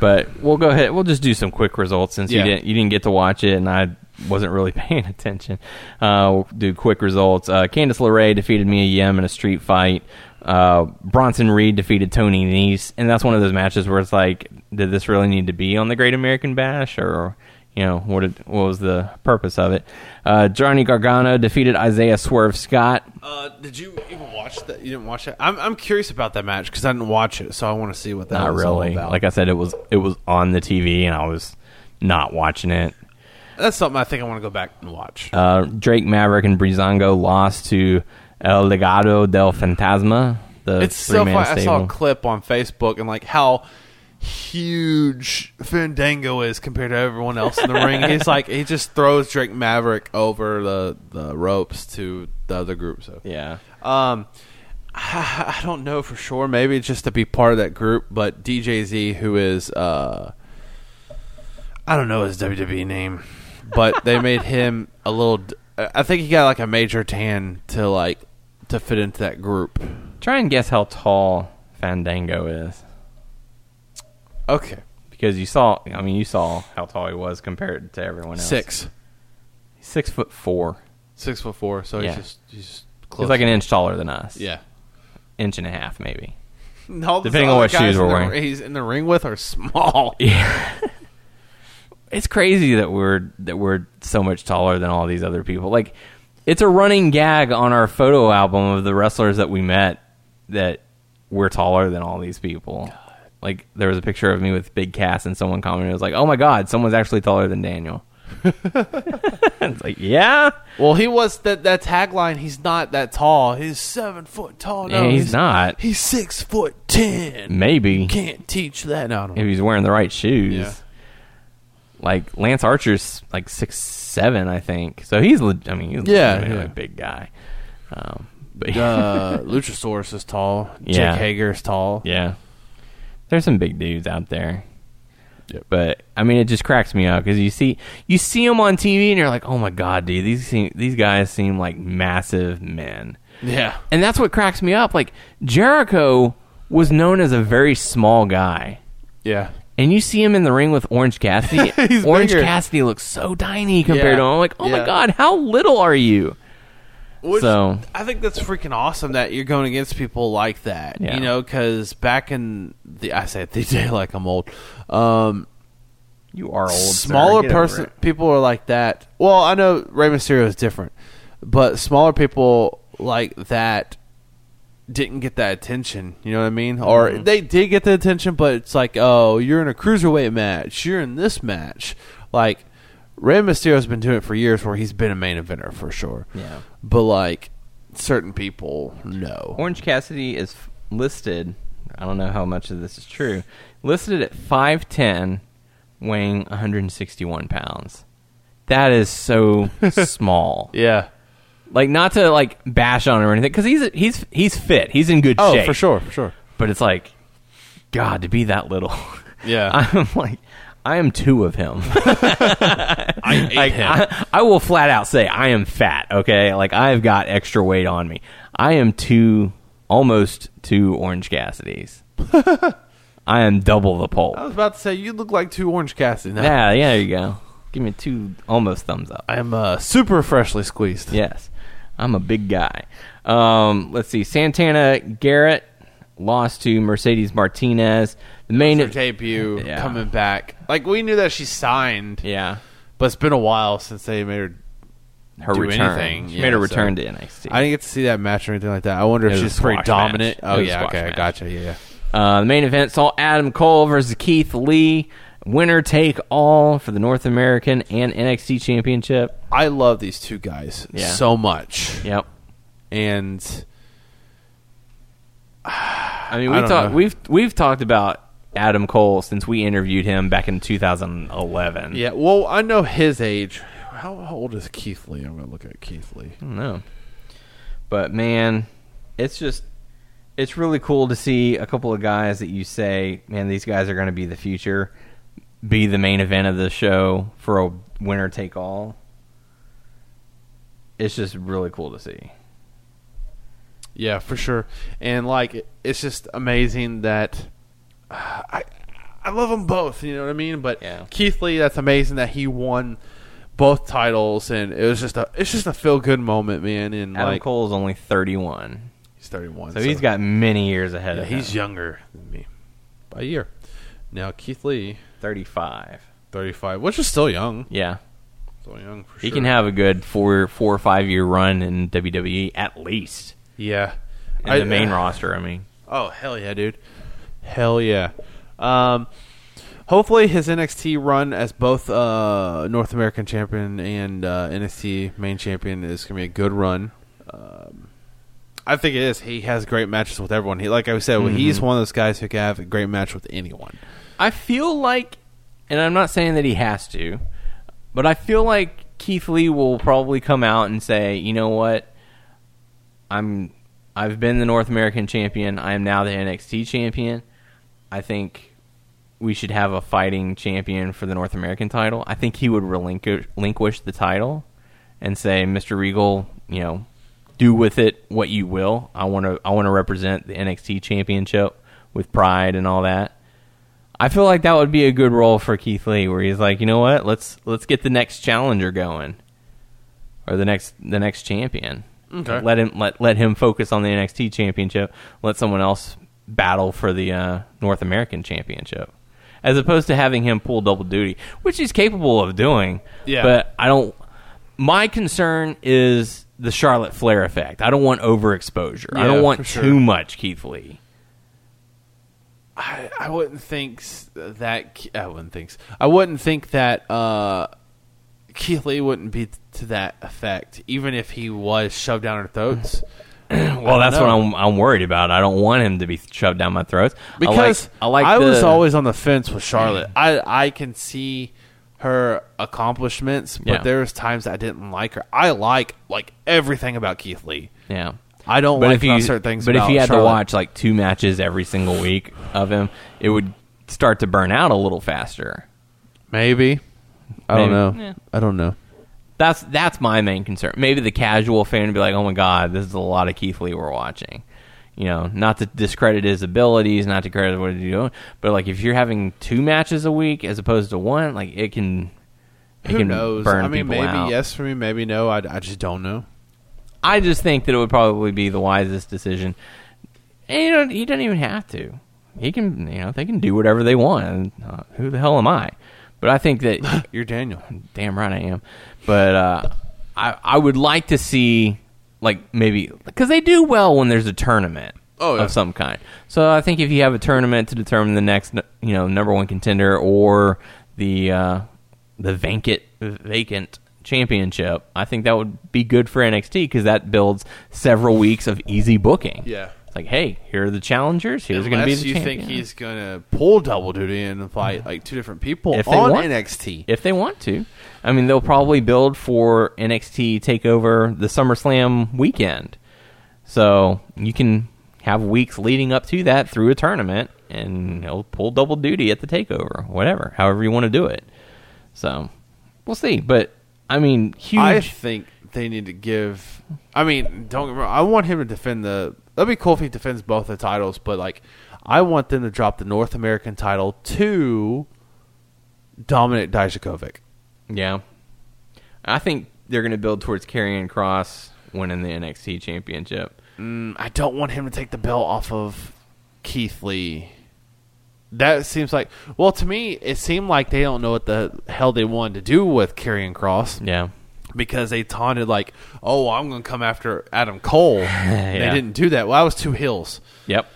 Speaker 3: But we'll go ahead. We'll just do some quick results since you
Speaker 4: Yeah.
Speaker 3: didn't you didn't get to watch it, and I wasn't really (laughs) paying attention. Uh, we'll do quick results. Uh, Candice LeRae defeated Mia Yim in a street fight. Uh, Bronson Reed defeated Tony Nese, and that's one of those matches where it's like, did this really need to be on the Great American Bash, or you know what? Did, what was the purpose of it? Uh, Johnny Gargano defeated Isaiah Swerve Scott.
Speaker 4: uh, did you even watch that? You didn't watch that? I'm I'm curious about that match because I didn't watch it, so I want to see what that
Speaker 3: Not
Speaker 4: was all
Speaker 3: really.
Speaker 4: about.
Speaker 3: Like I said, it was it was on the TV, and I was not watching it.
Speaker 4: That's something I think I want to go back and watch.
Speaker 3: Uh, Drake Maverick and Brizongo lost to El Legado del Fantasma. The
Speaker 4: It's so funny.
Speaker 3: three-man
Speaker 4: I saw a
Speaker 3: stable.
Speaker 4: clip on Facebook and like how huge Fandango is compared to everyone else in (laughs) the ring. He's like he just throws Drake Maverick over the the ropes to the other group. So
Speaker 3: Yeah.
Speaker 4: um, I, I don't know for sure. Maybe it's just to be part of that group, but DJZ, who is uh, I don't know his WWE name, but (laughs) they made him a little. d- I think he got like a major tan to like to fit into that group.
Speaker 3: Try and guess how tall Fandango is,
Speaker 4: Okay.
Speaker 3: because you saw. I mean, you saw how tall he was compared to everyone else.
Speaker 4: Six.
Speaker 3: He's six foot four.
Speaker 4: Six foot four, so
Speaker 3: Yeah.
Speaker 4: he's just he's just close.
Speaker 3: He's like an inch taller than us.
Speaker 4: yeah.
Speaker 3: Inch and a half, maybe.
Speaker 4: No,
Speaker 3: Depending on what shoes we're wearing.
Speaker 4: he's in the ring with are small.
Speaker 3: it's crazy that we're that we're so much taller than all these other people. Like it's a running gag on our photo album of the wrestlers that we met that we're taller than all these people. Like there was a picture of me with Big Cass and someone commented it was like, "Oh my god, someone's actually taller than Daniel." (laughs) it's like, (laughs) "Yeah."
Speaker 4: Well, he was that that tagline. He's not that tall. He's seven foot tall. No,
Speaker 3: Yeah, he's not.
Speaker 4: He's six foot ten.
Speaker 3: Maybe
Speaker 4: Can't teach that. No, I don't
Speaker 3: if he's wearing the right shoes.
Speaker 4: Yeah.
Speaker 3: Like Lance Archer's like six seven, I think. So he's, le- I mean, he's
Speaker 4: Yeah,
Speaker 3: legitimately
Speaker 4: yeah.
Speaker 3: a big guy. Um, but (laughs)
Speaker 4: know. uh, Luchasaurus is tall.
Speaker 3: Yeah.
Speaker 4: Jake Hager is tall.
Speaker 3: Yeah. There's some big dudes out there. But I mean, it just cracks me up because you see you see them on TV and you're like, oh my god, dude, these seem, these guys seem like massive men,
Speaker 4: Yeah.
Speaker 3: and that's what cracks me up. Like Jericho was known as a very small guy,
Speaker 4: Yeah.
Speaker 3: and you see him in the ring with Orange Cassidy.
Speaker 4: (laughs) He's
Speaker 3: Orange
Speaker 4: bigger.
Speaker 3: Cassidy looks so tiny compared
Speaker 4: Yeah.
Speaker 3: to him. I'm like, oh my
Speaker 4: Yeah.
Speaker 3: god, how little are you?
Speaker 4: Which,
Speaker 3: So-
Speaker 4: I think that's freaking awesome that you're going against people like that.
Speaker 3: Yeah.
Speaker 4: You know, because back in the I say the day like I'm old. Um,
Speaker 3: You are old. sir.
Speaker 4: smaller
Speaker 3: Get over
Speaker 4: person
Speaker 3: it.
Speaker 4: people are like that. Well, I know Rey Mysterio is different, but smaller people like that didn't get that attention. You know what I mean? Or
Speaker 3: Mm-hmm.
Speaker 4: they did get the attention, but it's like, oh, you're in a cruiserweight match. You're in this match. Like Rey Mysterio's been doing it for years, where he's been a main eventer for sure.
Speaker 3: Yeah.
Speaker 4: but like certain people, no.
Speaker 3: Orange Cassidy is f- listed. I don't know how much of this is true. Listed at 5'10, weighing 161 pounds. That is
Speaker 4: (laughs)
Speaker 3: so small.
Speaker 4: yeah.
Speaker 3: Like not to like bash on him or anything, because he's he's he's fit. He's in good
Speaker 4: Oh,
Speaker 3: shape
Speaker 4: for sure, for sure.
Speaker 3: but it's like god to be that little (laughs)
Speaker 4: Yeah.
Speaker 3: i'm like i am two of
Speaker 4: (laughs)
Speaker 3: him (laughs) I, like, I, I will flat out say i am fat okay like i've got extra weight on me i am two almost two orange
Speaker 4: (laughs)
Speaker 3: cassidy's i am double the pole
Speaker 4: I was about to say you look like two Orange Cassidy. Now.
Speaker 3: yeah yeah there you go give me two almost thumbs up
Speaker 4: I am uh, super freshly squeezed.
Speaker 3: Yes. I'm a big guy. Um, let's see. Santana Garrett lost to Mercedes Martinez. The main
Speaker 4: her debut
Speaker 3: Yeah.
Speaker 4: coming back. Like we knew that she signed,
Speaker 3: Yeah.
Speaker 4: but it's been a while since they made her.
Speaker 3: Her
Speaker 4: Do
Speaker 3: return.
Speaker 4: anything,
Speaker 3: She
Speaker 4: yeah,
Speaker 3: made her
Speaker 4: so-
Speaker 3: return to NXT.
Speaker 4: I didn't get to see that match or anything like that. I wonder
Speaker 3: It was
Speaker 4: if
Speaker 3: a
Speaker 4: she's pretty
Speaker 3: squash
Speaker 4: dominant.
Speaker 3: match. It
Speaker 4: Oh
Speaker 3: was a
Speaker 4: yeah,
Speaker 3: squash
Speaker 4: okay,
Speaker 3: match.
Speaker 4: gotcha. Yeah, yeah.
Speaker 3: Uh, the main event saw Adam Cole versus Keith Lee. Winner take all for the North American and NXT Championship.
Speaker 4: I love these two guys
Speaker 3: Yeah.
Speaker 4: so much,
Speaker 3: Yep.
Speaker 4: and
Speaker 3: I mean,
Speaker 4: I
Speaker 3: we
Speaker 4: don't
Speaker 3: talked
Speaker 4: know.
Speaker 3: we've we've talked about Adam Cole since we interviewed him back in 2011.
Speaker 4: yeah. Well, I know his age. How old is Keith Lee? I'm gonna look at Keith Lee.
Speaker 3: I don't know. But man, it's just it's really cool to see a couple of guys that you say, man, these guys are going to be the future, be the main event of the show for a winner take all. It's just really cool to see.
Speaker 4: Yeah, for sure. And like, it- it's just amazing that I I love them both. You know what I mean? But
Speaker 3: Yeah.
Speaker 4: Keith Lee, that's amazing that he won both titles, and it was just a it's just a feel good moment, man. And
Speaker 3: Adam
Speaker 4: like,
Speaker 3: Cole's only 31.
Speaker 4: he's 31,
Speaker 3: So, he's got many years ahead
Speaker 4: yeah,
Speaker 3: of him.
Speaker 4: he's younger than me by a year. Now Keith Lee,
Speaker 3: 35.
Speaker 4: 35, which is still young,
Speaker 3: Yeah.
Speaker 4: still young for
Speaker 3: He
Speaker 4: sure.
Speaker 3: can have a good four four or five year run in WWE at least.
Speaker 4: yeah,
Speaker 3: In the main roster, I mean.
Speaker 4: Oh hell yeah, dude! Hell yeah. Um, hopefully his NXT run as both uh, North American champion and uh, NXT main champion is gonna be a good run. Um, I think it is. He has great matches with everyone. He, like I said, he's one of those guys who can have a great match with anyone.
Speaker 3: I feel like, and I'm not saying that he has to, but I feel like Keith Lee will probably come out and say, you know what, I'm, I've been the North American champion. I am now the NXT champion. I think we should have a fighting champion for the North American title. I think he would relinquish relinquish the title and say, Mr. Regal, you know, do with it what you will. I want to, I want to represent the NXT championship with pride and all that. I feel like that would be a good role for Keith Lee, where he's like, you know what, let's let's get the next challenger going, or the next the next champion.
Speaker 4: Okay.
Speaker 3: Let him let let him focus on the NXT championship. Let someone else battle for the uh, North American championship, as opposed to having him pull double duty, which he's capable of doing.
Speaker 4: Yeah.
Speaker 3: But I don't. My concern is the Charlotte Flair effect. I don't want overexposure. I
Speaker 4: Yeah,
Speaker 3: don't want
Speaker 4: for sure.
Speaker 3: too much Keith Lee.
Speaker 4: I, I wouldn't think s- that I wouldn't think s- I wouldn't think that uh, Keith Lee wouldn't be t- to that effect, even if he was shoved down our (clears throat) throats.
Speaker 3: Well, that's
Speaker 4: know.
Speaker 3: what I'm I'm worried about. I don't want him to be shoved down my throat
Speaker 4: because
Speaker 3: I like, I like
Speaker 4: was
Speaker 3: the- Mm.
Speaker 4: always on the fence with Charlotte. I I can see her accomplishments, but
Speaker 3: Yeah.
Speaker 4: there was times I didn't like her. I like like everything about Keith Lee.
Speaker 3: yeah.
Speaker 4: I don't
Speaker 3: But
Speaker 4: like
Speaker 3: if you
Speaker 4: about certain things.
Speaker 3: but if
Speaker 4: about
Speaker 3: you had to
Speaker 4: Charlotte.
Speaker 3: watch like two matches every single week of him, it would start to burn out a little faster.
Speaker 4: maybe I don't
Speaker 3: Maybe.
Speaker 4: know. I don't know.
Speaker 3: That's that's my main concern. Maybe the casual fan would be like, "Oh my god, this is a lot of Keith Lee we're watching." You know, not to discredit his abilities, not to credit what he's doing, but like if you're having two matches a week as opposed to one, like it can it
Speaker 4: Who
Speaker 3: can
Speaker 4: knows?
Speaker 3: burn
Speaker 4: I mean,
Speaker 3: people
Speaker 4: maybe
Speaker 3: out.
Speaker 4: yes for me, maybe no. I, I just don't know.
Speaker 3: I just think that it would probably be the wisest decision. And you don't, he doesn't even have to. He can, you know, they can do whatever they want. And, uh, who the hell am I? But I think
Speaker 4: (laughs)
Speaker 3: that
Speaker 4: You're Daniel.
Speaker 3: (laughs) damn right I am. But uh, I I would like to see like maybe because they do well when there's a tournament
Speaker 4: Oh, yeah.
Speaker 3: of some kind. So I think if you have a tournament to determine the next you know number one contender or the uh, the vacant vacant championship, I think that would be good for NXT because that builds several weeks of easy booking.
Speaker 4: Yeah.
Speaker 3: It's like, hey, here are the challengers. Here's going to be
Speaker 4: Unless
Speaker 3: the
Speaker 4: you
Speaker 3: champion.
Speaker 4: think he's gonna pull double duty and fight like two different people
Speaker 3: If they
Speaker 4: on
Speaker 3: want.
Speaker 4: NXT.
Speaker 3: if they want to. I mean, they'll probably build for NXT Takeover the SummerSlam weekend, so you can have weeks leading up to that through a tournament, and they'll pull double duty at the Takeover, whatever, however you want to do it. So we'll see, but I mean, huge.
Speaker 4: I think they need to give. I mean, don't get me wrong. I want him to defend the. That'd be cool if he defends both the titles, but like, I want them to drop the North American title to Dominic Dijakovic.
Speaker 3: yeah, I think they're going to build towards Karrion Cross winning the NXT Championship.
Speaker 4: Mm, I don't want him to take the belt off of Keith Lee. That seems like. Well, to me, it seemed like they don't know what the hell they wanted to do with Karrion Cross.
Speaker 3: Yeah.
Speaker 4: because they taunted like, "Oh, I'm going to come after Adam (laughs) Cole." They didn't do that. Well, I was two hills.
Speaker 3: Yep.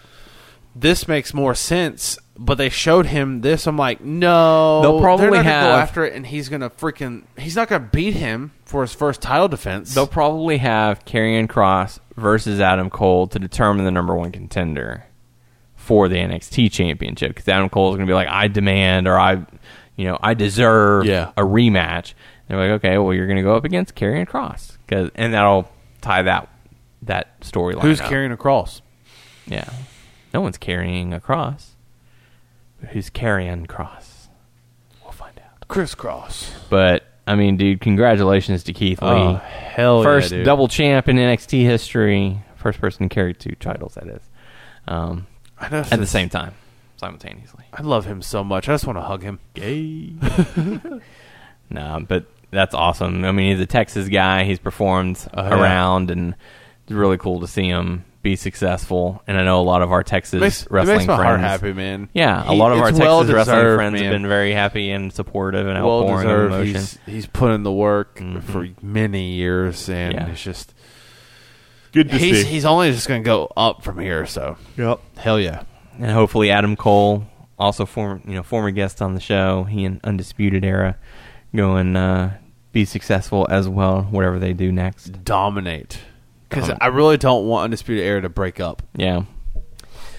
Speaker 4: This makes more sense. But they showed him this. I'm like, no,
Speaker 3: They'll probably
Speaker 4: they're not gonna go
Speaker 3: have-
Speaker 4: after it, and he's going to freaking. He's not going to beat him for his first title defense.
Speaker 3: They'll probably have Karrion Cross versus Adam Cole to determine the number one contender for the NXT Championship because Adam Cole is going to be like, I demand or I, you know, I deserve
Speaker 4: Yeah.
Speaker 3: a rematch, They're like, okay, well, you're going to go up against Karrion Cross, cause, and that'll tie that that storyline.
Speaker 4: Who's
Speaker 3: up.
Speaker 4: carrying across?
Speaker 3: Yeah, no one's carrying a cross. Who's carrying cross? We'll find out.
Speaker 4: Crisscross.
Speaker 3: But I mean, dude, congratulations to Keith Lee,
Speaker 4: Oh, hell yeah,
Speaker 3: first
Speaker 4: dude.
Speaker 3: double champ in NXT history, first person to carry two titles. That is, um,
Speaker 4: I know.
Speaker 3: at the same time, simultaneously.
Speaker 4: I love him so much. I just want to hug him. Gay.
Speaker 3: Nah, but that's awesome. I mean, he's a Texas guy. He's performed
Speaker 4: yeah.
Speaker 3: around, and it's really cool to see him be successful. And I know a lot of our Texas
Speaker 4: It makes, it
Speaker 3: wrestling
Speaker 4: makes my
Speaker 3: friends.
Speaker 4: heart happy, man.
Speaker 3: Yeah, a
Speaker 4: He-
Speaker 3: lot of our
Speaker 4: it's
Speaker 3: Texas
Speaker 4: well-deserved,
Speaker 3: wrestling friends
Speaker 4: man.
Speaker 3: have been very happy and supportive and
Speaker 4: well
Speaker 3: outpouring of
Speaker 4: deserved.
Speaker 3: emotion. Mm-hmm.
Speaker 4: He's, he's put in the work for many years, and
Speaker 3: Yeah.
Speaker 4: it's just
Speaker 8: Good to
Speaker 4: he's
Speaker 8: see.
Speaker 4: he's only just going to go up from here. So
Speaker 8: Yep.
Speaker 4: hell yeah,
Speaker 3: and hopefully Adam Cole, also former you know former guest on the show, he and Undisputed Era, go and uh, be successful as well. Whatever they do next,
Speaker 4: dominate. Because
Speaker 3: Dominate.
Speaker 4: I really don't want Undisputed Era to break up.
Speaker 3: Yeah.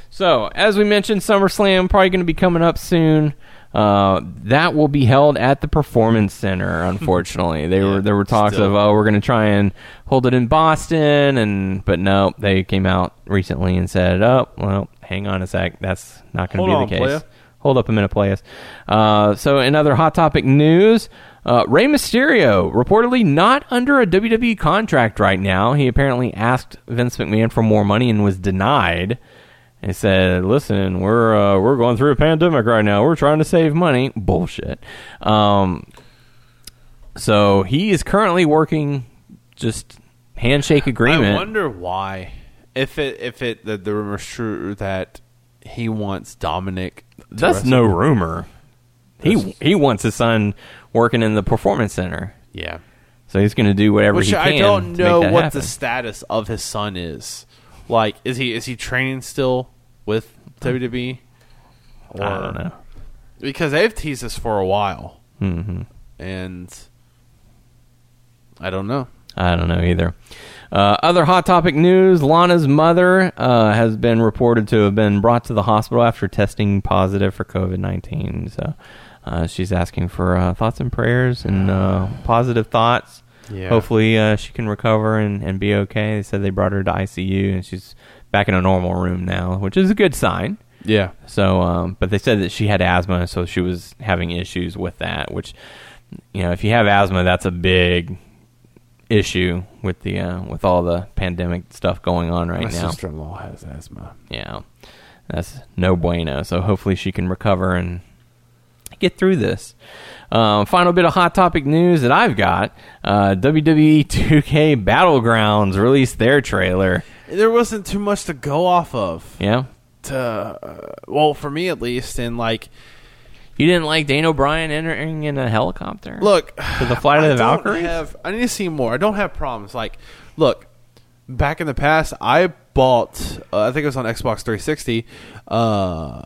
Speaker 3: So, as we mentioned, SummerSlam probably going to be coming up soon. Uh, that will be held at the Performance (laughs) Center. Unfortunately, they were there were talks
Speaker 4: still.
Speaker 3: of oh we're going to try and hold it in Boston, and but no, they came out recently and said oh well hang on a sec that's not going to be
Speaker 4: Hold
Speaker 3: the
Speaker 4: on,
Speaker 3: case.
Speaker 4: playa.
Speaker 3: Hold up a minute, play us. Uh, so, in other hot topic news, uh, Rey Mysterio reportedly not under a WWE contract right now. He apparently asked Vince McMahon for more money and was denied. And said, "Listen, we're uh, we're going through a pandemic right now. We're trying to save money. Bullshit." Um, so he is currently working just handshake agreement.
Speaker 4: I wonder why. If it if it the, the rumor's true that he wants Dominic. to
Speaker 3: That's
Speaker 4: wrestle.
Speaker 3: no rumor. He he wants his son working in the performance center.
Speaker 4: yeah.
Speaker 3: So he's going to do whatever
Speaker 4: Which
Speaker 3: he can.
Speaker 4: I don't
Speaker 3: to
Speaker 4: know
Speaker 3: make that
Speaker 4: what
Speaker 3: happen.
Speaker 4: the status of his son is. Like, is he is he training still with WWE? Or,
Speaker 3: I don't know.
Speaker 4: because they've teased us for a while, mm-hmm. and I don't know.
Speaker 3: I don't know either. Uh, other hot topic news: Lana's mother uh, has been reported to have been brought to the hospital after testing positive for COVID nineteen. So uh, she's asking for uh, thoughts and prayers and uh, positive thoughts.
Speaker 4: Yeah.
Speaker 3: Hopefully, uh, she can recover and, and be okay. They said they brought her to ICU and she's back in a normal room now, which is a good sign.
Speaker 4: Yeah,
Speaker 3: So, um, but they said that she had asthma, so she was having issues with that. Which, you know, if you have asthma, that's a big issue with the uh, with all the pandemic stuff going on right
Speaker 4: my
Speaker 3: now.
Speaker 4: sister-in-law has asthma.
Speaker 3: Yeah, that's no bueno. So hopefully she can recover and get through this. Um, final bit of hot topic news that I've got: uh, WWE 2K Battlegrounds released their trailer.
Speaker 4: There wasn't too much to go off of.
Speaker 3: Yeah,
Speaker 4: To uh, well, for me at least, and like,
Speaker 3: you didn't like Dane O'Brien entering in a helicopter?
Speaker 4: look, (sighs)
Speaker 3: to the flight
Speaker 4: I
Speaker 3: of the
Speaker 4: don't
Speaker 3: Valkyries.
Speaker 4: have- I need to see more. I don't have problems. Like, look, back in the past, I bought. Uh, I think it was on Xbox 360. Uh,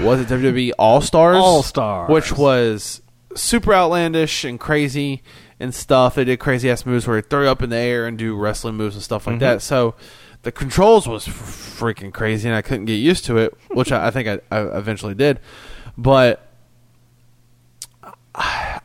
Speaker 4: was it WWE All Stars?
Speaker 3: All Stars.
Speaker 4: which was super outlandish and crazy and stuff. They did crazy ass moves where they throw you up in the air and do wrestling moves and stuff like that. So. The controls was f- freaking crazy, and I couldn't get used to it, which I, I think I, I eventually did. But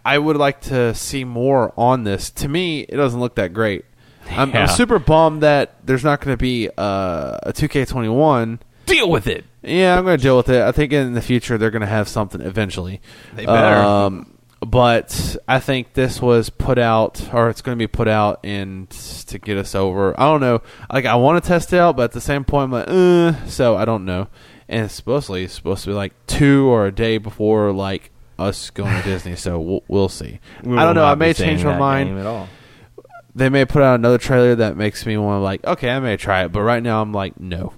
Speaker 4: I would like to see more on this. To me, it doesn't look that great. I'm,
Speaker 3: Yeah.
Speaker 4: I'm super bummed that there's not going to be uh, a 2K21.
Speaker 3: deal with it.
Speaker 4: Yeah, I'm going to deal with it. I think in the future they're going to have something eventually. They
Speaker 3: better.
Speaker 4: Um, but I think this was put out, or it's going to be put out, and to get us over. I don't know. Like I want to test it out, but at the same point, I'm like, uh, so I don't know. And it's supposedly it's supposed to be like two or a day before like us going (laughs) to Disney. So we'll, we'll see. I don't know. I may change my mind
Speaker 3: at all.
Speaker 4: they may put out another trailer that makes me want to like, okay, I may try it, but right now I'm like, no.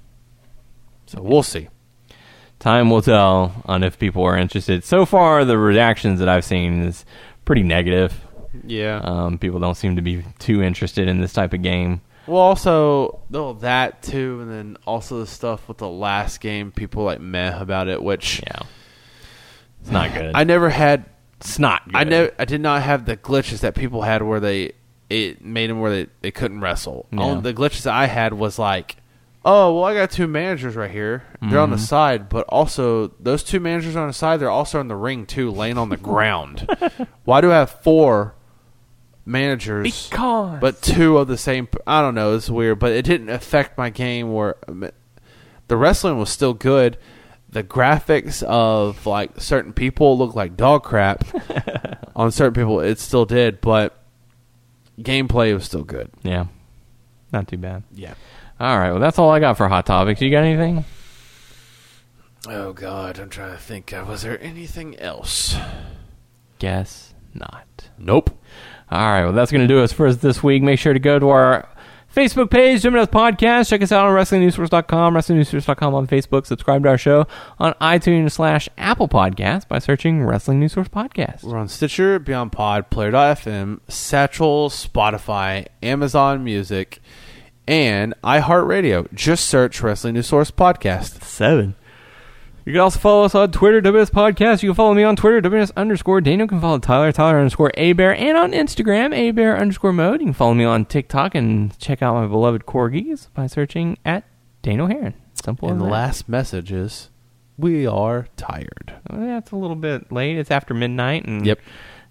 Speaker 4: So we'll see.
Speaker 3: Time will tell on if people are interested. So far, the reactions that I've seen is pretty negative.
Speaker 4: Yeah.
Speaker 3: Um, people don't seem to be too interested in this type of game.
Speaker 4: well, also oh, that too, and then also the stuff with the last game, people like meh about it, which
Speaker 3: Yeah, it's not good.
Speaker 4: I never had.
Speaker 3: it's not. Good.
Speaker 4: I know I did not have the glitches that people had where they it made them where they, they couldn't wrestle.
Speaker 3: Yeah.
Speaker 4: All the glitches I had was like, oh well, I got two managers right here. They're on the
Speaker 3: Mm-hmm.
Speaker 4: side, but also
Speaker 3: (laughs)
Speaker 4: those two managers on the side, they're also in the ring too, laying on the ground. Why do I have four managers,
Speaker 3: Because-
Speaker 4: but two of the same. p- I don't know. It's weird, but it didn't affect my game. Where um, the wrestling was still good. The graphics of like certain people look like
Speaker 3: (laughs)
Speaker 4: dog crap on certain people. It still did, but gameplay was still good.
Speaker 3: Yeah. Not too bad.
Speaker 4: Yeah.
Speaker 3: All right. Well, that's all I got for hot topics. You got anything?
Speaker 4: Oh God, I'm trying to think. Uh, Was there anything else?
Speaker 3: Guess not.
Speaker 4: Nope.
Speaker 3: All right, well, that's going to do us for us this week. Make sure to go to our Facebook page, Gemino's Podcast. Check us out on WrestlingNewsSource.com, WrestlingNewsSource.com on Facebook. Subscribe to our show on iTunes slash Apple Podcast by searching Wrestling News Source Podcast.
Speaker 4: We're on Stitcher, Beyond Pod, Player.fm, Satchel, Spotify, Amazon Music, and iHeartRadio. Just search Wrestling News Source Podcast.
Speaker 3: Seven. You can also follow us on Twitter, WS Podcast. You can follow me on Twitter, WS underscore. Daniel can follow Tyler, Tyler underscore A Bear, and on Instagram, A Bear underscore Mode. You can follow me on TikTok and check out my beloved corgis by searching at Daniel Heron. Simple
Speaker 4: and
Speaker 3: as
Speaker 4: the
Speaker 3: that.
Speaker 4: last message is, we are tired.
Speaker 3: Well, That's Oh, a little bit late. It's after midnight, and
Speaker 4: Yep.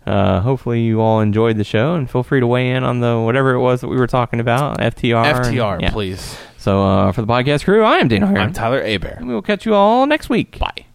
Speaker 3: Uh, hopefully, you all enjoyed the show, and feel free to weigh in on the whatever it was that we were talking about. FTR, and-
Speaker 4: FTR,
Speaker 3: yeah.
Speaker 4: please.
Speaker 3: So, uh, for the podcast crew, I am Dana Heron,
Speaker 4: I'm Tyler Abear.
Speaker 3: and we will catch you all next week. Bye.